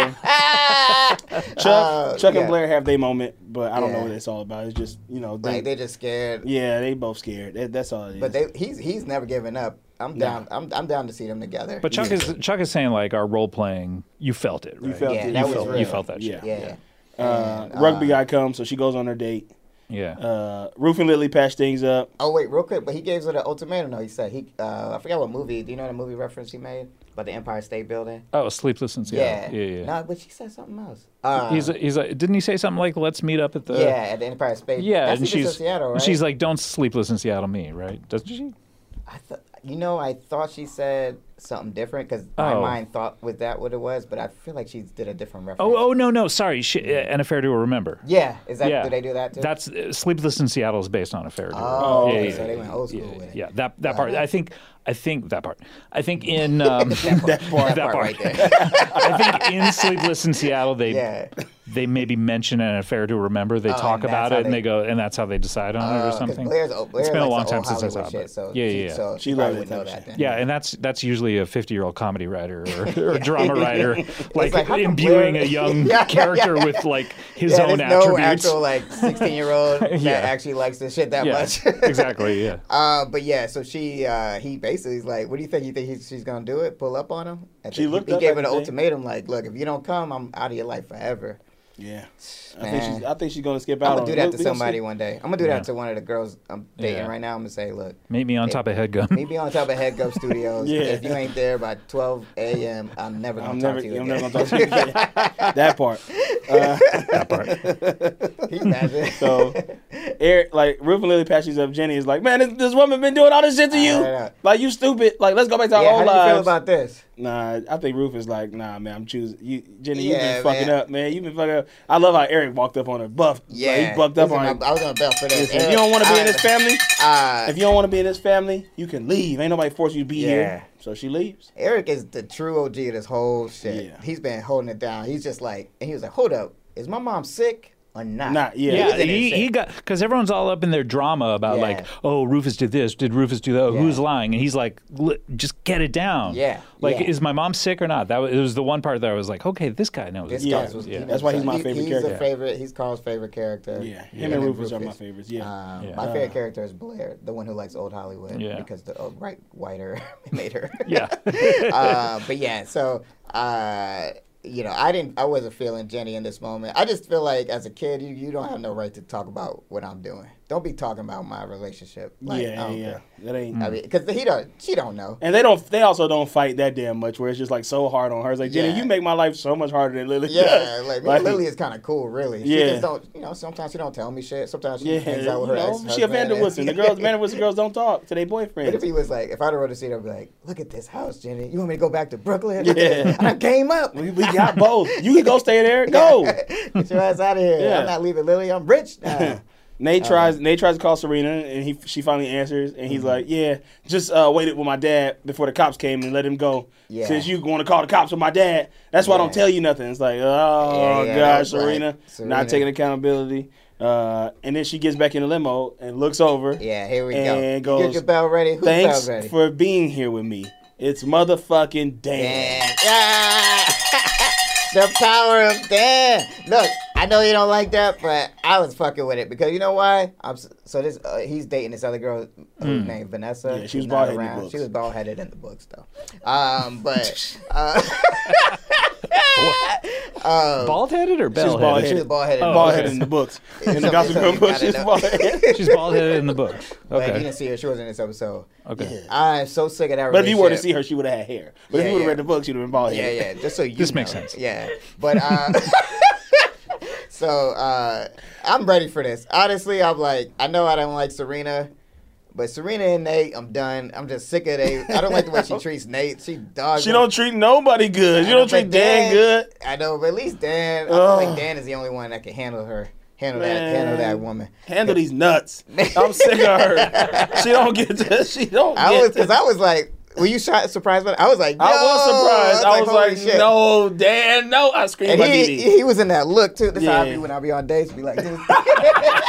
Speaker 1: Chuck, Chuck
Speaker 2: Uh, yeah.
Speaker 1: and Blair have their moment, but I don't know
Speaker 2: Yeah.
Speaker 1: what it's all about. It's just you know, they,
Speaker 2: Like they're just scared.
Speaker 1: yeah, they both scared. That, that's all. it is.
Speaker 2: But they, he's he's never giving up. I'm down. I'm, I'm down to see them together.
Speaker 3: But Chuck is Chuck is saying like our role playing. You felt it, right?
Speaker 1: felt
Speaker 2: Yeah,
Speaker 1: it.
Speaker 2: that
Speaker 1: You
Speaker 2: was
Speaker 1: felt-
Speaker 2: real.
Speaker 3: you felt that
Speaker 1: Yeah.
Speaker 3: shit.
Speaker 2: yeah.
Speaker 1: Uh,
Speaker 2: And,
Speaker 1: rugby
Speaker 2: uh,
Speaker 1: guy comes, so she goes on her date.
Speaker 3: Yeah.
Speaker 1: Uh, Roof and Lily patch things up.
Speaker 2: Oh wait, real quick. But he gave her the ultimatum. though. he said he. Uh, I forgot what movie. Do you know the movie reference he made about the Empire State Building?
Speaker 3: oh, sleepless in Seattle. Yeah, yeah.
Speaker 2: No, but she said something else. Uh,
Speaker 3: he's he's like, didn't he say something like, "Let's meet up at the
Speaker 2: yeah, at the Empire State.
Speaker 3: yeah,"
Speaker 2: That's
Speaker 3: and
Speaker 2: Secrets of
Speaker 3: she's
Speaker 2: Seattle, right?
Speaker 3: and she's like, "Don't sleepless in Seattle me," right? Doesn't she?
Speaker 2: I th- you know, I thought she said something different because my
Speaker 3: Oh.
Speaker 2: mind thought with that what it was, but I feel like she did a different reference.
Speaker 3: Oh, oh no, no, sorry, she, uh, and a fair to remember.
Speaker 2: yeah. Is that
Speaker 3: yeah.
Speaker 2: do they do that too?
Speaker 3: That's uh, sleepless in Seattle is based on a fair to
Speaker 2: Oh,
Speaker 3: remember.
Speaker 2: okay, so they went old school
Speaker 3: yeah,
Speaker 2: with it.
Speaker 3: yeah, that that part. I think I think that part. I think in um,
Speaker 2: that part,
Speaker 3: that part.
Speaker 2: right there.
Speaker 3: I think in Sleepless in Seattle they
Speaker 2: yeah, Oh,
Speaker 3: they maybe mention an affair to remember. They talk
Speaker 2: and
Speaker 3: about
Speaker 2: that's how
Speaker 3: it and
Speaker 2: they-
Speaker 3: they go and that's how they decide on it or
Speaker 2: because
Speaker 3: something.
Speaker 2: Uh, Blair's old. Blair
Speaker 3: it's been a
Speaker 2: likes
Speaker 3: long
Speaker 2: the
Speaker 3: time
Speaker 2: old
Speaker 3: since I saw
Speaker 2: Hollywood
Speaker 3: it.
Speaker 2: shit, so
Speaker 3: yeah,
Speaker 2: she,
Speaker 3: yeah, yeah.
Speaker 2: So
Speaker 1: She
Speaker 2: she probably
Speaker 1: loved
Speaker 2: would
Speaker 1: that
Speaker 2: know
Speaker 1: type
Speaker 2: that. Then.
Speaker 3: Yeah, and that's that's usually a fifty-year-old comedy writer or, or drama writer, like,
Speaker 2: like, how come
Speaker 3: imbuing
Speaker 2: Blair-
Speaker 3: a young
Speaker 2: Yeah, yeah,
Speaker 3: character
Speaker 2: yeah.
Speaker 3: with like his
Speaker 2: Yeah,
Speaker 3: own
Speaker 2: there's no
Speaker 3: attributes.
Speaker 2: actual like 16 year old that
Speaker 3: Yeah.
Speaker 2: actually likes this shit that
Speaker 3: yeah,
Speaker 2: much.
Speaker 3: exactly. Yeah.
Speaker 2: Uh, but yeah, so she, uh, he basically is like, "What do you think? You think he, she's gonna do it? Pull up on him?" At
Speaker 1: She looked
Speaker 2: He, he
Speaker 1: up
Speaker 2: gave
Speaker 1: at
Speaker 2: her an
Speaker 1: the thing.
Speaker 2: ultimatum, like, "Look, if you don't come, I'm out of your life forever."
Speaker 1: Yeah. I think
Speaker 2: Man.
Speaker 1: she's. I think she's gonna skip out.
Speaker 2: I'm
Speaker 1: on
Speaker 2: gonna do
Speaker 1: it.
Speaker 2: that
Speaker 1: Look,
Speaker 2: to
Speaker 1: we gonna
Speaker 2: somebody
Speaker 1: skip-
Speaker 2: one day. I'm gonna do
Speaker 3: Yeah.
Speaker 2: that to one of the girls I'm dating
Speaker 3: Yeah.
Speaker 2: right now. I'm gonna say, look,
Speaker 3: Meet me on top of Headgum.
Speaker 2: maybe on top of Head Go Studios.
Speaker 1: Yeah.
Speaker 2: If you ain't there by 12 a.m., I'm never gonna
Speaker 1: I'm
Speaker 2: talk
Speaker 1: never.
Speaker 2: to you
Speaker 1: I'm
Speaker 2: again.
Speaker 1: never gonna talk to you again. that part. Uh,
Speaker 3: That part.
Speaker 2: He's not there.
Speaker 1: So, Eric, like Ruth and Lily patches up Jenny is like, man, this, this woman been doing all this shit to you.
Speaker 2: I know.
Speaker 1: Like you stupid. Like let's go back to our
Speaker 2: yeah, how
Speaker 1: old
Speaker 2: do you feel
Speaker 1: lives.
Speaker 2: about this?
Speaker 1: nah, I think Ruth is like, nah, man, I'm choosing you, Jenny.
Speaker 2: Yeah,
Speaker 1: you've been fucking
Speaker 2: man.
Speaker 1: up, man. You've been fucking up. I love how Eric walked up on her, buff.
Speaker 2: Yeah,
Speaker 1: like, he bucked up
Speaker 2: Listen,
Speaker 1: on her.
Speaker 2: I, I was gonna bell for this.
Speaker 1: If you don't want to be in this family,
Speaker 2: uh,
Speaker 1: if you don't want to be in this family, you can leave. Ain't nobody force you to be
Speaker 2: Yeah.
Speaker 1: here. So she leaves.
Speaker 2: Eric is the true OG of this whole shit.
Speaker 1: Yeah.
Speaker 2: He's been holding it down. He's just like, and he was like, hold up, is my mom sick or not?
Speaker 1: Not yeah.
Speaker 3: Yeah,
Speaker 2: was in
Speaker 3: he,
Speaker 2: that
Speaker 3: he
Speaker 2: shit.
Speaker 3: got because everyone's all up in their drama about
Speaker 2: Yeah.
Speaker 3: like, oh, Rufus did this, did Rufus do that?
Speaker 2: Yeah.
Speaker 3: Who's lying? And he's like, "L- just get it down.
Speaker 2: Yeah,
Speaker 3: like
Speaker 2: yeah.
Speaker 3: is my mom sick or not? That was, it was the one part that I was like, okay, this guy knows.
Speaker 2: This
Speaker 1: Yeah,
Speaker 2: guy was,
Speaker 1: yeah.
Speaker 2: he knows
Speaker 1: That's why he's my
Speaker 2: something.
Speaker 1: favorite
Speaker 2: he's
Speaker 1: character.
Speaker 2: A favorite, he's Carl's favorite character.
Speaker 1: Yeah, him and Rufus are my favorites. Yeah.
Speaker 2: Um,
Speaker 3: Yeah.
Speaker 1: Uh.
Speaker 2: My favorite character is Blair, the one who likes old Hollywood
Speaker 3: Yeah.
Speaker 2: because the old, right whiter made her.
Speaker 3: yeah,
Speaker 2: uh, but yeah, so uh, you know, I didn't, I wasn't feeling Jenny in this moment. I just feel like as a kid, you, you don't have no right to talk about what I'm doing. Don't be talking about my relationship. Like, I
Speaker 1: yeah,
Speaker 2: don't
Speaker 1: yeah,
Speaker 2: care.
Speaker 1: yeah. That ain't.
Speaker 2: I mean, because he don't, she don't know.
Speaker 1: And they don't. They also don't fight that damn much. Where it's just like so hard on her. It's like Jenny,
Speaker 2: Yeah.
Speaker 1: you make my life so much harder than Lily.
Speaker 2: Yeah,
Speaker 1: does.
Speaker 2: like, Lily is kind of cool, really. She
Speaker 1: Yeah.
Speaker 2: just don't, you know. Sometimes she don't tell me shit. Sometimes she
Speaker 1: Yeah,
Speaker 2: hangs out with her
Speaker 1: you know,
Speaker 2: ex.
Speaker 1: she a Vanderwoodson. The girls, Vanderwoodson girls don't talk to their
Speaker 2: But if
Speaker 1: boyfriends.
Speaker 2: he was like, if I'd have wrote a scene, I'd be like, look at this house, Jenny. You want me to go back to Brooklyn?
Speaker 1: Yeah.
Speaker 2: I came up.
Speaker 1: We, we got both. You can go stay there. Go.
Speaker 2: Get your ass out of here.
Speaker 1: Yeah.
Speaker 2: I'm not leaving Lily. I'm rich now.
Speaker 1: Nate tries. Nate tries to call Serena, and he she finally answers, and
Speaker 2: Mm-hmm.
Speaker 1: he's like, "Yeah, just uh, waited with my dad before the cops came and let him go.
Speaker 2: Yeah.
Speaker 1: Since you going to call the cops with my dad, that's why I don't
Speaker 2: Yeah.
Speaker 1: tell you nothing." It's like, oh
Speaker 2: Yeah, yeah, that
Speaker 1: god,
Speaker 2: was like,
Speaker 1: Serena,
Speaker 2: Serena.
Speaker 1: not taking accountability. Uh, and then she gets back in the limo and looks over.
Speaker 2: yeah, here we
Speaker 1: And
Speaker 2: go. you
Speaker 1: goes,
Speaker 2: get your bell ready. Who's
Speaker 1: Thanks
Speaker 2: bell ready?
Speaker 1: for being here with me. It's motherfucking Dan.
Speaker 2: Dan. Yeah. the power of Dan. Look, I know you don't like that, but I was fucking with it because you know why? I'm s- so this uh, he's dating this other girl who's named Vanessa.
Speaker 1: Hmm. Yeah, she was
Speaker 2: She's not
Speaker 1: bald-headed in the
Speaker 2: around.
Speaker 1: books.
Speaker 2: She was bald headed in the books though. Um, but uh,
Speaker 3: bald headed or bell
Speaker 2: she
Speaker 1: bald-headed.
Speaker 3: headed?
Speaker 2: was bald headed.
Speaker 1: Bald
Speaker 3: okay.
Speaker 1: head in the books. In the
Speaker 2: Something-
Speaker 1: Gossip Girl
Speaker 2: something
Speaker 1: books,
Speaker 2: Oh, you
Speaker 1: she's
Speaker 2: gotta
Speaker 1: bald
Speaker 2: know.
Speaker 1: headed.
Speaker 3: She's bald headed in the book.
Speaker 2: But you
Speaker 3: Okay,
Speaker 2: didn't see her. She wasn't in this episode.
Speaker 3: okay.
Speaker 2: I'm so sick of that.
Speaker 1: But if you were to
Speaker 2: relationship.
Speaker 1: see her, she would have had hair. But if
Speaker 2: Yeah,
Speaker 1: you would have
Speaker 2: yeah.
Speaker 1: read the book, she would have been bald
Speaker 2: Yeah,
Speaker 1: headed.
Speaker 2: yeah. Just so you.
Speaker 3: This makes
Speaker 2: know.
Speaker 3: sense.
Speaker 2: Yeah, but uh, so uh, I'm ready for this. Honestly, I'm like, I know I don't like Serena, but Serena and Nate, I'm done. I'm just sick of Nate. I don't like the way she treats Nate. She dogs.
Speaker 1: She
Speaker 2: him.
Speaker 1: don't treat nobody good. She
Speaker 2: I know,
Speaker 1: don't treat
Speaker 2: but
Speaker 1: Dan good.
Speaker 2: I know, but at least Dan. I feel like
Speaker 1: Ugh.
Speaker 2: Dan is the only one that can handle her. Handle that.
Speaker 1: Man.
Speaker 2: Handle that woman.
Speaker 1: Handle these nuts. I'm sick of her. She don't get to. She don't.
Speaker 2: I
Speaker 1: get
Speaker 2: was
Speaker 1: to-
Speaker 2: because I was like, were you shot, surprised by? That? I was like,
Speaker 1: I was
Speaker 2: no.
Speaker 1: surprised. I was
Speaker 2: holy
Speaker 1: like,
Speaker 2: shit.
Speaker 1: no, Dan, no. I screamed
Speaker 2: And
Speaker 1: my
Speaker 2: he,
Speaker 1: DD.
Speaker 2: he was in that look too. That's how I
Speaker 1: Yeah.
Speaker 2: be when I be on dates, be like this.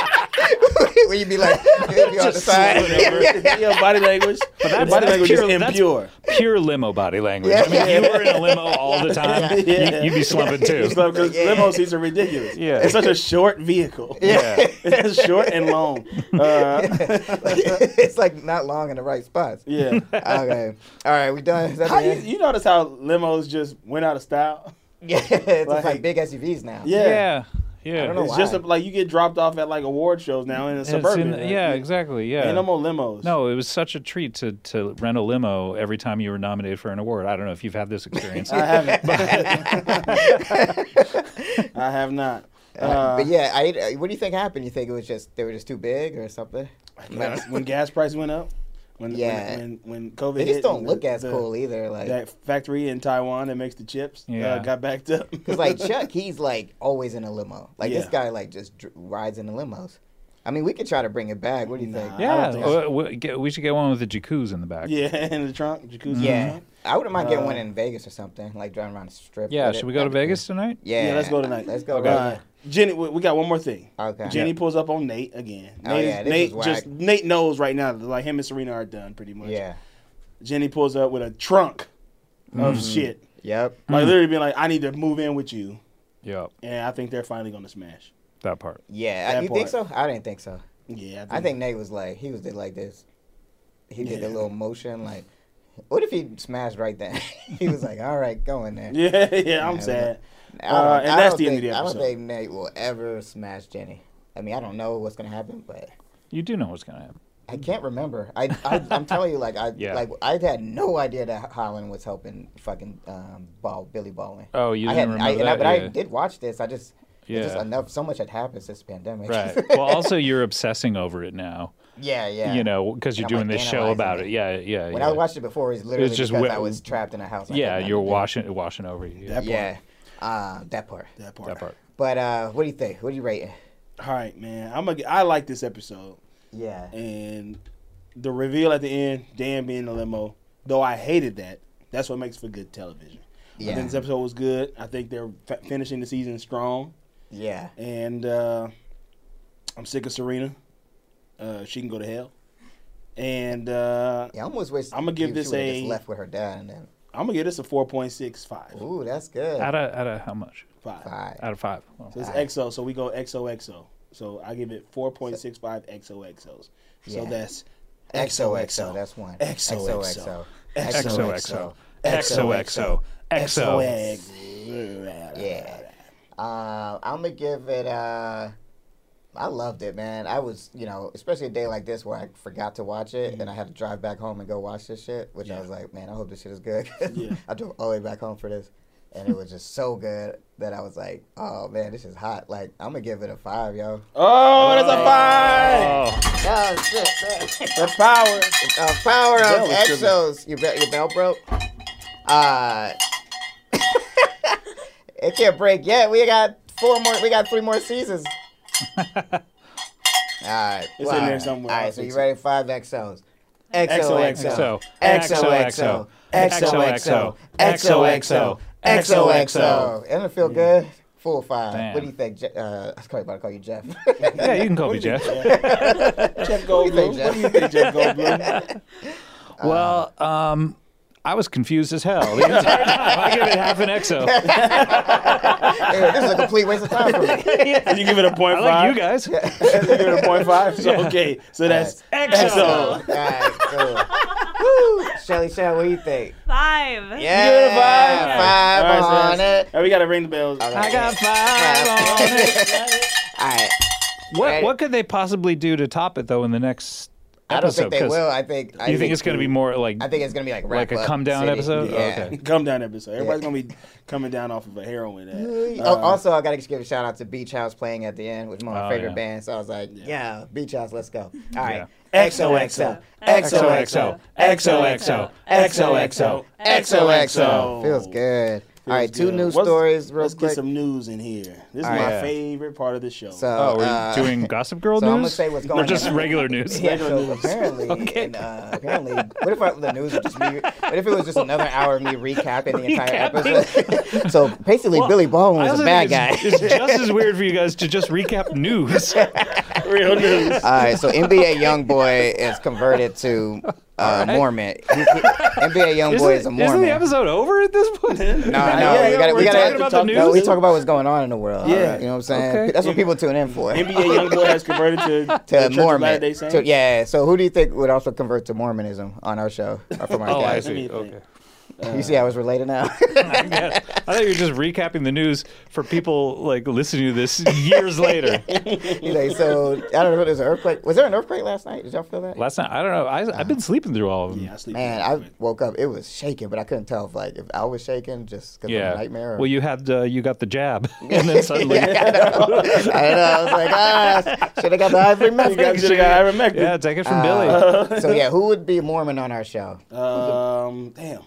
Speaker 2: when you be like, you be on the side.
Speaker 1: Whatever. Yeah, body language. But
Speaker 3: that's-
Speaker 1: body
Speaker 3: that's
Speaker 1: language
Speaker 3: pure-
Speaker 1: is
Speaker 3: that's-
Speaker 1: impure.
Speaker 3: Pure limo body language.
Speaker 2: Yeah.
Speaker 3: I mean, if you were in a limo all the time,
Speaker 1: Yeah.
Speaker 3: you, you'd be slumping too.
Speaker 1: It's like, 'cause
Speaker 2: Yeah.
Speaker 1: limo seats are ridiculous.
Speaker 3: Yeah.
Speaker 1: It's such a short vehicle.
Speaker 3: Yeah.
Speaker 1: It's short and long. Uh,
Speaker 2: it's like not long in the right spots.
Speaker 1: yeah.
Speaker 2: Okay. All right, we done. Is that
Speaker 1: How
Speaker 2: the
Speaker 1: you,
Speaker 2: end?
Speaker 1: you notice how limos just went out of style?
Speaker 2: yeah, it's like,
Speaker 1: Like-
Speaker 2: big SUVs now.
Speaker 1: Yeah.
Speaker 3: Yeah, yeah.
Speaker 2: I don't know
Speaker 1: It's
Speaker 2: why.
Speaker 1: just a, like you get dropped off at like award shows now in a
Speaker 3: It's in-
Speaker 1: suburban. like,
Speaker 3: yeah, exactly. Yeah.
Speaker 1: Ain't no more limos.
Speaker 3: No, it was such a treat to, to rent a limo every time you were nominated for an award. I don't know if you've had this experience.
Speaker 1: I haven't. I have not. Uh,
Speaker 2: but yeah, I, what do you think happened? You think it was just they were just too big or something?
Speaker 1: gas- when gas price went up, when
Speaker 2: Yeah.
Speaker 1: when, when, when COVID
Speaker 2: They
Speaker 1: hit
Speaker 2: just don't
Speaker 1: and
Speaker 2: look
Speaker 1: the-
Speaker 2: as
Speaker 1: the-
Speaker 2: cool either. Like
Speaker 1: That factory in Taiwan that makes the chips
Speaker 3: Yeah.
Speaker 1: uh, got backed up.
Speaker 2: Cause like Chuck, he's like always in a limo. Like this
Speaker 1: Yeah.
Speaker 2: guy like just dr- rides in the limos. I mean, we could try to bring it back. What do you think?
Speaker 3: yeah,
Speaker 1: think
Speaker 3: w- w- get- we should get one with the jacuzzi in the back.
Speaker 1: yeah, in the trunk, jacuzzi.
Speaker 2: Yeah,
Speaker 3: Mm-hmm.
Speaker 1: trunk.
Speaker 2: I wouldn't mind getting one
Speaker 1: Uh,
Speaker 2: in Vegas or something, like driving around the strip.
Speaker 3: Yeah,
Speaker 2: with it.
Speaker 3: should we go to
Speaker 2: That'd be cool.
Speaker 3: Vegas tonight?
Speaker 2: Yeah,
Speaker 1: Yeah, let's go tonight.
Speaker 2: Let's go.
Speaker 3: Okay.
Speaker 2: Vegas.
Speaker 1: Uh, Jenny, we, we got one more thing.
Speaker 2: Okay.
Speaker 1: Jenny pulls up on Nate again.
Speaker 2: Oh,
Speaker 1: Nate,
Speaker 2: yeah, this
Speaker 1: Nate
Speaker 2: is whack.
Speaker 1: just Nate knows right now that like him and Serena are done pretty much.
Speaker 2: Yeah.
Speaker 1: Jenny pulls up with a trunk
Speaker 2: Mm-hmm.
Speaker 1: of shit.
Speaker 2: Yep.
Speaker 1: Like literally being like, I need to move in with you,
Speaker 3: Yep,
Speaker 1: and I think they're finally gonna smash.
Speaker 3: that part.
Speaker 2: Yeah. Uh,
Speaker 1: That
Speaker 2: you think so?
Speaker 1: part.
Speaker 2: I didn't think so.
Speaker 1: Yeah,
Speaker 2: I think Nate was like he was did like this. He did a
Speaker 1: Yeah.
Speaker 2: little motion like. What if he smashed right then? he was like, "All right, go in there."
Speaker 1: Yeah, yeah, I'm
Speaker 2: but-
Speaker 1: sad.
Speaker 2: I
Speaker 1: Uh,
Speaker 2: don't-
Speaker 1: and
Speaker 2: I
Speaker 1: that's
Speaker 2: don't
Speaker 1: the end of
Speaker 2: think-
Speaker 1: the
Speaker 2: I don't
Speaker 1: episode.
Speaker 2: think Nate will ever smash Jenny. I mean, I don't know what's gonna happen, but
Speaker 3: You do know what's gonna happen.
Speaker 2: I can't remember. I, I I'm telling you, like I
Speaker 3: Yeah.
Speaker 2: like I had no idea that Holland was helping fucking um, Ball Billy Baldwin.
Speaker 3: Oh, you
Speaker 2: I
Speaker 3: didn't
Speaker 2: had- I-
Speaker 3: remember
Speaker 2: and I,
Speaker 3: that?
Speaker 2: but I
Speaker 3: Yeah.
Speaker 2: did watch this. I just yeah. just
Speaker 3: Yeah.
Speaker 2: enough. So much had happened since pandemic.
Speaker 3: Right. well, also you're obsessing over it now.
Speaker 2: yeah, yeah.
Speaker 3: You know, because you're
Speaker 2: And I'm,
Speaker 3: doing
Speaker 2: like,
Speaker 3: this show about it.
Speaker 2: analyzing
Speaker 3: Yeah, yeah.
Speaker 2: When
Speaker 3: yeah.
Speaker 2: I watched it before, it's literally
Speaker 3: just
Speaker 2: because
Speaker 3: wh-
Speaker 2: I was trapped in a house. I
Speaker 3: yeah,
Speaker 2: couldn't
Speaker 3: you're
Speaker 2: understand.
Speaker 3: washing washing over you. Yeah,
Speaker 1: That part.
Speaker 2: Yeah, uh, that part.
Speaker 1: That part.
Speaker 3: that part.
Speaker 2: But uh, what do you think? What are you rating?
Speaker 1: All right, man. I'm a, I like this episode
Speaker 2: Yeah.
Speaker 1: and the reveal at the end, Dan being in the limo. Though I hated that, that's what makes for good television. I
Speaker 2: Yeah.
Speaker 1: think this episode was good. I think they're f- finishing the season strong,
Speaker 2: Yeah.
Speaker 1: and uh, I'm sick of Serena. Uh, she can go to hell, and uh,
Speaker 2: Yeah, I almost wish
Speaker 1: I'ma give
Speaker 2: she
Speaker 1: this
Speaker 2: would've
Speaker 1: a-
Speaker 2: just left with her dad and then.
Speaker 1: I'm gonna give this a 4.655.
Speaker 2: Ooh, that's good.
Speaker 3: Out of out of how much?
Speaker 1: Five.
Speaker 2: Five.
Speaker 3: Out of five.
Speaker 2: Oh,
Speaker 3: Well,
Speaker 1: So it's XO, so we go XOXO. So I give it 4.65 XOXOs. So
Speaker 2: Yeah.
Speaker 1: that's
Speaker 2: XOXO. That's one.
Speaker 1: XOXO.
Speaker 3: XOXO.
Speaker 2: XOXO.
Speaker 3: XOXO. XO.
Speaker 1: XOX.
Speaker 2: Yeah. Uh, I'm gonna give it. Uh, I loved it, man. I was, you know, especially a day like this where I forgot to watch it and I had to drive back home and go watch this shit, which I was like, man, I hope this shit is good.
Speaker 1: Yeah.
Speaker 2: I drove all the way back home for this, and it was just so good that I was like, oh man, this is hot. Like, I'm gonna give it a five, yo.
Speaker 1: Oh, that's a five.
Speaker 2: Oh shit, man.
Speaker 1: The power.
Speaker 2: uh, power
Speaker 1: Bell
Speaker 2: of
Speaker 1: was tripping.
Speaker 2: exos. Your bell, your bell broke. Uh, it can't break yet. We got four more. We got three more seasons. All right,
Speaker 1: It's in there somewhere.
Speaker 2: All
Speaker 1: I'll
Speaker 2: right, so you
Speaker 1: fix it.
Speaker 2: ready? for Five exos. XOXO. XOXO.
Speaker 3: XO.
Speaker 2: XOXO. XOXO. XOXO. Doesn't it feel good? Full five.
Speaker 3: Damn.
Speaker 2: What do you think? Je- Uh, I was probably about to call you Jeff.
Speaker 3: Yeah, you can call me Jeff.
Speaker 1: Jeff Goldblum. What do you think, Jeff Goldblum?
Speaker 3: Well, um, I was confused as hell. The entire time. I give it half an XO.
Speaker 2: Anyway, this is a complete waste of time for me.
Speaker 1: Did you give it a point
Speaker 3: I
Speaker 1: five?
Speaker 3: like you guys.
Speaker 1: you give it a point five. So okay, so that's
Speaker 3: XO.
Speaker 2: All right, cool. Woo! Shelly Shell, what do you think?
Speaker 6: Five.
Speaker 2: Yeah,
Speaker 1: All right,
Speaker 2: five
Speaker 1: so
Speaker 2: on
Speaker 1: that's-
Speaker 2: it.
Speaker 1: All right, we gotta ring the bells.
Speaker 3: I got five on it.
Speaker 2: All right.
Speaker 3: What what could they possibly do to top it though in the next
Speaker 2: I don't think
Speaker 3: episode?
Speaker 2: they
Speaker 3: 'Cause
Speaker 2: will. I think. I
Speaker 3: You think it's going to be more like
Speaker 2: I think it's gonna be like
Speaker 3: like a
Speaker 2: wrap-up
Speaker 3: come down
Speaker 2: city.
Speaker 3: episode?
Speaker 2: Yeah.
Speaker 3: Oh, okay.
Speaker 1: Come down episode. Everybody's gonna be coming down off of a heroin. ad.
Speaker 2: Oh,
Speaker 1: Uh,
Speaker 2: also, I gotta just give a shout out to Beach House playing at the end, which is one of my
Speaker 3: Oh,
Speaker 2: favorite
Speaker 3: yeah.
Speaker 2: bands. So I was like, yeah, Beach House, let's go. All right.
Speaker 1: Yeah.
Speaker 2: XOXO. XOXO. XOXO. XOXO. XOXO. Feels good. All right, two
Speaker 1: good.
Speaker 2: new
Speaker 1: What's-
Speaker 2: stories real
Speaker 1: Let's
Speaker 2: quick.
Speaker 1: get some news in here. This is
Speaker 2: All
Speaker 1: my
Speaker 2: right.
Speaker 1: favorite part of the show.
Speaker 2: So,
Speaker 3: Oh, we're
Speaker 2: uh,
Speaker 3: doing Gossip Girl
Speaker 2: so
Speaker 3: news.
Speaker 2: I'm gonna say what's going
Speaker 3: or just
Speaker 2: on.
Speaker 3: regular news.
Speaker 2: Yeah, so apparently, and, uh, apparently, what if I, the news was just me? What if it was just another hour of me recapping the entire episode? so basically, Billy Baldwin
Speaker 3: I
Speaker 2: was
Speaker 3: also
Speaker 2: a bad
Speaker 3: think
Speaker 2: guy.
Speaker 3: it's- It's just as weird for you guys to just recap news.
Speaker 1: real news.
Speaker 2: All right, so NBA YoungBoy is converted to uh, Mormon. He- he- NBA
Speaker 3: Isn't,
Speaker 2: YoungBoy is a Mormon.
Speaker 3: isn't the episode over at this point?
Speaker 2: No, no,
Speaker 1: Yeah,
Speaker 2: we got
Speaker 1: we're
Speaker 2: we
Speaker 1: talking
Speaker 2: got
Speaker 1: about the
Speaker 2: No, we
Speaker 3: news?
Speaker 2: talk about what's going on in the world.
Speaker 1: Yeah.
Speaker 2: you know what I'm saying.
Speaker 3: Okay.
Speaker 2: That's what people tune in for.
Speaker 1: NBA YoungBoy has converted to, the
Speaker 2: to
Speaker 1: Church of
Speaker 2: Mormon.
Speaker 1: Latter-day Saints.
Speaker 2: To- yeah. So who do you think would also convert to Mormonism on our show or from our
Speaker 3: Oh, I
Speaker 2: guys?
Speaker 3: see.
Speaker 1: me think.
Speaker 3: Okay.
Speaker 2: You see, how I was related now.
Speaker 3: Yeah. I thought you were just recapping the news for people like listening to this years later.
Speaker 2: He's like, so I don't know. if There's an earthquake. Was there an earthquake last night? Did y'all feel that?
Speaker 3: Last night, I don't know. I, I've been sleeping through all of them.
Speaker 1: Yeah, I sleep
Speaker 2: Man,
Speaker 1: real
Speaker 2: I
Speaker 1: quick.
Speaker 2: woke up. It was shaking, but I couldn't tell if like if I was shaking just because of a nightmare. Or...
Speaker 3: Well, you had uh, you got the jab, and then suddenly,
Speaker 2: I
Speaker 3: yeah,
Speaker 2: know. I know. I was like, ah, should have got the ivory
Speaker 1: You guys should
Speaker 2: method.
Speaker 1: have got ivermectin.
Speaker 3: take it from Billy.
Speaker 2: so yeah, who would be Mormon on our show?
Speaker 1: Um, damn.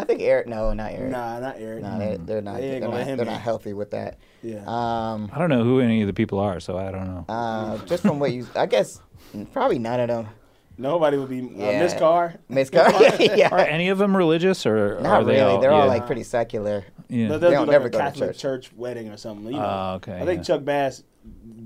Speaker 2: I think Eric. No, not Eric.
Speaker 1: Nah, not Eric.
Speaker 2: No, they, they're not.
Speaker 1: They
Speaker 2: They
Speaker 1: ain't
Speaker 2: are
Speaker 1: gonna
Speaker 2: not,
Speaker 1: let him
Speaker 2: they're
Speaker 1: in.
Speaker 2: not healthy with that.
Speaker 1: Yeah.
Speaker 2: Um,
Speaker 3: I don't know who any of the people are, so I don't know.
Speaker 2: uh, just from what you, I guess, probably none of them.
Speaker 1: Nobody would be. Uh,
Speaker 2: Yeah.
Speaker 1: Miss Carr.
Speaker 2: Miss Car- yeah.
Speaker 3: Are any of them religious or
Speaker 2: Not
Speaker 3: are they
Speaker 2: really.
Speaker 3: All,
Speaker 2: they're
Speaker 3: yeah.
Speaker 2: all like pretty secular.
Speaker 3: Yeah.
Speaker 1: They'll, they'll
Speaker 2: They
Speaker 1: do
Speaker 2: don't
Speaker 1: like
Speaker 2: never
Speaker 1: a
Speaker 2: go to
Speaker 1: Catholic
Speaker 2: church.
Speaker 1: church. wedding or something. You know.
Speaker 3: Oh, okay,
Speaker 1: I think
Speaker 3: yeah.
Speaker 1: Chuck Bass,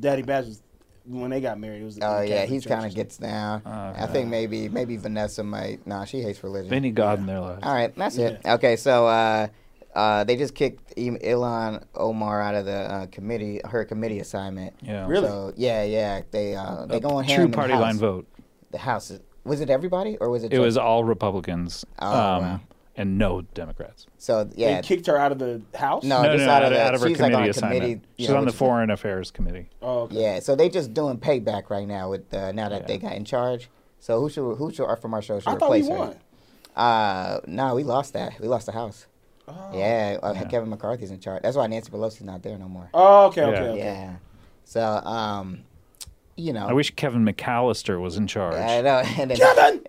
Speaker 1: Daddy Bass was when they got married. It was.
Speaker 2: Oh yeah, he's kind of
Speaker 1: of
Speaker 2: gets down.
Speaker 3: Oh,
Speaker 2: I think maybe maybe Vanessa might. Nah, she hates religion.
Speaker 3: They need God in their lives.
Speaker 2: All right, that's it. Okay, so uh, uh, they just kicked I- Ilhan Omar out of the uh, committee, her committee assignment.
Speaker 3: Yeah.
Speaker 1: Really?
Speaker 2: So yeah, yeah, they uh, they go on
Speaker 3: True party line vote.
Speaker 2: The house is Was it everybody or was it?
Speaker 3: It
Speaker 2: just-
Speaker 3: was all Republicans
Speaker 2: Oh,
Speaker 3: um,
Speaker 2: wow.
Speaker 3: and no Democrats.
Speaker 2: So yeah,
Speaker 1: They kicked her out of the house.
Speaker 2: No. Oh,
Speaker 3: no,
Speaker 2: just
Speaker 3: no,
Speaker 2: out of
Speaker 3: out, of,
Speaker 2: the-
Speaker 3: out of her
Speaker 2: she's, like,
Speaker 3: committee
Speaker 2: on a
Speaker 3: assignment.
Speaker 2: committee, you
Speaker 3: She's
Speaker 2: know,
Speaker 3: on the
Speaker 2: which-
Speaker 3: Foreign Affairs Committee.
Speaker 1: Oh, okay.
Speaker 2: yeah. So they just doing payback right now with uh, now that they got in charge. So who should who should from our show should
Speaker 1: I thought we
Speaker 2: replace her?
Speaker 1: won.
Speaker 2: Uh, no, we lost that. We lost the house.
Speaker 1: Oh.
Speaker 2: yeah, uh, Kevin McCarthy's in charge. That's why Nancy Pelosi's not there no more.
Speaker 1: Oh, okay, okay,
Speaker 3: Yeah.
Speaker 1: okay.
Speaker 2: Yeah. So um, you know,
Speaker 3: I wish Kevin McAllister was in charge.
Speaker 2: I know. And then,
Speaker 1: Kevin!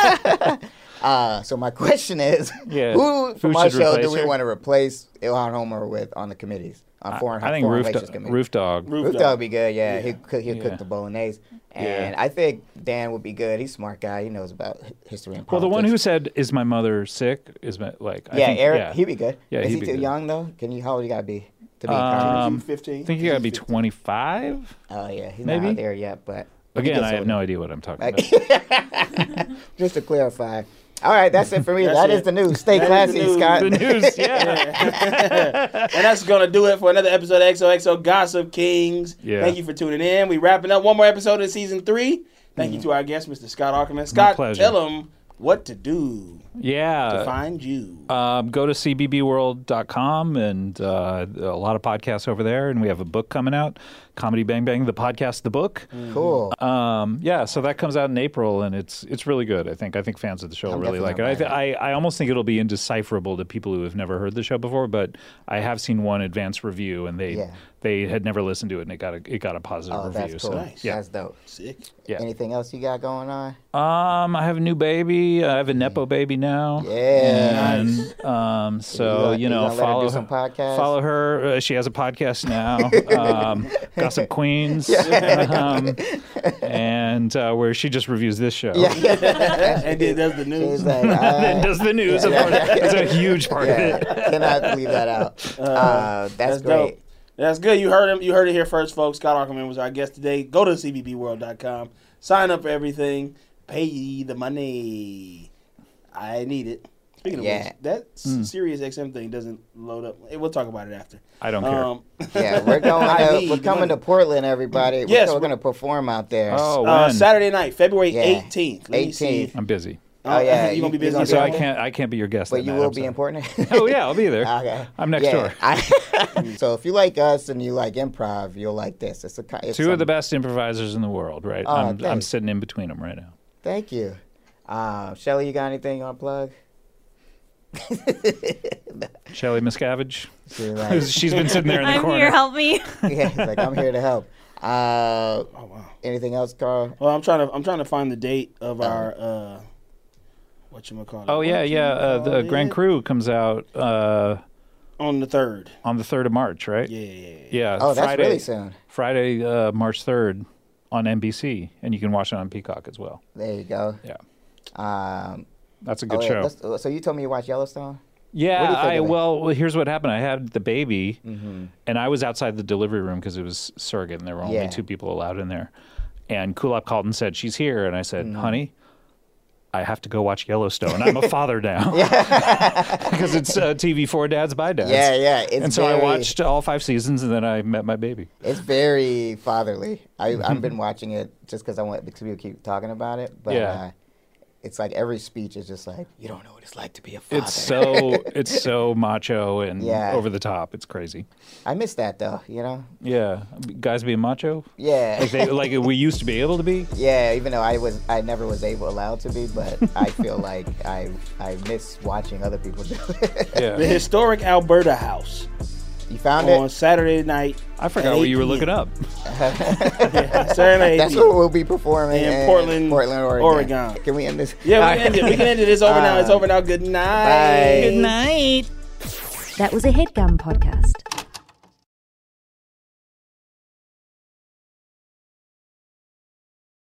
Speaker 2: uh, so my question is,
Speaker 3: Yeah.
Speaker 2: who from
Speaker 3: Who
Speaker 2: our
Speaker 3: should
Speaker 2: show do
Speaker 3: replace
Speaker 2: we
Speaker 3: her?
Speaker 2: want to replace Ilhan Homer with on the committees on foreign,
Speaker 3: I think
Speaker 2: foreign
Speaker 3: Roof,
Speaker 2: relations
Speaker 3: Do-
Speaker 2: committee?
Speaker 3: Roof Dog.
Speaker 1: Roof
Speaker 2: Roof
Speaker 1: dog.
Speaker 2: Dog would be good. Yeah, he cook, he'll
Speaker 3: Yeah.
Speaker 2: cook the bolognese, and
Speaker 3: Yeah.
Speaker 2: I think Dan would be good. He's a smart guy. He knows about h- history and politics.
Speaker 3: Well, the one who said, "Is my mother sick?" Is my like I
Speaker 2: yeah,
Speaker 3: think,
Speaker 2: Eric,
Speaker 3: Yeah.
Speaker 2: he'd be good.
Speaker 3: Yeah,
Speaker 2: is
Speaker 3: he'd
Speaker 2: he
Speaker 3: be
Speaker 2: too
Speaker 3: good.
Speaker 2: young though? Can you? How old you gotta be to be?
Speaker 3: Uh,
Speaker 2: Uh,
Speaker 3: Um,
Speaker 1: fifteen.
Speaker 3: I think you gotta be twenty five.
Speaker 2: oh yeah, he's not
Speaker 3: maybe?
Speaker 2: out there yet, but but he
Speaker 3: Again,
Speaker 2: gets
Speaker 3: I have
Speaker 2: older.
Speaker 3: no idea what I'm talking
Speaker 2: Like-
Speaker 3: about.
Speaker 2: Just to clarify. All right, that's it for me.
Speaker 1: That's
Speaker 2: that
Speaker 1: it.
Speaker 2: is the news. Stay
Speaker 1: That is the
Speaker 2: classy,
Speaker 1: news.
Speaker 2: Scott.
Speaker 3: the news, yeah.
Speaker 1: And that's gonna do it for another episode of XOXO Gossip Kings.
Speaker 3: Yeah.
Speaker 1: Thank you for tuning in. We wrapping up one more episode of season three. Thank
Speaker 2: Mm.
Speaker 1: you to our guest, Mr. Scott Ackerman. Scott,
Speaker 3: pleasure. Uh,
Speaker 1: tell him what to do
Speaker 3: Yeah.
Speaker 1: to find you.
Speaker 3: Um, go to cbbworld.com and uh, a lot of podcasts over there. And we have a book coming out Comedy Bang Bang, the podcast, the book.
Speaker 1: Mm.
Speaker 2: Cool.
Speaker 3: Um, yeah, so that comes out in April, and it's it's really good. I think I think fans of the show
Speaker 2: I'm
Speaker 3: really like it.
Speaker 2: definitely
Speaker 3: I,
Speaker 2: gonna
Speaker 3: th- I I almost think it'll be indecipherable to people who have never heard the show before, but I have seen one advance review, and they
Speaker 2: Yeah.
Speaker 3: they had never listened to it, and it got a it got a positive
Speaker 2: oh,
Speaker 3: review.
Speaker 2: that's cool.
Speaker 3: So
Speaker 2: Nice.
Speaker 3: yeah,
Speaker 2: That's dope.
Speaker 1: Sick.
Speaker 3: yeah.
Speaker 2: Anything else you got going on?
Speaker 3: Um, I have a new baby. I have
Speaker 2: Mm.
Speaker 3: a nepo baby now.
Speaker 2: Yeah.
Speaker 3: And, um, so
Speaker 2: gonna-
Speaker 3: you
Speaker 2: you
Speaker 3: know,
Speaker 2: gonna let her
Speaker 3: follow
Speaker 2: do some podcasts?
Speaker 3: Follow her. Uh, she has a podcast now, um, Gossip Queens, um, and uh, where she just reviews this show.
Speaker 1: and then that's the
Speaker 2: He's
Speaker 1: news.
Speaker 2: like, uh,
Speaker 3: And does the news? of course. That's a huge part of it.
Speaker 2: yeah, cannot leave that out. Uh, that's,
Speaker 1: That's
Speaker 2: great.
Speaker 1: dope. That's good. You heard him. You heard it here first, folks. Scott Ackerman was our guest today. Go to cbbworld.com. Sign up for everything. Pay the money. I need it. Speaking of
Speaker 2: Yeah.
Speaker 1: which, that
Speaker 3: Hmm.
Speaker 1: Sirius XM thing doesn't load up. Eh, We'll talk about it after. Um,
Speaker 3: I don't care.
Speaker 2: Yeah, we're going.
Speaker 1: I
Speaker 2: To,
Speaker 1: need
Speaker 2: we're
Speaker 1: the
Speaker 2: coming to
Speaker 1: money.
Speaker 2: Portland, everybody.
Speaker 1: Yes,
Speaker 2: we're,
Speaker 1: we're-
Speaker 2: going to perform out there.
Speaker 3: oh,
Speaker 1: uh,
Speaker 3: when?
Speaker 1: Saturday night, February
Speaker 2: Yeah.
Speaker 1: eighteenth. Let me see.
Speaker 2: 18th.
Speaker 3: I'm busy,
Speaker 1: Uh,
Speaker 2: Oh, yeah,
Speaker 1: you gonna be
Speaker 2: you- you
Speaker 1: busy?
Speaker 2: gonna
Speaker 3: so
Speaker 2: be
Speaker 3: I
Speaker 2: Okay.
Speaker 3: can't I can't be your guest.
Speaker 2: but
Speaker 3: that
Speaker 2: you
Speaker 3: night,
Speaker 2: will
Speaker 3: I'm
Speaker 2: be
Speaker 3: sorry.
Speaker 2: in Portland.
Speaker 3: Oh yeah, I'll be there.
Speaker 2: Okay.
Speaker 3: I'm next
Speaker 2: Yeah.
Speaker 3: door.
Speaker 2: I- so if you like us and you like improv, you'll like this. It's a co- it's
Speaker 3: Two of the
Speaker 2: some-
Speaker 3: best improvisers in the world, right?
Speaker 2: Oh,
Speaker 3: I'm, I'm
Speaker 2: thanks.
Speaker 3: sitting in between them right now.
Speaker 2: Thank you, uh, Shelly. You got anything you want to plug?
Speaker 3: Shelly Miscavige.
Speaker 2: She's like,
Speaker 3: She's been sitting there in the
Speaker 6: I'm
Speaker 3: corner.
Speaker 6: here. Help me.
Speaker 2: yeah, she's like I'm here to help. Uh,
Speaker 1: Oh wow.
Speaker 2: anything else, Carl?
Speaker 1: Well, I'm trying to. I'm trying to find the date
Speaker 2: Oh.
Speaker 1: of our. Uh, what you call it?
Speaker 3: Oh yeah, yeah. Uh, the Grand Crew comes out uh,
Speaker 1: on the third.
Speaker 3: on the third of March, right?
Speaker 1: Yeah, yeah, yeah.
Speaker 3: Yeah.
Speaker 2: Oh, that's
Speaker 3: Friday,
Speaker 2: really soon.
Speaker 3: Friday, uh, March third, on NBC, and you can watch it on Peacock as well.
Speaker 2: There you go.
Speaker 3: Yeah,
Speaker 2: Um,
Speaker 3: that's a
Speaker 2: oh,
Speaker 3: good
Speaker 2: yeah,
Speaker 3: show.
Speaker 2: let's- uh, so you told me you watched Yellowstone. What do
Speaker 3: Yeah,
Speaker 2: you think
Speaker 3: I
Speaker 2: of Mm-hmm. it?
Speaker 3: well, well, here's what happened. I had the baby, and I was outside the delivery room because it was surrogate, and there were only
Speaker 2: Yeah.
Speaker 3: two people allowed in there. And Kulop called and said she's here, and I said,
Speaker 2: Mm-hmm.
Speaker 3: "Honey, I have to go watch Yellowstone. I'm a father now because it's uh, TV for dads by dads."
Speaker 2: Yeah, yeah. It's
Speaker 3: and so
Speaker 2: very,
Speaker 3: I watched all five seasons, and then I met my baby.
Speaker 2: It's very fatherly. I, I've been watching it just because I want because people keep talking about it. But
Speaker 3: Yeah.
Speaker 2: uh, it's like every speech is just like you don't know what it's like to be a father.
Speaker 3: It's so it's so macho and
Speaker 2: Yeah.
Speaker 3: over the top. It's crazy.
Speaker 2: I miss that though. You know.
Speaker 3: Yeah, guys being macho.
Speaker 2: Yeah.
Speaker 3: Like they like we used to be able to be.
Speaker 2: yeah. Even though I was, I never was able allowed to be, but I feel like I I miss watching other people do it.
Speaker 1: The
Speaker 3: Yeah,
Speaker 1: historic Alberta House
Speaker 2: you found
Speaker 1: on
Speaker 2: it.
Speaker 1: Saturday night.
Speaker 3: I forgot what you were looking up.
Speaker 1: Saturday night.
Speaker 2: That's what we'll be performing
Speaker 1: In Portland,
Speaker 2: Portland, Oregon.
Speaker 1: Oregon.
Speaker 2: Can we end this?
Speaker 1: Yeah, we can
Speaker 2: All right.
Speaker 1: end it. We can end it. It's over now. It's over now. Good night.
Speaker 2: Uh, Bye.
Speaker 6: Good night.
Speaker 7: That was a headgum podcast.